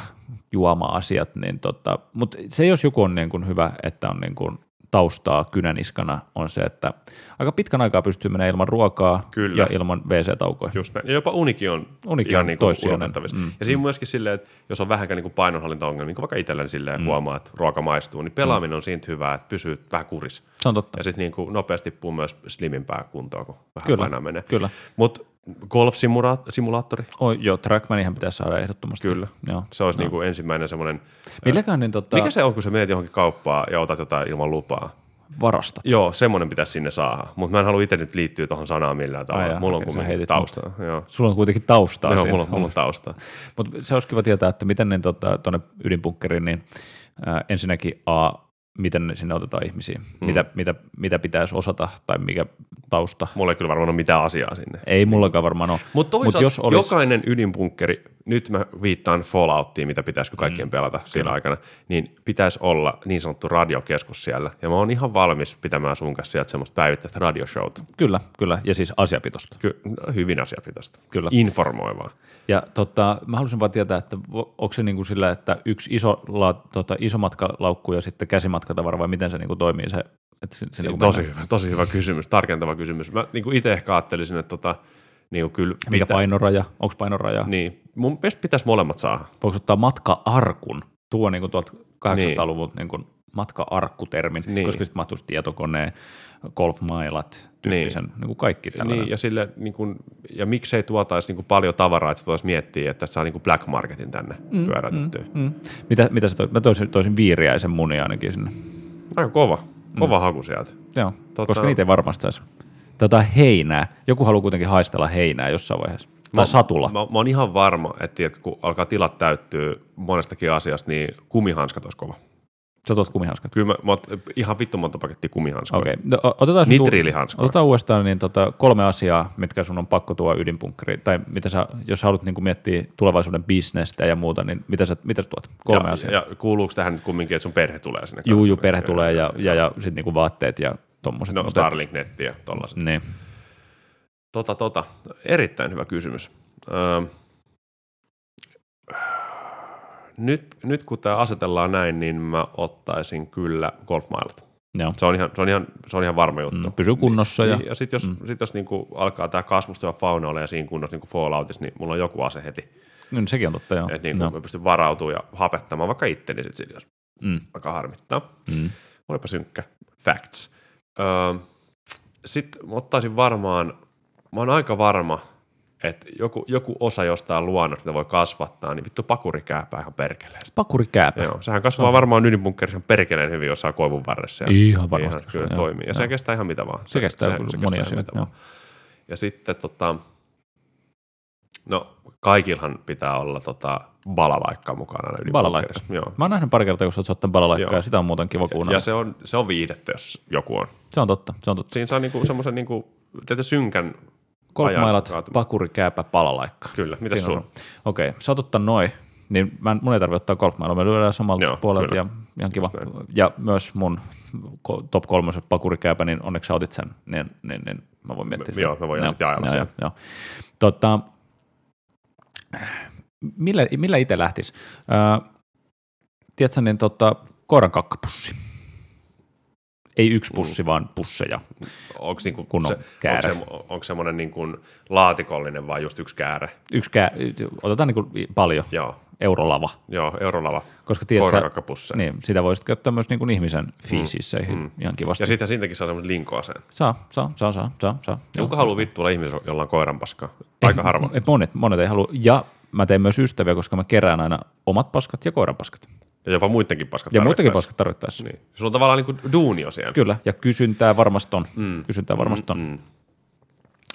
[SPEAKER 2] juoma-asiat, niin tota, mutta se jos joku on niin kuin hyvä, että on niin kuin taustaa kynäniskana, on se, että aika pitkän aikaa pystyy menemään ilman ruokaa
[SPEAKER 1] Kyllä.
[SPEAKER 2] ja ilman wc-taukoja.
[SPEAKER 1] Just näin. Ja jopa unikin on
[SPEAKER 2] Unikin
[SPEAKER 1] unikin ihan
[SPEAKER 2] on
[SPEAKER 1] niin kuin
[SPEAKER 2] toissijainen.
[SPEAKER 1] ulotettavissa.
[SPEAKER 2] Mm.
[SPEAKER 1] Mm. Ja siinä myöskin silleen, että jos on vähänkään niin painonhallintaongelmia, niin kuin vaikka itselläni silleen mm. huomaa, että ruoka maistuu,
[SPEAKER 2] Mm.
[SPEAKER 1] niin pelaaminen on siitä hyvää, että pysyy vähän kuris.
[SPEAKER 2] Se on totta.
[SPEAKER 1] Ja sitten niin kuin nopeasti tippuu myös sliminpää kuntoon, kun vähän
[SPEAKER 2] Kyllä.
[SPEAKER 1] Kyllä. painaa menee.
[SPEAKER 2] Kyllä.
[SPEAKER 1] Mutta golf-simulaattori,
[SPEAKER 2] Oh, joo, Trackmanihan pitäisi saada ehdottomasti.
[SPEAKER 1] Kyllä.
[SPEAKER 2] Joo.
[SPEAKER 1] se olisi no. niin kuin ensimmäinen semmoinen...
[SPEAKER 2] Milläkään niin tota,
[SPEAKER 1] Mikä se on, kun sä menet johonkin kauppaan ja otat jotain ilman lupaa?
[SPEAKER 2] varastat?
[SPEAKER 1] Joo, semmoinen pitäisi sinne saada. Mutta mä en halua itse nyt liittyä tuohon sanaan millään tavalla.
[SPEAKER 2] jaa,
[SPEAKER 1] mulla on
[SPEAKER 2] okei, sä
[SPEAKER 1] kumminkin
[SPEAKER 2] heitit
[SPEAKER 1] taustaa. Joo.
[SPEAKER 2] Sulla on kuitenkin taustaa
[SPEAKER 1] Joo,
[SPEAKER 2] no,
[SPEAKER 1] mulla, on- mulla on taustaa.
[SPEAKER 2] Mutta se olisi kiva tietää, että miten ne tota, tuonne ydinpunkkeriin, niin ää, ensinnäkin A, miten ne sinne otetaan ihmisiä, mm. mitä, mitä, mitä pitäisi osata tai mikä tausta.
[SPEAKER 1] Mulla ei kyllä varmaan ole mitään asiaa sinne.
[SPEAKER 2] Ei mullakaan varmaan ole.
[SPEAKER 1] Mutta toisaalta Mut
[SPEAKER 2] Mut
[SPEAKER 1] jos
[SPEAKER 2] jos olis-
[SPEAKER 1] jokainen ydinpunkkeri, nyt mä viittaan Fallouttiin, mitä pitäisikö kaikkien mm, pelata siinä aikana, niin pitäisi olla niin sanottu radiokeskus siellä. Ja mä oon ihan valmis pitämään sun kanssa sieltä semmoista päivittäistä radioshowta.
[SPEAKER 2] Kyllä, kyllä. Ja siis asiapitosta.
[SPEAKER 1] Ky- no, hyvin asiapitoista.
[SPEAKER 2] Kyllä.
[SPEAKER 1] Informoivaa.
[SPEAKER 2] Ja tota, mä halusin vaan tietää, että vo- onko se niin kuin sillä, että yksi iso, la, tota, iso matkalaukku ja sitten käsimatkatavara vai miten se niin kuin toimii se, että sin- sinne kun
[SPEAKER 1] Tosi
[SPEAKER 2] mennään?
[SPEAKER 1] hyvä, tosi hyvä kysymys, tarkentava kysymys. Mä niin itse ehkä ajattelisin, että tota, niin kyllä
[SPEAKER 2] Mikä
[SPEAKER 1] pitä-
[SPEAKER 2] painoraja? Onko painoraja?
[SPEAKER 1] niin, mun mielestä pitäisi molemmat saada.
[SPEAKER 2] voiko ottaa matka-arkun, tuo niin kuin tuolta 800-luvun niin. kuin matka-arkkutermin, niin.
[SPEAKER 1] Niin.
[SPEAKER 2] koska sitten mahtuisi tietokoneen, golfmailat, tyyppisen, niin. niin kuin kaikki tällainen.
[SPEAKER 1] Niin, ja, sille, niin kun, ja miksei tuotaisi niin kun paljon tavaraa, että sitä voisi miettiä, että saa niin kun black marketin tänne mm, pyörätettyä. Mm.
[SPEAKER 2] Mm. Mitä, mitä sä toi? Mä toisin, toisin viiriäisen munia ainakin sinne.
[SPEAKER 1] Aika kova. Kova mm. haku sieltä.
[SPEAKER 2] Joo,
[SPEAKER 1] Tota-
[SPEAKER 2] koska niitä ei varmasti saisi. Tota heinää. Joku haluaa kuitenkin haistella heinää jossain vaiheessa. Tai satula.
[SPEAKER 1] Mä, mä oon ihan varma, että tiedätkö, kun alkaa tilat täyttyä monestakin asiasta, niin kumihanskat olisi kova.
[SPEAKER 2] Sä tuot kumihanskat.
[SPEAKER 1] Kyllä mä, mä oot, ihan vittu monta pakettia kumihanskoja.
[SPEAKER 2] Okei, no, o- otetaan, nyt
[SPEAKER 1] Nitriilihanskoja.
[SPEAKER 2] otetaan uudestaan niin, tota, kolme asiaa, mitkä sun on pakko tuoda ydinpunkkeriin, tai mitä sä, jos haluat niin kuin miettiä tulevaisuuden bisnestä ja muuta, niin mitä sä, mitä sä tuot? Kolme
[SPEAKER 1] ja,
[SPEAKER 2] asiaa.
[SPEAKER 1] Ja kuuluuko tähän nyt kumminkin, että sun perhe tulee sinne?
[SPEAKER 2] Juu, juu, perhe tulee ja, ja, ja sitten niinku vaatteet ja tommoset.
[SPEAKER 1] No
[SPEAKER 2] Mutta-
[SPEAKER 1] Starlink-netti ja tollaset.
[SPEAKER 2] Niin.
[SPEAKER 1] Tota, tota. Erittäin hyvä kysymys. Öö, nyt, nyt kun tämä asetellaan näin, niin mä ottaisin kyllä golfmailat.
[SPEAKER 2] Joo.
[SPEAKER 1] Se on ihan, se on ihan, se on ihan varma juttu.
[SPEAKER 2] Mm, Pysy kunnossa ja
[SPEAKER 1] Niin, ja sitten jos, mm. sit jos niinku alkaa tämä kasvustuva fauna olemaan siinä kunnossa niin Falloutissa, niin mulla on joku ase heti.
[SPEAKER 2] niin, sekin on totta, joo.
[SPEAKER 1] Että niinku no. mä pystyn varautumaan ja hapettamaan vaikka itteni sit, sit jos
[SPEAKER 2] Mm.
[SPEAKER 1] alkaa harmittaa.
[SPEAKER 2] Mm.
[SPEAKER 1] Olipa synkkä. Facts. Öö, Sitten ottaisin varmaan, mä oon aika varma, että joku, joku osa jostain luonnosta, mitä voi kasvattaa, niin vittu pakurikääpää ihan perkeleen.
[SPEAKER 2] Pakurikääpä.
[SPEAKER 1] Joo, sehän kasvaa varmaan ydinbunkkerissa perkeleen hyvin osaa koivun varressa. Ja
[SPEAKER 2] No. Ihan varmasti
[SPEAKER 1] Ihan,
[SPEAKER 2] kasvaa,
[SPEAKER 1] kyllä
[SPEAKER 2] joo.
[SPEAKER 1] toimii. Ja se
[SPEAKER 2] Joo.
[SPEAKER 1] kestää ihan mitä vaan.
[SPEAKER 2] Se kestää kyllä monia
[SPEAKER 1] ihan
[SPEAKER 2] asioita,
[SPEAKER 1] mitä vaan. Ja sitten tota, no kaikillahan pitää olla tota, balalaikkaa mukana aina ydinbunkkerissa.
[SPEAKER 2] Balalaikka.
[SPEAKER 1] Joo.
[SPEAKER 2] Mä oon nähnyt pari kertaa, kun sä oot ottanut balalaikkaa,
[SPEAKER 1] Joo.
[SPEAKER 2] ja sitä on muuten kiva kuunnella.
[SPEAKER 1] Ja se on, se on viihdettä, jos joku on.
[SPEAKER 2] se on totta, se on totta.
[SPEAKER 1] Siinä saa niinku semmoisen niinku, teitä synkän
[SPEAKER 2] Golfmailat,
[SPEAKER 1] ajan-
[SPEAKER 2] pakuri, kääpä, palalaikka.
[SPEAKER 1] Kyllä, mitäs
[SPEAKER 2] Siinä on
[SPEAKER 1] sulla?
[SPEAKER 2] sun. Okei, sä oot ottanut noin, niin mä, mun ei tarvitse ottaa golfmailoa, me lyödään samalta
[SPEAKER 1] Joo,
[SPEAKER 2] puolelta
[SPEAKER 1] kyllä.
[SPEAKER 2] ja ihan kiva. Ja myös mun ko- top kolmosen pakurikääpä, niin onneksi sä otit sen, niin, niin, niin mä voin miettiä
[SPEAKER 1] M- joo, mä voin sitten jaella sen.
[SPEAKER 2] joo, joo. Tota, millä, millä itse lähtis? Öö, tiedätkö, niin tota, koiran kakkapussi. Ei yksi pussi,
[SPEAKER 1] Mm.
[SPEAKER 2] vaan pusseja.
[SPEAKER 1] Onko niinku
[SPEAKER 2] Kun on
[SPEAKER 1] se,
[SPEAKER 2] käärä.
[SPEAKER 1] onko se, onko semmoinen niinku laatikollinen vai just yksi käärä?
[SPEAKER 2] Yksi kää, otetaan niin kuin paljon,
[SPEAKER 1] Joo,
[SPEAKER 2] eurolava,
[SPEAKER 1] joo, eurolava.
[SPEAKER 2] koska tiedätkö,
[SPEAKER 1] Koirakakkapusseja.
[SPEAKER 2] Niin, sitä voisit käyttää myös niin kuin ihmisen fiisissä mm, mm. ihan kivasti.
[SPEAKER 1] Ja sitten siitäkin saa semmoisen linkoaseen.
[SPEAKER 2] Saa, saa, saa, saa, saa. saa. Joo.
[SPEAKER 1] Kuka haluaa vittuilla ihmisen, jolla on koiran paskaa? Aika
[SPEAKER 2] Eh,
[SPEAKER 1] harva.
[SPEAKER 2] eh, Monet, monet ei halua. Ja mä teen myös ystäviä, koska mä kerään aina omat paskat ja koiran paskat.
[SPEAKER 1] Ja jopa muidenkin paskat
[SPEAKER 2] Ja muitakin
[SPEAKER 1] tarvittaessa.
[SPEAKER 2] paskat tarvittaessa. Niin.
[SPEAKER 1] Niin. Sulla on tavallaan niinku duunio siellä.
[SPEAKER 2] Kyllä, ja kysyntää varmasti on. Mm. Kysyntää varmasti on.
[SPEAKER 1] Mm.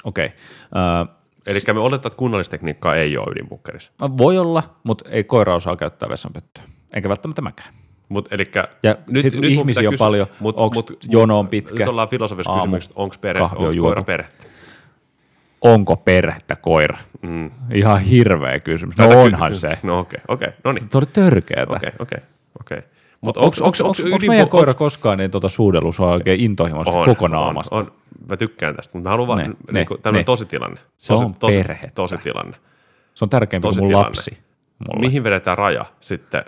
[SPEAKER 2] Okei. Okay.
[SPEAKER 1] Eli me oletetaan, että kunnallistekniikkaa ei ole ydinbunkerissa.
[SPEAKER 2] voi olla, mutta ei koira osaa käyttää vessanpöttyä. Enkä välttämättä mäkään.
[SPEAKER 1] Mut, elikkä,
[SPEAKER 2] Ja sit
[SPEAKER 1] mun
[SPEAKER 2] ihmisiä
[SPEAKER 1] pitää
[SPEAKER 2] on
[SPEAKER 1] kysyä-
[SPEAKER 2] paljon, onks jono on pitkä,
[SPEAKER 1] Nyt ollaan filosofisessa
[SPEAKER 2] aamu,
[SPEAKER 1] kysymyksessä, onko perhe,
[SPEAKER 2] kahvi on
[SPEAKER 1] onko
[SPEAKER 2] juotu.
[SPEAKER 1] koira perhettä.
[SPEAKER 2] Onko perhettä koira?
[SPEAKER 1] Mm.
[SPEAKER 2] Ihan hirveä kysymys. No
[SPEAKER 1] Tätä ky-
[SPEAKER 2] onhan se.
[SPEAKER 1] No okei, okei, no niin,
[SPEAKER 2] Se oli törkeätä.
[SPEAKER 1] okei, okei, okei. Mutta
[SPEAKER 2] Onko meidän koira koskaan niin tuota suudellut sua oikein intohimoisesti koko naamasta?
[SPEAKER 1] On, on. Mä tykkään tästä, mutta mä haluan
[SPEAKER 2] Ne,
[SPEAKER 1] vaan
[SPEAKER 2] ne,
[SPEAKER 1] niinku, tämmöinen
[SPEAKER 2] ne.
[SPEAKER 1] tositilanne.
[SPEAKER 2] Se
[SPEAKER 1] tosi,
[SPEAKER 2] on
[SPEAKER 1] tosi,
[SPEAKER 2] perhettä.
[SPEAKER 1] Tositilanne.
[SPEAKER 2] Se on tärkeämpi kuin
[SPEAKER 1] tosi
[SPEAKER 2] mun
[SPEAKER 1] tilanne.
[SPEAKER 2] lapsi. Mulle.
[SPEAKER 1] Mulle. Mihin vedetään raja sitten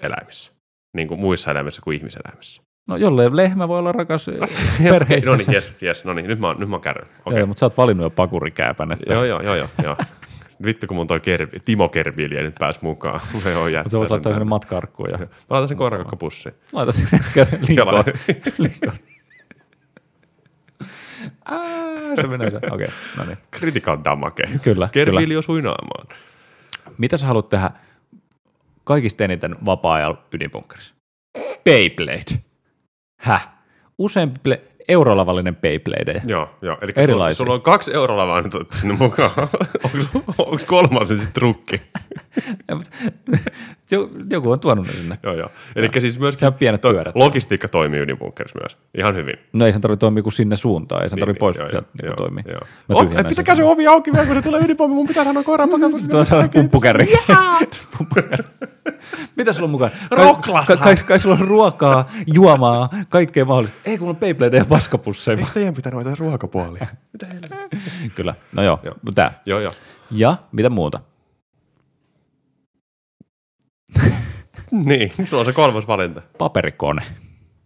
[SPEAKER 1] eläimissä? Niin kuin muissa eläimissä kuin ihmiseläimissä.
[SPEAKER 2] No jollei lehmä voi olla rakas eh,
[SPEAKER 1] Okei,
[SPEAKER 2] perheessä.
[SPEAKER 1] no niin, jes, jes, no niin, nyt mä oon, nyt mä oon kärryllä. Okei.
[SPEAKER 2] Joo, mutta sä oot valinnut jo pakurikääpän. Että,
[SPEAKER 1] Joo, joo, joo, joo, joo. Vittu, kun mun toi kervi, Timo Kerviljä nyt pääsi mukaan. Me on
[SPEAKER 2] mutta sä voit laittaa sinne matkarkkuun ja
[SPEAKER 1] Mä laitan sen koirakakkapussi.
[SPEAKER 2] laita sinne käden liikoot. liikoot. Ää, se menee se. Okei, no niin.
[SPEAKER 1] Kritikan damake.
[SPEAKER 2] Kyllä,
[SPEAKER 1] Kerviili osui naamaan.
[SPEAKER 2] Mitä sä haluat tehdä kaikista eniten vapaa-ajalla ydinbunkkerissa? Beyblade. Häh? Useampi ple- eurolavallinen Beybladeja.
[SPEAKER 1] Joo, joo. Eli sulla,
[SPEAKER 2] Erilaisia.
[SPEAKER 1] sulla, on kaksi eurolavaa nyt otettu sinne mukaan. Onko- Onko kolmas nyt sitten trukki?
[SPEAKER 2] Ja, mut- Jo- Joku on tuonut ne sinne.
[SPEAKER 1] joo, joo. Eli siis myöskin
[SPEAKER 2] Se on pienet
[SPEAKER 1] toi
[SPEAKER 2] pyörät.
[SPEAKER 1] logistiikka toimii ydinbunkkerissa myös. Ihan hyvin.
[SPEAKER 2] No ei sen tarvitse toimia kuin sinne suuntaan, ei sen tarvitse pois
[SPEAKER 1] joo,
[SPEAKER 2] sieltä
[SPEAKER 1] joo,
[SPEAKER 2] niin toimia.
[SPEAKER 1] joo. Oh,
[SPEAKER 2] Mä
[SPEAKER 1] Ot-
[SPEAKER 2] tyhjennän
[SPEAKER 1] pitäkää se ovi auki vielä, kun se tulee ydinpommi. Mun pitää sanoa koiraan pakata.
[SPEAKER 2] Tuo on sellainen pumppukärri. Pumppukärri. Mitä sulla on mukaan? Kai-
[SPEAKER 1] Roklasa.
[SPEAKER 2] Kai, kai, kai sulla on ruokaa, juomaa, kaikkea mahdollista. Ei, kun mulla on Beybladeja ja paskapusseja.
[SPEAKER 1] Eikö teidän pitänyt hoitaa ruokapuolia?
[SPEAKER 2] Kyllä, no joo,
[SPEAKER 1] Joo.
[SPEAKER 2] tää.
[SPEAKER 1] joo, joo.
[SPEAKER 2] Ja mitä muuta?
[SPEAKER 1] Niin, sulla on se kolmas valinta.
[SPEAKER 2] Paperikone.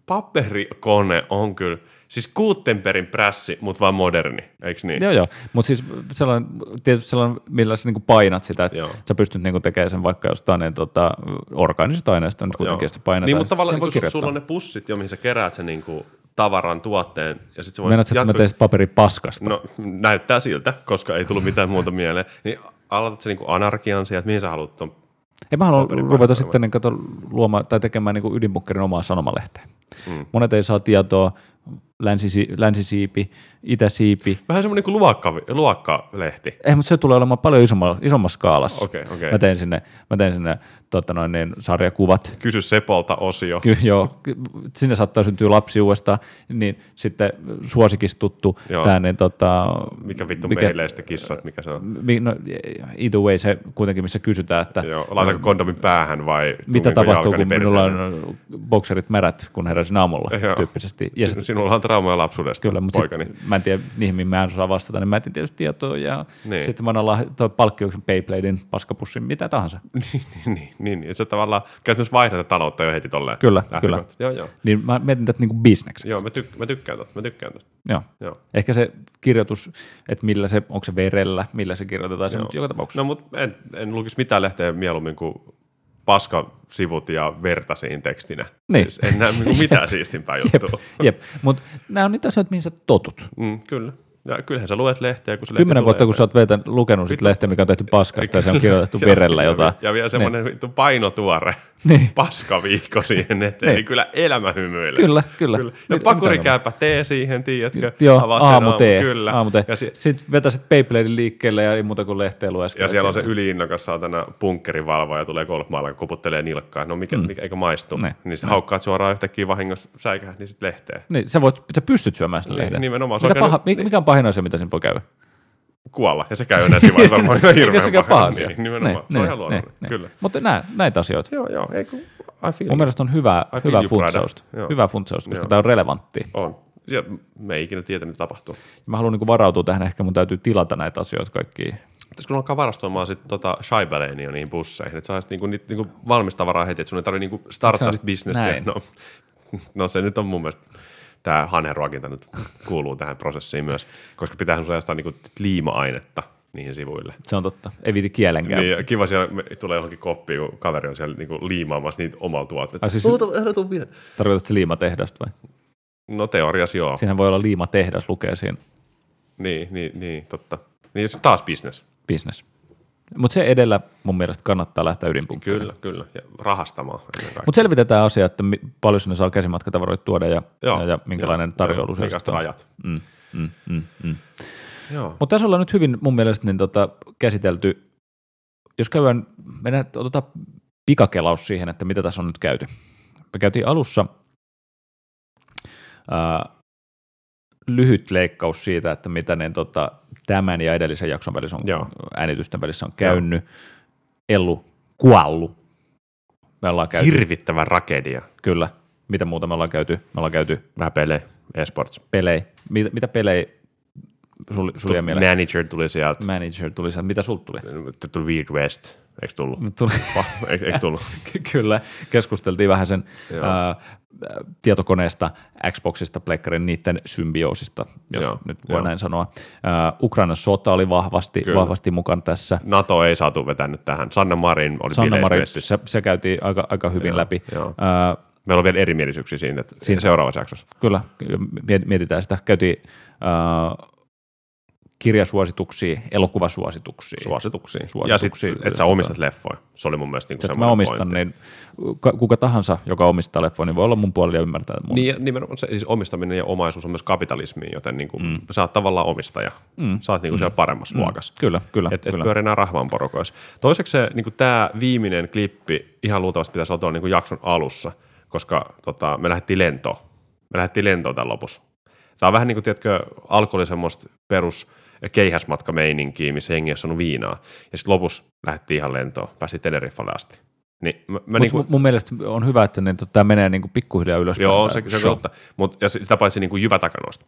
[SPEAKER 1] Paperikone on kyllä, siis Gutenbergin prässi, mutta vaan moderni, eikö niin?
[SPEAKER 2] Joo, joo. Mutta siis sellainen, tietysti sellainen, millä sä niinku painat sitä, että
[SPEAKER 1] Joo.
[SPEAKER 2] sä pystyt niinku tekemään sen vaikka jostain niin, tota, orgaanisesta aineesta, nyt kuitenkin sitä painetaan.
[SPEAKER 1] Niin, mutta
[SPEAKER 2] ja sit
[SPEAKER 1] tavallaan
[SPEAKER 2] sen voi
[SPEAKER 1] niin, kun
[SPEAKER 2] kirjoittaa.
[SPEAKER 1] sulla on ne pussit jo, mihin sä keräät sen niin kuin, tavaran tuotteen, ja sitten sä voit
[SPEAKER 2] Meinaat, sä, että mä
[SPEAKER 1] jatko-
[SPEAKER 2] teen sit paperipaskasta.
[SPEAKER 1] No, näyttää siltä, koska ei tullut mitään muuta mieleen. Niin aloitat se niin kuin anarkian sieltä, mihin sä haluat ton
[SPEAKER 2] Ei mä haluan
[SPEAKER 1] Paperin
[SPEAKER 2] ruveta
[SPEAKER 1] paikalla.
[SPEAKER 2] sitten niin kato, luomaan tai tekemään niin ydinbunkerin omaa sanomalehteä. Mm. Monet ei saa tietoa, länsisi, länsisiipi, itäsiipi.
[SPEAKER 1] Vähän semmoinen kuin luokka, luokkalehti.
[SPEAKER 2] Ei, mutta se tulee olemaan paljon isommalla, isommassa skaalassa.
[SPEAKER 1] Okei, okei.
[SPEAKER 2] Mä tein sinne, mä tein sinne totta noin, niin, sarjakuvat.
[SPEAKER 1] Kysy Sepolta osio.
[SPEAKER 2] Ky- joo, ky- sinne saattaa syntyä lapsi uudestaan, niin sitten suosikistuttu
[SPEAKER 1] Joo.
[SPEAKER 2] tämä, niin tota,
[SPEAKER 1] mikä vittu
[SPEAKER 2] mikä-
[SPEAKER 1] mikä? meileistä kissat, mikä se on?
[SPEAKER 2] mi- no, either way se kuitenkin, missä kysytään, että
[SPEAKER 1] Joo, laitanko kondomin päähän vai
[SPEAKER 2] mitä
[SPEAKER 1] tungenko
[SPEAKER 2] tapahtuu,
[SPEAKER 1] jalkani
[SPEAKER 2] kun minulla
[SPEAKER 1] perseeseen?
[SPEAKER 2] on bokserit märät, kun heräsin aamulla
[SPEAKER 1] Joo.
[SPEAKER 2] tyyppisesti. Ja
[SPEAKER 1] Sin- Sinulla Siis on traumaa lapsuudesta
[SPEAKER 2] Kyllä, mutta
[SPEAKER 1] poikani.
[SPEAKER 2] sit, mä en tiedä, niihin mihin mä en osaa vastata, niin mä etin tietysti tietoa ja
[SPEAKER 1] Niin.
[SPEAKER 2] niin. sitten mä annan lah- toi palkkioksen Beybladein, paskapussin, mitä tahansa.
[SPEAKER 1] niin, niin, niin, niin. Että sä tavallaan käyt myös vaihdata taloutta jo heti tolleen.
[SPEAKER 2] Kyllä, kyllä.
[SPEAKER 1] lähtökohtaisesti. Joo, joo.
[SPEAKER 2] Niin mä mietin tätä niinku bisneksi.
[SPEAKER 1] Joo, mä, tyk- mä tykkään tästä, mä tykkään tästä.
[SPEAKER 2] Joo.
[SPEAKER 1] Joo.
[SPEAKER 2] Ehkä se kirjoitus, että millä se, onko se verellä, millä se kirjoitetaan, se, mutta joka tapauksessa.
[SPEAKER 1] No mutta en, en lukisi mitään lehteä mieluummin kuin paskasivut ja verta siinä tekstinä.
[SPEAKER 2] Niin.
[SPEAKER 1] Siis en näe niinku mitään siistimpää
[SPEAKER 2] Jep,
[SPEAKER 1] juttua.
[SPEAKER 2] jep. mutta nämä on niitä asioita, mihin sä totut.
[SPEAKER 1] Mm, kyllä. Ja kyllähän sä luet lehteä, kun se lehti
[SPEAKER 2] Kymmenen
[SPEAKER 1] tulee.
[SPEAKER 2] vuotta, kun sä oot vetän, lukenut sit lehteä, mikä on tehty paskasta ja se on kirjoitettu verellä
[SPEAKER 1] Ja-
[SPEAKER 2] jotain.
[SPEAKER 1] Ja vielä semmoinen vittu painotuore
[SPEAKER 2] Niin.
[SPEAKER 1] paskaviikko siihen eteen, niin
[SPEAKER 2] Niin.
[SPEAKER 1] kyllä elämä hymyilee.
[SPEAKER 2] Kyllä, kyllä.
[SPEAKER 1] Ja
[SPEAKER 2] Mit-
[SPEAKER 1] pakurikääpä tee siihen, tiedätkö?
[SPEAKER 2] Joo,
[SPEAKER 1] Avaat sen
[SPEAKER 2] aamutee.
[SPEAKER 1] Kyllä.
[SPEAKER 2] aamutee.
[SPEAKER 1] Ja, si-
[SPEAKER 2] Sitten vetäisit Beybladein liikkeelle ja ei muuta kuin lehteä lueskelet.
[SPEAKER 1] ja siellä on se yliinnokas saatana punkkerivalvoja, tulee golfmailla, kun koputtelee nilkkaa. No mikä, mm. mikä eikö maistu?
[SPEAKER 2] Ne.
[SPEAKER 1] Niin sitten haukkaat suoraan yhtäkkiä vahingossa säikähän, niin sitten lehteen.
[SPEAKER 2] Niin, sä, voit, sä pystyt syömään sen lehden.
[SPEAKER 1] Niin, nimenomaan. Se on
[SPEAKER 2] Mitä paha,
[SPEAKER 1] käynyt-
[SPEAKER 2] mi- mikä on pahin asia, mitä sen voi käydä?
[SPEAKER 1] Kuolla. Ja se käy enää siinä vaiheessa varmaan ihan
[SPEAKER 2] Eikä
[SPEAKER 1] hirveän
[SPEAKER 2] sekään paha asia.
[SPEAKER 1] Niin, nimenomaan.
[SPEAKER 2] Niin,
[SPEAKER 1] se on
[SPEAKER 2] niin,
[SPEAKER 1] ihan luonnollinen.
[SPEAKER 2] niin,
[SPEAKER 1] Kyllä.
[SPEAKER 2] niin. Mutta nää, näitä asioita.
[SPEAKER 1] Joo, joo. Ei kun, I feel
[SPEAKER 2] Mun mielestä on hyvää,
[SPEAKER 1] feel
[SPEAKER 2] hyvää
[SPEAKER 1] you, brother.
[SPEAKER 2] funtsausta.
[SPEAKER 1] Joo.
[SPEAKER 2] Hyvää funtsausta, koska
[SPEAKER 1] Joo.
[SPEAKER 2] tämä on relevanttia.
[SPEAKER 1] On. Ja me ei ikinä tiedä, mitä tapahtuu.
[SPEAKER 2] Mä haluan niin varautua tähän, ehkä mun täytyy tilata näitä asioita kaikki.
[SPEAKER 1] Pitäisikö alkaa varastoimaan sit tota Shibaleenia niihin busseihin, että saisi niinku, niitä niinku valmista tavaraa heti, että sun ei tarvitse niinku startaa
[SPEAKER 2] Sanoit
[SPEAKER 1] sitä bisnestä.
[SPEAKER 2] näin.
[SPEAKER 1] No, no se nyt on mun mielestä, tämä hanheruokinta nyt kuuluu tähän prosessiin myös, koska pitää sun jostain niinku liima-ainetta niihin sivuille.
[SPEAKER 2] Se on totta. Ei viiti kielenkään.
[SPEAKER 1] Niin, ja kiva siellä me- tulee johonkin koppiin, kun kaveri on siellä niinku liimaamassa niitä omalla tuotteita.
[SPEAKER 2] Ai siis-
[SPEAKER 1] Tuota, älä tuu vielä.
[SPEAKER 2] Tarkoitatko se liimatehdasta vai?
[SPEAKER 1] No teoriassa joo.
[SPEAKER 2] Siinähän voi olla liimatehdas, lukee siinä
[SPEAKER 1] Niin, niin, niin, totta. Niin se taas bisnes.
[SPEAKER 2] business. Mutta se edellä mun mielestä kannattaa lähteä ydinpunkkiin.
[SPEAKER 1] Kyllä, kyllä. Ja rahastamaan ennen kaikkea.
[SPEAKER 2] Mutta selvitetään asia, että mi- paljon sinne saa käsimatkatavaroita tuoda ja,
[SPEAKER 1] Joo,
[SPEAKER 2] ja, ja minkälainen
[SPEAKER 1] joo,
[SPEAKER 2] tarjoulu
[SPEAKER 1] joo,
[SPEAKER 2] se
[SPEAKER 1] minkälaiset
[SPEAKER 2] on.
[SPEAKER 1] rajat.
[SPEAKER 2] Mm, mm, mm, mm.
[SPEAKER 1] Joo.
[SPEAKER 2] Mutta tässä ollaan nyt hyvin mun mielestä niin tota, käsitelty, jos käydään, mennään, otetaan pikakelaus siihen, että mitä tässä on nyt käyty. Me käytiin alussa ää, lyhyt leikkaus siitä, että mitä ne, tota, tämän ja edellisen jakson välissä on,
[SPEAKER 1] Joo.
[SPEAKER 2] äänitysten välissä on käynyt. Ellu, kuollu. Me ollaan käyty,
[SPEAKER 1] Hirvittävä tragedia.
[SPEAKER 2] kyllä. Mitä muuta me ollaan käyty? Me ollaan käyty
[SPEAKER 1] Vähän pelejä, esports.
[SPEAKER 2] pelejä. Mitä, mitä pelejä sul, sul jäi mieleen? Mm.
[SPEAKER 1] Manager tuli sieltä,
[SPEAKER 2] Manager tuli, sieltä. mitä sul tuli?
[SPEAKER 1] tuli Weird West, eikö tullut?
[SPEAKER 2] tuli.
[SPEAKER 1] Va- Eikö eikö tullut?
[SPEAKER 2] Kyllä, keskusteltiin vähän sen
[SPEAKER 1] Joo.
[SPEAKER 2] ää, tietokoneesta, Xboxista, Pleikkarin, niiden symbioosista, jos
[SPEAKER 1] Joo,
[SPEAKER 2] Joo. nyt voi
[SPEAKER 1] joo.
[SPEAKER 2] Joo. näin sanoa. Ää, Ukrainan sota oli vahvasti,
[SPEAKER 1] Kyllä.
[SPEAKER 2] vahvasti mukana tässä.
[SPEAKER 1] NATO ei saatu vetänyt tähän. Sanna Marin oli
[SPEAKER 2] Sanna Marin,
[SPEAKER 1] bileissä
[SPEAKER 2] se, se käytiin aika, aika hyvin Joo. läpi.
[SPEAKER 1] joo.
[SPEAKER 2] Ää,
[SPEAKER 1] Meillä on vielä erimielisyyksiä siinä, että siinä.
[SPEAKER 2] Siinä.
[SPEAKER 1] seuraavassa jaksossa.
[SPEAKER 2] kyllä, miet- mietitään sitä. Käytiin ää, kirjasuosituksia, elokuvasuosituksia.
[SPEAKER 1] Suosituksiin. Ja
[SPEAKER 2] Suosituksiin.
[SPEAKER 1] sitten, että sä omistat leffoja. Se oli mun mielestä niinku
[SPEAKER 2] että mä
[SPEAKER 1] semmoinen
[SPEAKER 2] omistan,
[SPEAKER 1] pointti.
[SPEAKER 2] niin kuka, kuka tahansa, joka omistaa leffon, niin voi olla mun puolella ja ymmärtää mun.
[SPEAKER 1] Niin, ja nimenomaan se siis omistaminen ja omaisuus on myös kapitalismi, joten niinku, mm. sä oot tavallaan omistaja. Mm. Sä oot niinku mm. siellä paremmassa mm. luokassa.
[SPEAKER 2] Kyllä, kyllä.
[SPEAKER 1] Et, et
[SPEAKER 2] kyllä.
[SPEAKER 1] pyörinää rahvaan porukoissa. Toiseksi se, niin tämä viimeinen klippi ihan luultavasti pitäisi olla tuolla niin jakson alussa, koska tota, me lähdettiin lentoon. Me lähdettiin lentoon tämän lopussa. Tämä on vähän niin kuin, tiedätkö, alku oli semmoista perus keihäsmatkameininkiä, missä jengi ei ole saanut viinaa. Ja sitten lopussa lähdettiin ihan lentoon, päästiin Teneriffalle asti. Niin mä, mä
[SPEAKER 2] Mut
[SPEAKER 1] niin kuin,
[SPEAKER 2] mun- mun mielestä on hyvä, että niin, tämä menee niin kuin pikkuhiljaa ylöspäin.
[SPEAKER 1] joo,
[SPEAKER 2] tää
[SPEAKER 1] se, se on
[SPEAKER 2] show.
[SPEAKER 1] totta. Mut, ja sitä paitsi niin kuin Jyvätakanoista.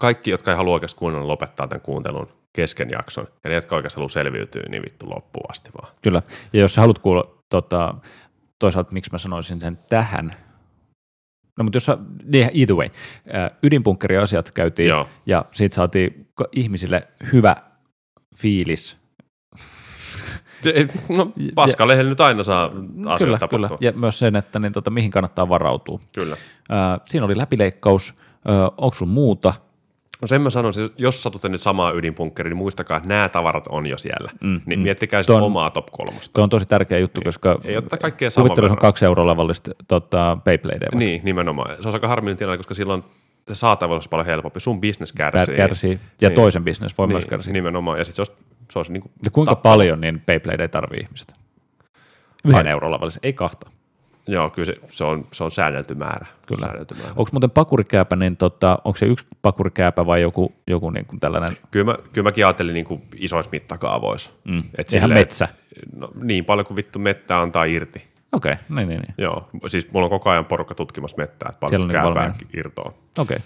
[SPEAKER 1] Kaikki, jotka ei halua oikeasti kuunnella, lopettaa tämän kuuntelun kesken jakson. Ja ne, jotka oikeasti haluaa selviytyä, niin vittu loppuun asti vaan.
[SPEAKER 2] Kyllä. Ja jos sä haluat kuulla, tota, toisaalta miksi mä sanoisin sen tähän, No mutta jos sä, niin either way, Äh, ydinpunkkeriasiat käytiin
[SPEAKER 1] Joo.
[SPEAKER 2] ja siitä saatiin ko- ihmisille hyvä fiilis.
[SPEAKER 1] Ei, No, paskalehdellä nyt aina saa asioita
[SPEAKER 2] kyllä,
[SPEAKER 1] tapahtua.
[SPEAKER 2] kyllä. Ja myös sen, että niin, tota, mihin kannattaa varautua.
[SPEAKER 1] kyllä.
[SPEAKER 2] Äh, siinä oli läpileikkaus. Äh, onko sun muuta?
[SPEAKER 1] No sen mä sanoisin, että jos satutte nyt samaa ydinpunkkeriin, niin muistakaa, että nämä tavarat on jo siellä. Mm, niin mm. miettikää sitä
[SPEAKER 2] Tuon-
[SPEAKER 1] omaa top kolmosta.
[SPEAKER 2] Tuo on tosi tärkeä juttu, koska
[SPEAKER 1] ei ottaa kaikkea saman
[SPEAKER 2] kuvittelen, se on
[SPEAKER 1] verran.
[SPEAKER 2] kaksi euroa lavallista tota, Beybladea.
[SPEAKER 1] Niin, nimenomaan. Se on aika harmillinen tilanne, koska silloin se saatavuus olisi paljon helpompi. Sun bisnes kärsii.
[SPEAKER 2] kärsii. kärsii. Ja
[SPEAKER 1] Niin.
[SPEAKER 2] niin. toisen bisnes voi niin. myös
[SPEAKER 1] Niin,
[SPEAKER 2] kärsiä.
[SPEAKER 1] nimenomaan. Ja sitten se olisi, se olisi niin kuin,
[SPEAKER 2] Ja kuinka paljon niin Beyblade ei tarvii ihmiset? Yhden euron lavallisen, ei kahta.
[SPEAKER 1] joo, kyllä se, se, on, se on säännelty määrä.
[SPEAKER 2] Kyllä.
[SPEAKER 1] Säännelty määrä.
[SPEAKER 2] Onko muuten pakurikääpä, niin tota, onko se yksi pakurikääpä vai joku, joku niin kuin tällainen?
[SPEAKER 1] Kyllä, mä, kyllä mäkin ajattelin niin kuin isoissa mittakaavoissa. Mm.
[SPEAKER 2] Ihan metsä.
[SPEAKER 1] No, niin paljon kuin vittu mettä antaa irti.
[SPEAKER 2] Okei, okay, niin, niin, niin.
[SPEAKER 1] Joo, siis mulla on koko ajan porukka tutkimassa mettää, että
[SPEAKER 2] Siellä
[SPEAKER 1] paljon
[SPEAKER 2] on
[SPEAKER 1] käy
[SPEAKER 2] niinku
[SPEAKER 1] niin
[SPEAKER 2] valmiina.
[SPEAKER 1] irtoa.
[SPEAKER 2] Okei. Okay.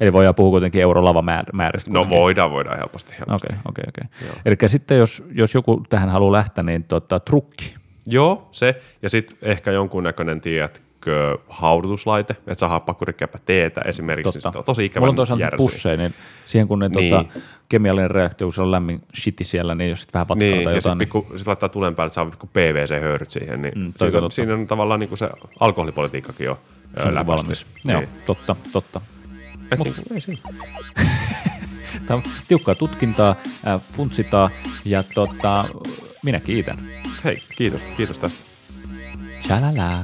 [SPEAKER 2] Eli voidaan puhua kuitenkin eurolavamääristä.
[SPEAKER 1] No
[SPEAKER 2] kuitenkin.
[SPEAKER 1] voidaan, voidaan helposti. helposti.
[SPEAKER 2] Okei, okei, okei. Eli sitten jos, jos joku tähän haluaa lähteä, niin tota, trukki.
[SPEAKER 1] Joo, se. Ja sitten ehkä jonkunnäköinen, tiedätkö, haudutuslaite, että saa hakkurikääpä teetä esimerkiksi. Totta. on tosi ikävä
[SPEAKER 2] Mulla on toisaalta
[SPEAKER 1] järsi.
[SPEAKER 2] pusseja, niin siihen kun ne
[SPEAKER 1] Niin.
[SPEAKER 2] tota, kemiallinen reaktio, kun se on lämmin shiti siellä, niin jos sit vähän vatkaa
[SPEAKER 1] Niin,
[SPEAKER 2] tai
[SPEAKER 1] ja
[SPEAKER 2] jotain,
[SPEAKER 1] sitten
[SPEAKER 2] niin
[SPEAKER 1] pikku, sit laittaa tulen päälle, että saa pikku PVC-höyryt siihen, niin mm,
[SPEAKER 2] toi
[SPEAKER 1] siinä,
[SPEAKER 2] on
[SPEAKER 1] on, siinä on tavallaan niin se alkoholipolitiikkakin jo
[SPEAKER 2] se on niinku
[SPEAKER 1] läpäisty.
[SPEAKER 2] valmis.
[SPEAKER 1] Niin.
[SPEAKER 2] Joo, totta, totta.
[SPEAKER 1] Et
[SPEAKER 2] Niin
[SPEAKER 1] niinku, ei siinä.
[SPEAKER 2] Tämä on tiukkaa tutkintaa, äh, funtsitaa ja tota, minä kiitän.
[SPEAKER 1] Hei, kiitos, kiitos tästä.
[SPEAKER 2] Tjalala.